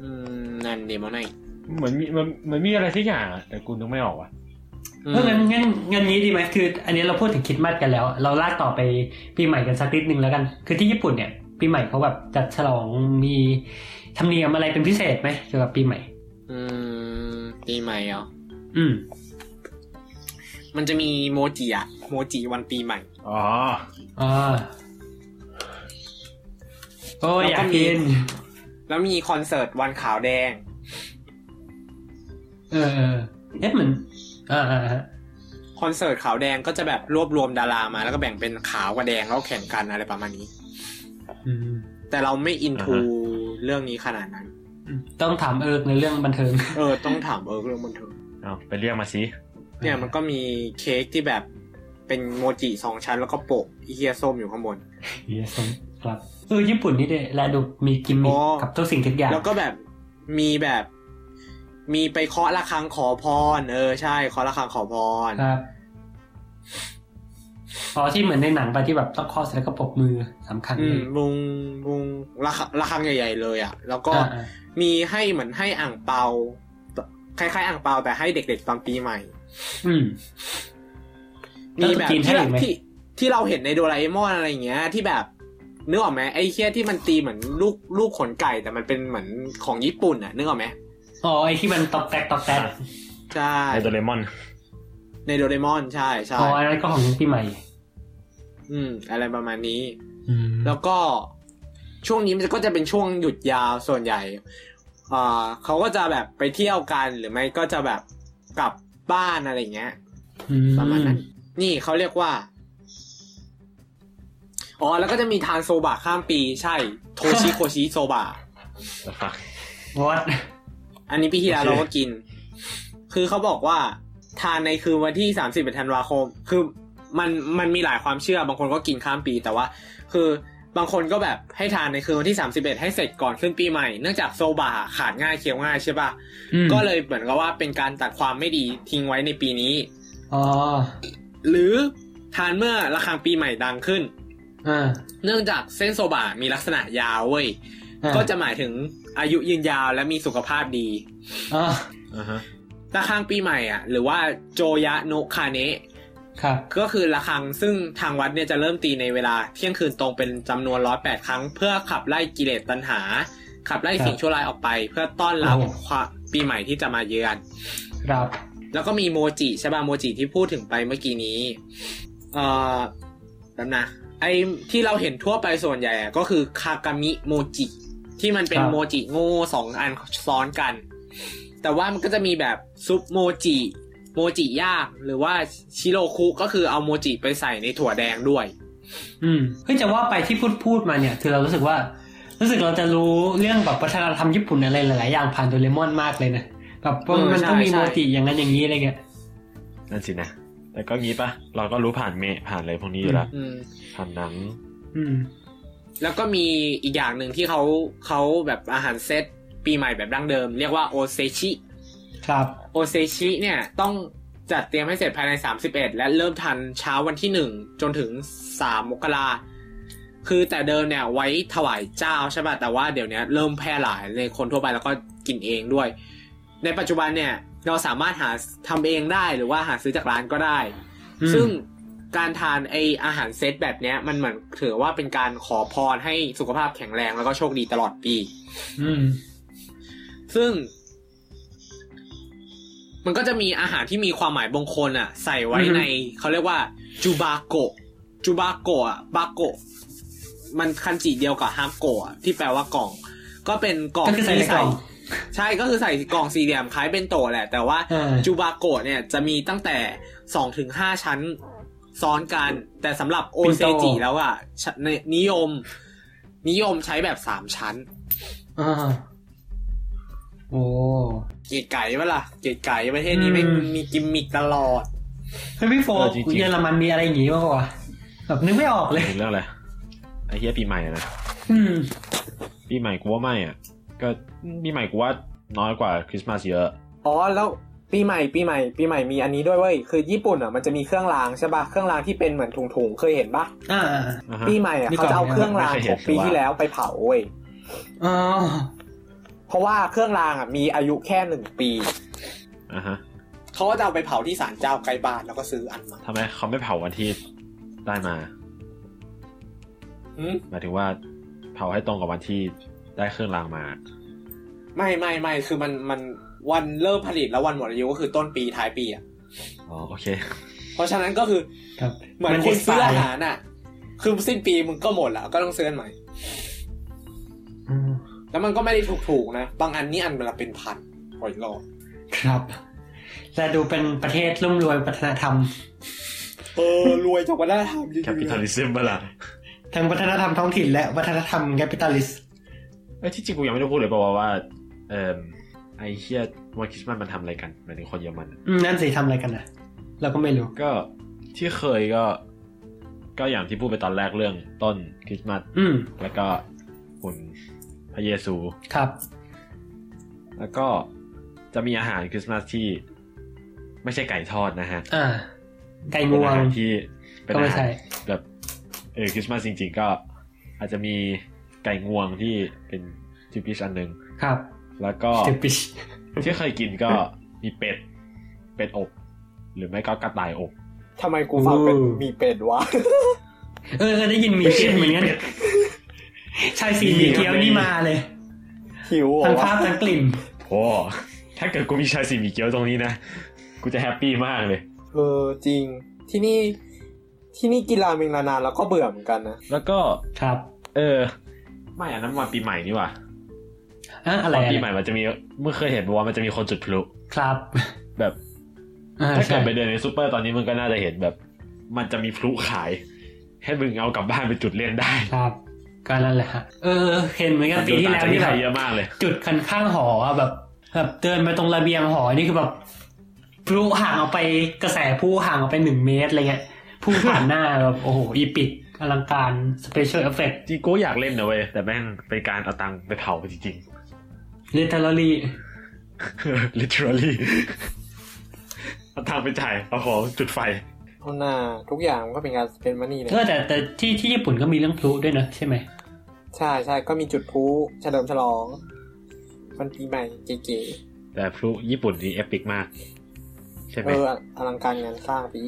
Speaker 2: อืมนั่นเดมอนไน
Speaker 3: เหมือนมีมันเหมือนมีอะไรสักอย่างอะแต่กูนึกไม่ออกว่ะ
Speaker 1: เอองั้นงั้นงั้นนี้ดีไหมคือ อันนี้เราพูดถึงคริสต์มาสกันแล้ว เราลากต่อไปปีใหม่กันสักนิดนึงแล้วกัน คือที่ญี่ปุ่นเนี่ย ปีใหม่เขาแบบจัดฉลองมีธรรมเนียมอะไรเป็นพิเศษไหมเกี่ยวกับปีใหม่
Speaker 2: อืมปีใหม่เหรอ
Speaker 1: อืม
Speaker 2: มันจะมีโมจิอะโมจิวันปีใหม่
Speaker 3: อ๋อ
Speaker 1: อ่าโอ้ย
Speaker 2: แล้ว
Speaker 1: อ
Speaker 2: ก็
Speaker 1: ยาก
Speaker 2: มี
Speaker 1: กิน
Speaker 2: แล้วมีคอนเสิร์ตวันขาวแดง
Speaker 1: เออเออเอ๊ะเหมือนอ่าอ่าฮะ
Speaker 2: คอนเสิร์ตขาวแดงก็จะแบบรวบรวมดารามา แล้วก็แบ่งเป็นขาวกับแดงแล้วแข่งกันอะไรประมาณนี้
Speaker 1: อืม
Speaker 2: แต่เราไม่อินทู
Speaker 3: อ่าฮ
Speaker 2: เรื่องนี้ขนาดนั้น
Speaker 1: ต้องถามเอิร์กในเรื่องบันเทิง
Speaker 2: เออ ต้องถามเออเรื่องบันเทิง
Speaker 3: เอาไปเรียกมาสิ
Speaker 2: เนี่ยมันก็มีเค้กที่แบบเป็นโมจิสองชั้นแล้วก็โปะอีเฮียส้มอยู่ข้างบน
Speaker 1: เยสมครับเออญี่ปุ่นนี่เด้และดูมีกิมมิค
Speaker 2: อ๋อ
Speaker 1: กับทุกสิ่งทุกอย่าง
Speaker 2: แล้วก็แบบมีแบบ มีไปเคาะระฆังขอพร เออใช่เคาะระฆังขอพร
Speaker 1: ครับอ๋อที่เหมือนในหนังไปที่แบบต้องคอเสร็จแล้วก็ปรบมือสำคัญ
Speaker 2: อื
Speaker 1: เล
Speaker 2: ม
Speaker 1: ย
Speaker 2: ง
Speaker 1: ว
Speaker 2: วงระฆังระฆังใหญ่ๆเลยอ่ะ แล้วก็
Speaker 1: อ่าอ่า
Speaker 2: มีให้เหมือนให้อ่างเปาคล้ายๆอ่างเปาแต่ให้เด็กๆตอนปีใหม่
Speaker 1: อืม แล้ว
Speaker 2: มีแบบ
Speaker 1: จะกินให้
Speaker 2: ที่
Speaker 1: อีกไหม
Speaker 2: ที่ที่เราเห็นในโดราเอมอนอะไรอย่างเงี้ย ที่แบบนึกออกไหมไอ้เคี้ยที่มันตีเหมือนลูกลูกขนไก่แต่มันเป็นเหมือนของญี่ปุ่นอ่ะนึกออกไหม
Speaker 1: อ๋อไอที่มันตอกแตกตอกแตก
Speaker 2: ใช่
Speaker 3: ไอโดเรมอน
Speaker 2: ในโดราเอมอนใช่ใช่
Speaker 1: อ๋ออันนั้นก็ของปีใหม่
Speaker 2: อืม อะไรประมาณนี้
Speaker 1: อืม
Speaker 2: แล้วก็ช่วงนี้มันก็จะเป็นช่วงหยุดยาวส่วนใหญ่อ่าเขาก็จะแบบไปเที่ยวกันหรือไม่ก็จะแบบกลับบ้านอะไรอย่างเงี้ย
Speaker 1: อื
Speaker 2: ประมาณนั้น นี่เขาเรียกว่า อ๋อ แล้วก็จะมีทานโซบะข้ามปีใช่ โทชิ โคชิโซบะ
Speaker 3: The fuck
Speaker 1: วัด
Speaker 2: อันนี้พี่ทีแล้ว
Speaker 3: โอเค
Speaker 2: เราก็กิน คือเขาบอกว่า ทานในคืนวันที่สามสิบเอ็ดธันวาคม คือมันมันมีหลายความเชื่อ บางคนก็กินข้ามปีแต่ว่า คือบางคนก็แบบให้ทานในคืนวันที่สามสิบเอ็ดให้เสร็จก่อนขึ้นปีใหม่ เนื่องจากโซบะขาดง่ายเคี้ยวง่ายใช่ปะ
Speaker 1: อืม
Speaker 2: ก็เลยเหมือนกับว่าเป็นการตัดความไม่ดีทิ้งไว้ในปีนี้
Speaker 1: อ๋อ
Speaker 2: หรือทานเมื่อระฆังปีใหม่ดังขึ้น
Speaker 1: อ่า
Speaker 2: เนื่องจากเส้นโซบะมีลักษณะยาวเว้ย
Speaker 1: อ่า
Speaker 2: ก็จะหมายถึงอายุยืนยาวและมีสุขภาพดี
Speaker 1: อ่า
Speaker 3: อ่าฮะ
Speaker 2: ระฆังปีใหม่อ่ะ หรือว่าโจยะโนะคาเนะ
Speaker 1: ครับ
Speaker 2: ก็คือระฆังซึ่งทางวัดเนี่ยจะเริ่มตีในเวลาเที่ยงคืนตรงเป็นจำนวนร้อยแปดครั้ง เพื่อขับไล่กิเลสตัณหา ขับไล่
Speaker 1: ครับ
Speaker 2: สิ่งชั่วร้ายออกไป เพื่อต้อนรับ
Speaker 1: โอ้
Speaker 2: ความปีใหม่ที่จะมาเยือน
Speaker 1: ครับ
Speaker 2: แล้วก็มีโมจิใช่ป่ะโมจิที่พูดถึงไปเมื่อกี้นี้ เอ่อแป๊บนะไอที่เราเห็นทั่วไปส่วนใหญ่อะก็คือคากามิโมจิที่มันเป็น
Speaker 1: ครับ
Speaker 2: โมจิโง่สองอันซ้อนกัน แต่ว่ามันก็จะมีแบบซุปโมจิโมจิย่างหรือว่าชิโรคุก็คือเอาโมจิไปใส่ในถั่วแดงด้วย
Speaker 1: อืมเฮ้ยจะว่าไปที่พูดพูดมาเนี่ย คือเรารู้สึกว่า รู้สึกเราจะรู้เรื่องแบบวัฒนธรรมญี่ปุ่นอะไรหลายๆอย่างผ่านโดเรมอนมากเลยนะแบบว่า
Speaker 2: เออ
Speaker 1: มันต้องมี
Speaker 2: ใช่
Speaker 1: โมจิอย่างนั้นอย่างนี้อะไรเงี้ย
Speaker 3: นั่นสินะ แต่ก็งี้ปะเราก็รู้ผ่านเมะผ่านอะไรพวกนี้อยู่แล้ว
Speaker 2: อืม
Speaker 3: ผ่านหนัง
Speaker 1: อืม
Speaker 2: แล้วก็มีอีกอย่างหนึ่งที่เขาเขาแบบอาหารเซตปีใหม่แบบดั้งเดิม เรียกว่าโอเซชิ
Speaker 1: ครับ
Speaker 2: โอเซชิเนี่ยต้องจัดเตรียมให้เสร็จภายใน 31 และเริ่มทันเช้าวันที่ 1 จนถึง 3 มกราคือแต่เดิมเนี่ยไว้ถวายเจ้าใช่ป่ะ แต่ว่าเดี๋ยวเนี้ยเริ่มแพร่หลายในคนทั่วไปแล้วก็กินเองด้วย ในปัจจุบันเนี่ยเราสามารถหาทำเองได้หรือว่าหาซื้อจากร้านก็ได้
Speaker 1: อืม
Speaker 2: ซึ่งการทานไออาหารเซตแบบเนี้ยมันเหมือนถือว่าเป็นการขอพรให้สุขภาพแข็งแรงแล้วก็โชคดีตลอดปี
Speaker 1: อืม
Speaker 2: ซึ่ง มันก็จะมีอาหารที่มีความหมายบงคลอ่ะ ใส่ไว้
Speaker 1: อือฮึ
Speaker 2: ใน เขาเรียกว่า จูบาโกะจูบาโกะอะบาโกะมันคันจิเดียวกับฮามโกะอะที่แปลว่ากล่อง ก็เป็นกล่อง
Speaker 1: ก็คือใส่ในกล่อง
Speaker 2: ใช่ก็คือใส่กล่องสี่เหลี่ยมคล้ายเบนโตะแหละ แต่ว่า
Speaker 1: อ่า
Speaker 2: จูบาโกะเนี่ยจะมีตั้งแต่สองถึงห้าชั้นซ้อนกัน แต่สำหรับโอ
Speaker 1: เป็น
Speaker 2: เซ
Speaker 1: โต
Speaker 2: จิแล้วอ่ะชะนิยม นิยมใช้แบบสามชั้น
Speaker 1: อ่าโอ้
Speaker 2: เกลียดไก่ปะล่ะเกลียดไก่ประเทศนี้
Speaker 1: อืม
Speaker 2: ไม่งมีกิมมิกตลอด
Speaker 1: เฮ้ยพี่โฟ
Speaker 3: เออจริงๆ
Speaker 1: เยอรมันมีอะไรอย่างงี้บ้างปะวะแบบนึกไม่ออกเลย
Speaker 3: เรื่องอะไรไอเฮียปีใหม่อะนะ
Speaker 1: อืม
Speaker 3: ปีใหม่กูว่าไม่อ่ะ ก็ปีใหม่กูว่าน้อยกว่าคริสต์มาสเยอะ
Speaker 2: อ๋อแล้วปีใหม่ปีใหม่ ปีใหม่มีอันนี้ด้วยเว้ยคือญี่ปุ่นอ่ะมันจะมีเครื่องรางใช่ป่ะเครื่องรางที่เป็นเหมือนถุงๆเคยเห็นปะ
Speaker 1: อ่า
Speaker 3: อ่าฮะ
Speaker 2: ปีใหม่อ่ะ
Speaker 1: นี่ก่
Speaker 2: เขา
Speaker 1: อน
Speaker 2: จะเอาเครื่องราง
Speaker 3: ไม่เคย
Speaker 2: ขอน ง
Speaker 3: เห็
Speaker 2: ปี
Speaker 3: ว่า
Speaker 2: ที่แล้วไปเผาเว้ย
Speaker 1: อ๋อ
Speaker 2: เพราะว่าเครื่องรางอ่ะมีอายุแค่หนึ่งปี
Speaker 3: อ่าฮะ
Speaker 2: เขาก็จะเอาไปเผาที่ศาลเจ้าไกลบ้านแล้วก็ซื้ออันมา
Speaker 3: ทำไมเขาไม่เผาวันที่ได้มา
Speaker 2: อืม
Speaker 3: หมายถึงว่าเผ ผาให้ตรงกับวันที่ได้เครื่องรางมา
Speaker 2: ไม่ไม่ไม่คือมันมันวันเริ่มผลิตแล้ววันหมดอายุก็คือต้นปีท้ายปีอ่ะ
Speaker 3: อ๋อโอเค (laughs)
Speaker 2: เพราะฉะนั้นก็คือ
Speaker 1: ครับ
Speaker 2: เหมือนคุณซื้ออาหารอ่ะ คือสิ้นปีมึงก็หมดแล้วก็ต้องซื้ออันใหม่
Speaker 1: อืม
Speaker 2: แล้วมันก็ไม่ได้ถูกๆนะ บางอันนี่อันมันละเป็นพันหอยหลอด
Speaker 1: ครับแต่ดูเป็นประเทศร่ำรวยวัฒนธรรม
Speaker 2: เออรวยจากวัฒนธรรมจริง
Speaker 3: capitalism บ้าล่ะ
Speaker 1: ทั้งวัฒนธรรมท้องถิ่นและวัฒนธรรมแคปิตาลิส
Speaker 3: เอ้ยที่จริงกูยังไม่ได้พูดเลยเปล่าวะว่าเอ่อไอเฮียวันคริสต์มาสมันทำอะไรกันหมายถึงคนเยอรมันอะ
Speaker 1: นั่นสิทำอะไรกันนะเราก็ไม่รู้
Speaker 3: ก็ที่เคยก็ ก็อย่างที่พูดไปตอนแรกเรื่องต้นคริสต์มาส
Speaker 1: อืม
Speaker 3: แล้วก็หุ่นพระเยซู
Speaker 1: ครับ
Speaker 3: แล้วก็จะมีอาหารคริสต์มาสที่ ไม่ใช่ไก่ทอดนะฮะ
Speaker 1: อ่า ไก่ง
Speaker 3: เป็น
Speaker 1: ว
Speaker 3: อาง หารที่เป็น
Speaker 1: ก็
Speaker 3: อา
Speaker 1: ไม่
Speaker 3: หาร
Speaker 1: ใช่
Speaker 3: แบบเออคริสต์มาสจริง ๆ ก็อาจจะมีไก่งวงที่เป็นทิปปิชอันหนึ่ง
Speaker 1: ครับ
Speaker 3: แล้วก็
Speaker 1: เดปิช
Speaker 3: ที่เคยกินก็มีเป็ด เป็ดอบ หรือไม่ก็กระต่ายอบ
Speaker 2: ทำไมกูฟังเป็นมีเป็ดวะ (laughs)
Speaker 1: เออได้ยินมีเกียวเหมือนกันใช่สิ
Speaker 3: มี
Speaker 1: มี
Speaker 3: ครับ
Speaker 1: เกียวนี่มาเลย
Speaker 2: หิวเหร
Speaker 1: ทั้
Speaker 2: อง
Speaker 1: ภาว
Speaker 2: ะ
Speaker 1: พทั้งกลิ่น
Speaker 3: โอ้ถ้าเกิดกูมีชายสีหมีเกี๊ยวตรงนี้นะ กูจะแฮปปี้มากเลย
Speaker 2: เออจริง ที่นี่ที่นี่กินราเมงนานๆแล้วก็เบื่อเหมือนกันนะ
Speaker 3: แล้วก็
Speaker 1: ครับ
Speaker 3: เออ ไม่อันนั้นวันปีใหม่นี่หว่า
Speaker 1: อ่ะอะไร
Speaker 3: วัน
Speaker 1: อะ
Speaker 3: ปีใหม่มันจะมีเมื่อเคยเห็นว่ามันจะมีคนจุดพลุ
Speaker 1: ครับ
Speaker 3: แบบ
Speaker 1: อ่า
Speaker 3: ถ้าเกิ
Speaker 1: ใช่
Speaker 3: ดไปเดินในซูเปอร์ตอนนี้มึงก็น่าจะเห็นแบบ มันจะมีพลุขาย ให้มึงเอากลับบ้านไปจุดเล่นได้
Speaker 1: ครับก็นั่นแหละฮะเออเห็นเหมือนกันปีที่แล้ว
Speaker 3: มันอยู่
Speaker 1: นี่
Speaker 3: ต่างจากที่
Speaker 1: แบ
Speaker 3: ไท
Speaker 1: บ
Speaker 3: ยเยอะมากเลย
Speaker 1: จุดคันข้างหออะแบบแบบเดินไปตรงระเบียงหอนี่คือแบบพลุห่างออกไปกระแสพลุห่างออกไปหนึ่งเมตรอะไรเงี้ยพุ่งผ่านหน้าแบบโอ้โหอีปิกอลังการสเปเชียลเอฟเฟกต์
Speaker 3: จริงกูอยากเล่นนะเว้ยแต่แม่งเป็นการเอาตังค์ไปเผาจริงๆ
Speaker 1: เลตเทอรี่
Speaker 3: (laughs) literally เอาทางไปจ่ายเอาของจุดไฟ
Speaker 2: เอาหน้าทุกอย่างมันก็เป็นการเป็นมันนี่เลย
Speaker 1: เออแต่แต่ที่ที่ญี่ปุ่นก็มีเรื่องพลุด้วยนะใช่ไหม
Speaker 2: ใช่ใช่ก็มีจุดพลุเฉลิมฉลอง มันปีใหม่เก๋
Speaker 3: แต่พลุญี่ปุ่นนี่เอปิกมาก
Speaker 2: ๆ
Speaker 3: ใช่ไหม
Speaker 2: เอออลังการงานสร้างปี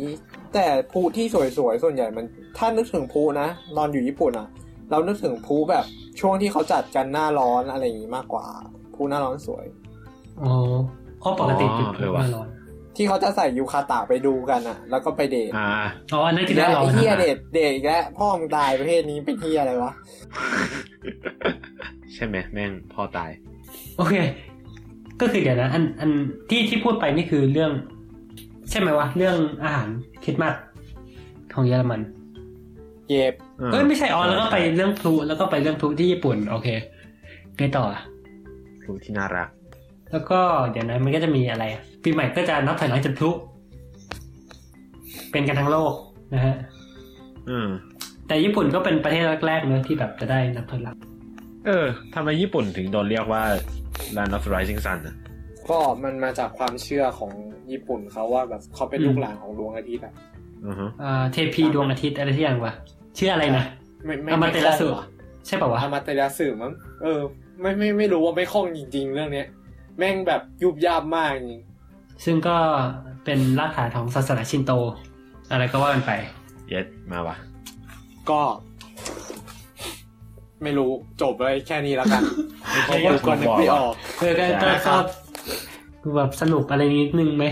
Speaker 2: แต่พลุที่สวยๆ ส่วนใหญ่มันถ้านึกถึงพลุนะนอนอยู่ญี่ปุ่นอ่ะ เรานึกถึงพลุแบบช่วงที่เขาจัดกันหน้าร้อนอะไรอย่างงี้มากกว่าพลุหน้าร้อนสวย
Speaker 1: อ๋อเพราะปกติจุดพลุหน้าร้อน
Speaker 2: ที่เขาจะใส่ยูคาตะไปดูกันอ่ะ แล้วก็ไปเดท
Speaker 3: อ่า
Speaker 1: อ๋ออันนั้นคือห
Speaker 2: และ
Speaker 1: น้าร้อ
Speaker 2: ไอ้
Speaker 1: น
Speaker 2: เฮียเดทเดทอีกแล้วพ่อมึงตายประเภทนี้เป็นเฮียอะไรวะ
Speaker 3: ใช่ไหมแม่งพ่อตาย
Speaker 1: โอเค ก็คือเดี๋ยวนะ อันอันที่ที่พูดไปนี่คือเรื่อง ใช่ไหมวะเรื่องอาหารคริดมาสของเยอรมัน
Speaker 2: เย็บ
Speaker 1: เอ้ยไม่ใช่อ๋อแล้วก็ไปเรื่องพลุแล้วก็ไปเรื่องพลุที่ญี่ปุ่น โอเคไงต่ออะ
Speaker 3: พลุที่น่ารัก
Speaker 1: แล้วก็เดี๋ยวนะมันก็จะมีอะไรอะปีใหม่ก็จะนับถอยหลังจากพลุเป็นกันทั้งโลกนะฮะ
Speaker 3: อืม
Speaker 1: แต่ญี่ปุ่นก็เป็นประเทศแรกๆเนอะที่แบบจะได้นับถอยหลัง
Speaker 3: เออทำไมญี่ปุ่นถึงโดนเรียกว่า land of rising sun อะ
Speaker 2: ก็มันมาจากความเชื่อของญี่ปุ่นเขาว่าแบบเขาเป็นลูกหลานของดวงอาทิตย์อะ
Speaker 3: อือฮะ
Speaker 1: เอ่อเทพีดวงอาทิตย์อะไรที่อย่างวะชื่ออะไรนะ
Speaker 2: ไม่ไม่
Speaker 1: อามาเตลาสุ
Speaker 2: ไคล่องว่ะ
Speaker 1: ใช่ป่าวะ
Speaker 2: อามาเตลาสุมั้งเออ ไม่ไม่ไม่รู้ว่าไม่คล่องจริง ๆ เรื่องเนี้ย แม่งแบบยุบยาบมากจริง
Speaker 1: ซึ่งก็เป็นรากฐานของศาสนาชินโต อะไรก็ว่ากันไป
Speaker 3: เย็ดมาวะ
Speaker 2: ก็ ไม่รู้จบไว้แค่นี้แล้วกันเพราะ
Speaker 3: ไม่
Speaker 2: ว่า
Speaker 3: ใช่
Speaker 2: ก็นึก (laughs) ไม่อ
Speaker 3: ว่ะ
Speaker 2: อก
Speaker 1: เออก็
Speaker 3: ใช่
Speaker 1: ก็
Speaker 2: ครั
Speaker 1: ก็
Speaker 2: บ
Speaker 1: แบบสรุปอะไรนิดนึงไหม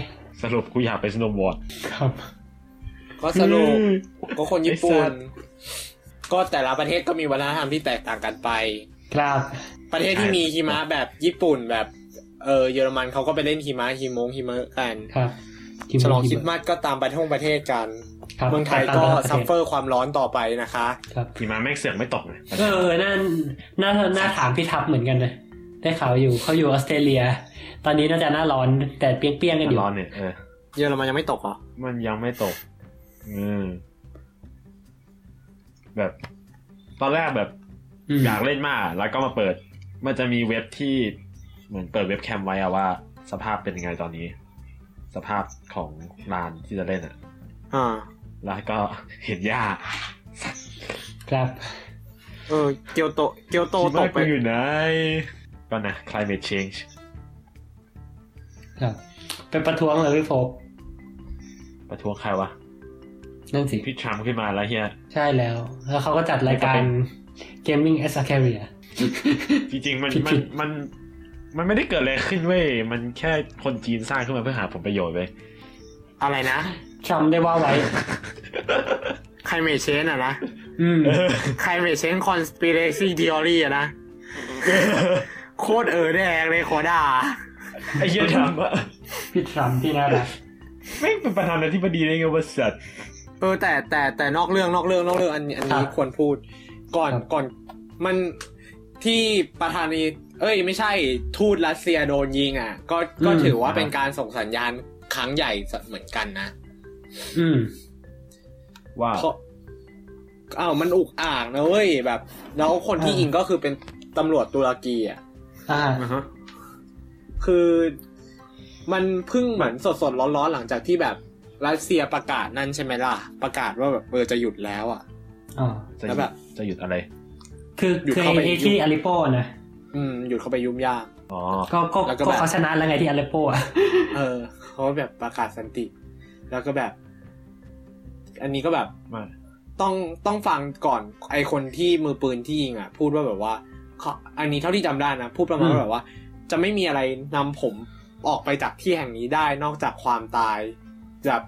Speaker 3: สรุปกูอยากไปสโนว์บอร์ด
Speaker 1: ครับ
Speaker 2: ก็สรุป
Speaker 3: อืม
Speaker 2: ก็คนญี่ปุ่
Speaker 3: ไอ้สั
Speaker 2: น
Speaker 3: ตว์
Speaker 2: ก็แต่ละประเทศก็มีวัฒนธรรมที่แตกต่างกันไป
Speaker 1: ครับ
Speaker 2: ประเทศที่มีหิมะแบบญี่ปุ่นแบบเออเยอรมันเขาก็ไปเล่นหิมะหิมงหิมะกัน
Speaker 1: ครับ
Speaker 2: ฉลองคริดมากก็ตามประเทศประเทศกัน
Speaker 1: ครับ
Speaker 2: เมืองไทย
Speaker 1: ตา
Speaker 2: ก็
Speaker 1: ระดับ
Speaker 2: ซัฟเฟ
Speaker 1: ประ
Speaker 2: อ
Speaker 1: เทศ
Speaker 2: ร์ความร้อนต่อไปนะคะ
Speaker 1: ครับ
Speaker 3: หิมะแม่งเสือกไม่ตกเลย
Speaker 1: เออน่าน่าน่าถามพี่ทับเหมือนกันนะได้ข่าวอยู่เขาอยู่ออสเตรเลีย ตอนนี้น่าจะหน้าร้อนแดดเปรี้ยงๆกันอยู่
Speaker 3: ร้อนเนี่ยเออ
Speaker 2: เยอรมันยังไม่ตกเหรอ
Speaker 3: มันยังไม่ตก อืม แบบ ตอนแรกแบบ
Speaker 1: อืม
Speaker 3: อยากเล่นมาก แล้วก็มาเปิด มันจะมีเว็บที่เหมือนเปิดเว็บแคมไว้อะว่า สภาพเป็นยังไงตอนนี้ สภาพของลานที่จะเล่นอะ
Speaker 2: อ่า
Speaker 3: แล้วก็เห็นหญ้า
Speaker 1: ครับ
Speaker 2: เออ เกียวโต เกียวโต
Speaker 3: คิด
Speaker 2: ต
Speaker 3: ว่าก
Speaker 2: ไป
Speaker 3: กูอยู่ไหน ก็นะ climate change
Speaker 1: ครับ เป็นประท้วงเลยพี่โฟก
Speaker 3: ประท้วงใครวะ
Speaker 1: นั่นสิ
Speaker 3: พี่ทรัมป์ขึ้นมาแล้วเฮีย
Speaker 1: ใช่แล้ว แล้วเขาก็จัดรายการ gaming as a career
Speaker 3: จริงๆมัน
Speaker 1: ผิด
Speaker 3: มั
Speaker 1: ผิ
Speaker 3: น
Speaker 1: ด
Speaker 3: มันมันไม่ได้เกิดอะไรขึ้นเว้ยมันแค่คนจีนสร้างขึ้นมาเพื่อหาผลประโยชน์เว้ย
Speaker 2: (laughs) อะไรนะ
Speaker 1: ทรัมป์ได้ว่าไว้
Speaker 2: ใครเมเชนอะนะ
Speaker 1: อืม
Speaker 2: ใครเมเชนคอน spiracy theory อะนะ โคตรเออแดงเลยขอด่า
Speaker 3: ไอ้เหี้ยทำอะ
Speaker 1: พี่ทรัมป์ที่น่ารัก
Speaker 3: ไม่งเป็นประธานาธิบดีได้ไงวะสัตว์
Speaker 2: เออแต่แต่แต่นอกเรื่องนอกเรื่องนอกเรื่องอันอันนี้ควรพูด ก่อนก่อนมันที่ประธานี เอ้ย ไม่ใช่ทูตรัสเซียโดนยิงอ่ะ ก็ก็ถือว่าเป็นการส่งสัญญาณครั้งใหญ่เหมือนกันนะ
Speaker 1: อืม
Speaker 3: ว้าว
Speaker 2: เพราะอ้าวมันอุกอ่างนะเว้ยแบบ แล้วคนที่
Speaker 1: อ่า
Speaker 2: ยิงก็คือเป็นตำรวจตุรกีอ่ะ
Speaker 1: อ่า
Speaker 3: อ่าฮะ
Speaker 2: คือมันเพิ่งเหมือนสดสดๆร้อนๆ หลังจากที่แบบรัสเซียประกาศนั่นใช่ไหมล่ะ ประกาศว่าแบบเออจะหยุดแล้วอ่ะ
Speaker 1: อ๋อ
Speaker 3: จะ
Speaker 2: แล้ว
Speaker 3: หยุ
Speaker 2: แบ
Speaker 3: ด
Speaker 2: บ
Speaker 3: จะหยุดอะไร
Speaker 1: คือ
Speaker 2: หยุด
Speaker 1: คือ
Speaker 2: เข้าไป
Speaker 1: ไอ้ที่อาริโปนะ
Speaker 2: อืมหยุดเข้าไปยุ่มยาก
Speaker 3: อ๋อ
Speaker 1: ก็ก็
Speaker 2: แล้วก็
Speaker 1: ก็
Speaker 2: แบบ
Speaker 1: เขาชนะแล้วไงที่อาริโปอ่ะ
Speaker 2: เออเขาแบบประกาศสันติ แล้วก็แบบ อันนี้ก็แบบ
Speaker 3: มา
Speaker 2: ต้องต้องฟังก่อนไอคนที่มือปืนที่ยิงอ่ะ พูดว่าแบบว่าเขาอันนี้เท่าที่จำได้นะพูดประมาณ
Speaker 1: อืม
Speaker 2: ว่าแบบว่า จะไม่มีอะไรนำผมออกไปจากที่แห่งนี้ได้นอกจากความตายแบบ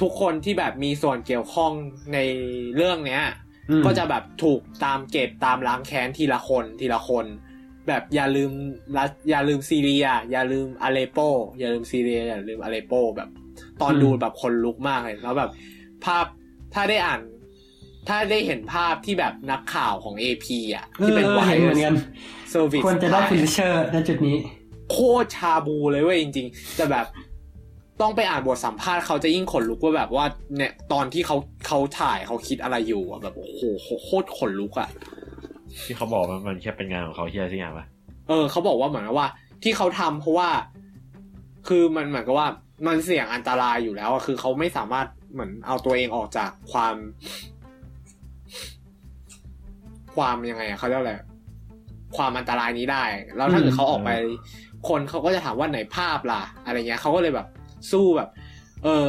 Speaker 2: ทุกคนที่แบบมีส่วนเกี่ยวข้องในเรื่องเนี้ย
Speaker 1: อืม
Speaker 2: ก็จะแบบถูกตามเก็บตามล้างแค้นทีละคนทีละคน แบบอย่าลืมรัสอย่าลืมซีเรีย อย่าลืมอาเลโป อย่าลืมซีเรีย อย่าลืมอาเลโป แบบ ตอนดูแบบคนลุกมากเลยแล้วแบบ ภาพถ้าได้อ่าน ถ้าได้เห็นภาพที่แบบนักข่าวของ AP อ่ะ
Speaker 1: เอ
Speaker 2: ที่
Speaker 1: อ
Speaker 2: เป็น
Speaker 1: เออเห็นเหมือนกัน
Speaker 2: Service
Speaker 1: ควรจะได้
Speaker 2: Pack
Speaker 1: ฟินิชเชอร์ในจุดนี้
Speaker 2: โคตรชาบูเลยเว้ยจริงๆแต่แบบต้องไปอ่านบทสัมภาษณ์เขาจะยิ่งขนลุกว่าแบบว่าเนี่ยตอนที่เขาเขาถ่ายเขาคิดอะไรอยู่อะแบบโอ้โหโคตรขนลุกอะ
Speaker 3: ที่เขาบอกว่ามันแค่เป็นงานของเขาเฮียสักอย่างปะ
Speaker 2: เออเขาบอกว่าเหมือนกับว่าที่เขาทำเพราะว่า คือมันเหมือนกับว่ามันเสี่ยงอันตรายอยู่แล้วอะคือเขาไม่สามารถเหมือนเอาตัวเองออกจากความ ความยังไงอะเขาเรียกอะไรความอันตรายนี้ได้ แล้วถ้าเกิดเขาออกไป คนเขาก็จะถามว่าไหนภาพล่ะ อะไรเงี้ยเขาก็เลยแบบสู้แบบ เออ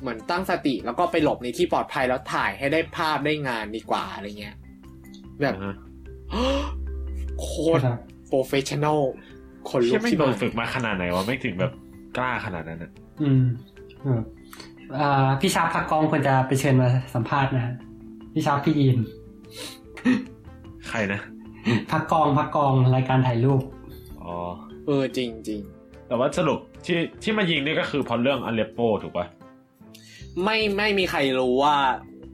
Speaker 2: เหมือนตั้งสติ แล้วก็ไปหลบในที่ปลอดภัยแล้วถ่ายให้ได้ภาพได้งานดีกว่าอะไรเงี้ย แบบ
Speaker 3: อ่าฮะ
Speaker 2: โคตร โปรเฟชชั่นอลคนลุ
Speaker 3: เชี่ย
Speaker 2: ก
Speaker 3: ไม่ง
Speaker 2: ที่
Speaker 3: โด
Speaker 2: มัน
Speaker 3: นฝึกมาขนาดไหนวะไม่งถึงแบบกล้าขนาดนั้นอะ
Speaker 1: อืมเอออ่าพี่ชาร์ปพักกองควรจะไปเชิญมาสัมภาษณ์นะฮะพี่ชาร์ปพี่ยีน
Speaker 3: ใครนะ
Speaker 1: พักกองพักกองรายการถ่ายรูป
Speaker 3: อ๋อ
Speaker 2: เออจริงจริง
Speaker 3: แต่ว่าสรุปที่ที่มายิงเนี่ยก็คือเพราะเรื่องอเลปโปถูกปะ
Speaker 2: ไม่ไม่มีใครรู้ว่า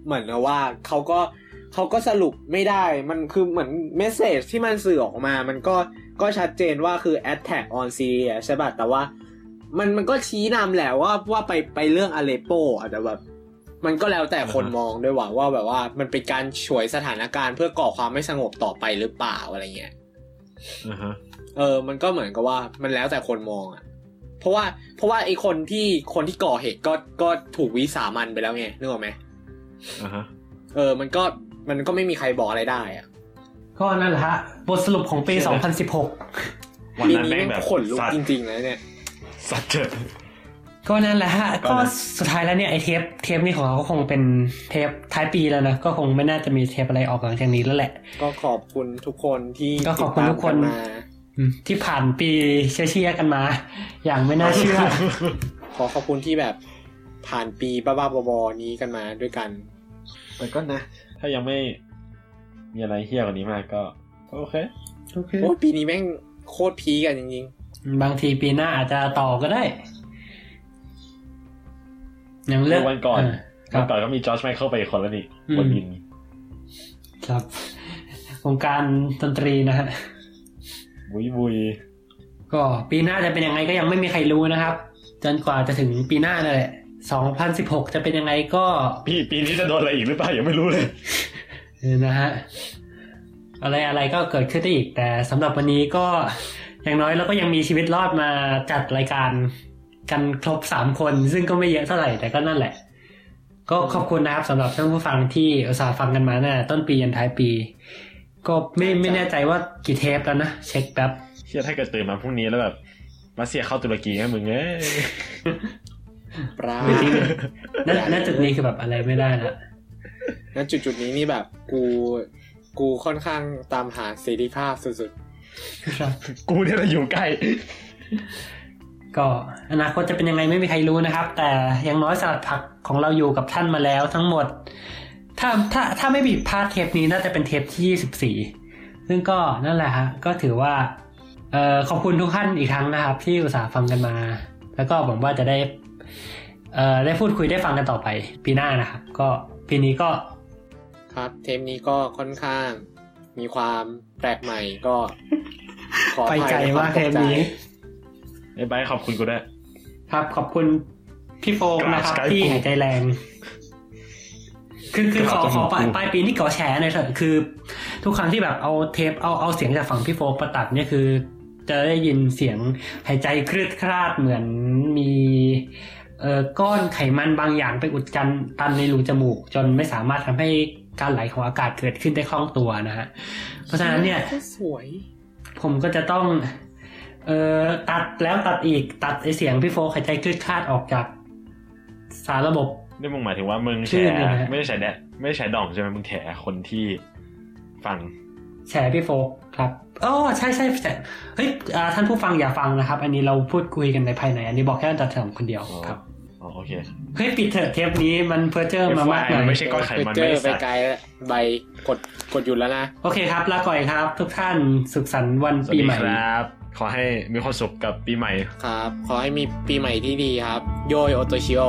Speaker 2: เหมือนกับว่าเขาก็เขาก็สรุปไม่ได้มันคือเหมือนเมสเซจที่มันสื่อออกมา มันก็ก็ชัดเจนว่าคือ attack on Syria ใช่ป่ะแต่ว่ามันมันก็ชี้นำแหละว่าว่าไปไปเรื่องอเลโปอาจจะแต่แบบมันก็แล้วแต่คนมองด้วยว่าว่าแบบว่ามันเป็นการฉวยสถานการณ์เพื่อก่อความไม่สงบต่อไปหรือเปล่าอะไรเงี้ย
Speaker 3: อ่าฮะ
Speaker 2: เออ มันก็เหมือนกับว่ามันแล้วแต่คนมองอะเพราะว่า เพราะว่าไอ้คนที่คนที่ก่อเหตุก็ก็ถูกวิสามันไปแล้วไงนึกออกไหม
Speaker 3: อ่าฮะ
Speaker 2: เออ มันก็มันก็ไม่มีใครบอกอะไรได้อะ
Speaker 1: ก็นั่นแหละฮะ บทสรุปของปี
Speaker 3: วัน
Speaker 2: ปี
Speaker 3: นั้น
Speaker 2: นี้
Speaker 3: แม่งแบ
Speaker 2: แม่
Speaker 3: บ
Speaker 2: งขนลุก
Speaker 3: สัต
Speaker 2: จ
Speaker 3: ว์
Speaker 2: ริงๆเลยเนี่ย
Speaker 3: สัตว์เจอ
Speaker 1: 2016 ก็นั่นแหละฮะ
Speaker 3: ก็
Speaker 1: ก็
Speaker 3: นะ
Speaker 1: สุดท้ายแล้วเนี่ย ไอเทปเทปนี้ของเราก็คงเป็นเทปท้ายปีแล้วนะ ก็คงไม่น่าจะมีเทปอะไรออกหลังจากนี้แล้วแหละ
Speaker 2: ก็ขอบคุณทุกคนที่
Speaker 1: ก็ขอบคุณทุกคน
Speaker 2: ติดตามมา
Speaker 1: อืมที่ผ่านปีเชียร์ๆกันมา อย่างไม่น่าเชื่อ
Speaker 2: ขอขอบคุณที่แบบผ่านปีบ้าๆบอๆนี้กันมาด้วยกันแต่ก็นะ
Speaker 3: (laughs) ถ้ายังไม่มีอะไรเฮี้ยกว่านี้มากก็ โอเค
Speaker 1: โอเค
Speaker 2: โอ้ยปีนี้แม่งโคตรพีคกันจริง
Speaker 1: บางทีปีหน้าอาจจะต่อก็ได้ อย่างเลือก
Speaker 3: วันก่อน
Speaker 1: ค
Speaker 3: วั
Speaker 1: รั
Speaker 3: น
Speaker 1: บ
Speaker 3: ก่อนก็มีจอร์จไมเคิลไปอีกคนแล้วนี่
Speaker 1: อืม
Speaker 3: คนยิน
Speaker 1: ครับ (laughs) วงการดนตรีนะฮะ
Speaker 3: บุยบุย
Speaker 1: ก็ปีหน้าจะเป็นยังไงก็ยังไม่มีใครรู้นะครับ จนกว่าจะถึงปีหน้านั่นแหละ 2016 จะเป็นยังไงก็
Speaker 3: ปีปีนี้จะโดนอะไรอีกหรือเปล่ายังไม่รู้เลย
Speaker 1: เออนะฮะ อะไรอะไรก็เกิดขึ้นได้อีก แต่สำหรับวันนี้ก็ (laughs) อย่างน้อยเราก็ยังมีชีวิตรอดมาจัดรายการกันครบสามคน ซึ่งก็ไม่เยอะเท่าไหร่แต่ก็นั่นแหละ ก็ขอบคุณนะครับสำหรับท่านผู้ฟังที่อุตส่าห์ฟังกันมาน่ะต้นปียันท้ายปี ก็ไม่ไม่แน่ใจว่ากี่เทปแล้วนะเช็คแป๊บ (laughs)
Speaker 3: เฮียถ้าเกิดตื่นมาพรุ่งนี้แล้วแบบรัสเซียเข้าตุรกีให้มึงเอ้ย
Speaker 2: ๆปลา
Speaker 1: ไม่จริง ณณจุดนี้คือแบบอะไรไม่ได้ละ
Speaker 2: ณจุดๆนี้นี่แบบกู กูค่อนข้างตามหาเสรีภาพสุด
Speaker 1: ครับ
Speaker 3: กูเนี่ยจะอยู่ใกล้
Speaker 1: ก็อนาคตจะเป็นยังไงไม่มีใครรู้นะครับ แต่อย่างน้อยสลัดผักของเราอยู่กับท่านมาแล้วทั้งหมด ถ้าถ้าถ้าไม่ผิดพลาดเทปนี้น่าจะเป็นเทปที่ 24 ซึ่งก็นั่นแหละฮะก็ถือว่าเออขอบคุณทุกท่านอีกครั้งนะครับ ที่อุตส่าห์ฟังกันมา แล้วก็หวังว่าจะได้เอ่อได้พูดคุยได้ฟังกันต่อไป ปีหน้านะครับ ก็ปีนี้ก็
Speaker 2: ๆ ครับ เทปนี้ก็ค่อนข้าง มีความแปลกใหม่
Speaker 1: (laughs)
Speaker 2: ก็ขออ
Speaker 1: ไป
Speaker 2: ภัย
Speaker 1: ไกล
Speaker 2: ในคว
Speaker 1: มาก
Speaker 2: ต
Speaker 1: เท
Speaker 2: ก
Speaker 1: ป
Speaker 2: ใจ
Speaker 1: นี้
Speaker 3: ไอ้ยบายขอบคุณกูด้วย
Speaker 1: ครับขอบคุณพี่โฟมนะครับ
Speaker 3: Skype
Speaker 1: ที่หายใจแรง คือคือขอ
Speaker 3: ขอบคุณ
Speaker 1: ขอปลาย
Speaker 3: กู
Speaker 1: ปลายปีนี่ขอแชร์หน่อยเถอะคือ ทุกครั้งที่แบบเอาเทปเอาเอาเสียงจากฝั่งพี่โฟมประตัดเนี่ยคือ จะได้ยินเสียงหายใจคลืดคลาดเหมือนมีเอ่อก้อนไขมันบางอย่างไปอุดจันตันในรูจมูก จนไม่สามารถทำให้การไหลของอากาศเกิดขึ้นได้คล่องตัวนะฮะเพราะฉะนั้นเนี่ย
Speaker 2: ก็สวย
Speaker 1: ผมก็จะต้อง เอ่อตัดแล้วตัดอีกตัดไอเสียงพี่โฟกหายใจคลืดคลาดออกจาก สารระบบ
Speaker 3: นี่มึงหมายถึงว่ามึง
Speaker 1: ชื่
Speaker 3: แฉ
Speaker 1: อเนี่ยนะฮะ
Speaker 3: ไม่ได้ใช้แดดไม่ได้ใช้ดองใช่ไหมมึงแฉคนที่ฟัง
Speaker 1: แชร์พี่โฟกครับอ๋อใช่ใช่แชร์เฮ้ยอ่าท่านผู้ฟังอย่าฟังนะครับ อันนี้เราพูดคุยกันในภายใน อันนี้บอกแค่ตัดสองคนเดียว
Speaker 3: อ๋อ
Speaker 1: ครับ
Speaker 3: อ๋อโอเค
Speaker 1: เฮ้ยปิดเถอะเทปนี้มันเพอเจอร์มามากเล
Speaker 3: FYI
Speaker 1: ย
Speaker 3: ไม่ใช่ก้อนไข
Speaker 2: ไป
Speaker 3: มัน
Speaker 2: เจ
Speaker 3: ไม่
Speaker 2: อ
Speaker 3: ได้
Speaker 2: ไป
Speaker 3: ใส่
Speaker 2: ไกลแล้วใบกดกดหยุดแล้วนะ
Speaker 1: โอเคครับลาก่อยครับ ทุกท่านสุขสันต์วัน
Speaker 3: สวัส
Speaker 1: ปี
Speaker 3: ดี
Speaker 1: ใหม่
Speaker 3: ครับ ขอให้มีความสุขกับปีใหม่
Speaker 2: ครับ ขอให้มีปีใหม่ที่ดีครับ โยยโอโตชิโอ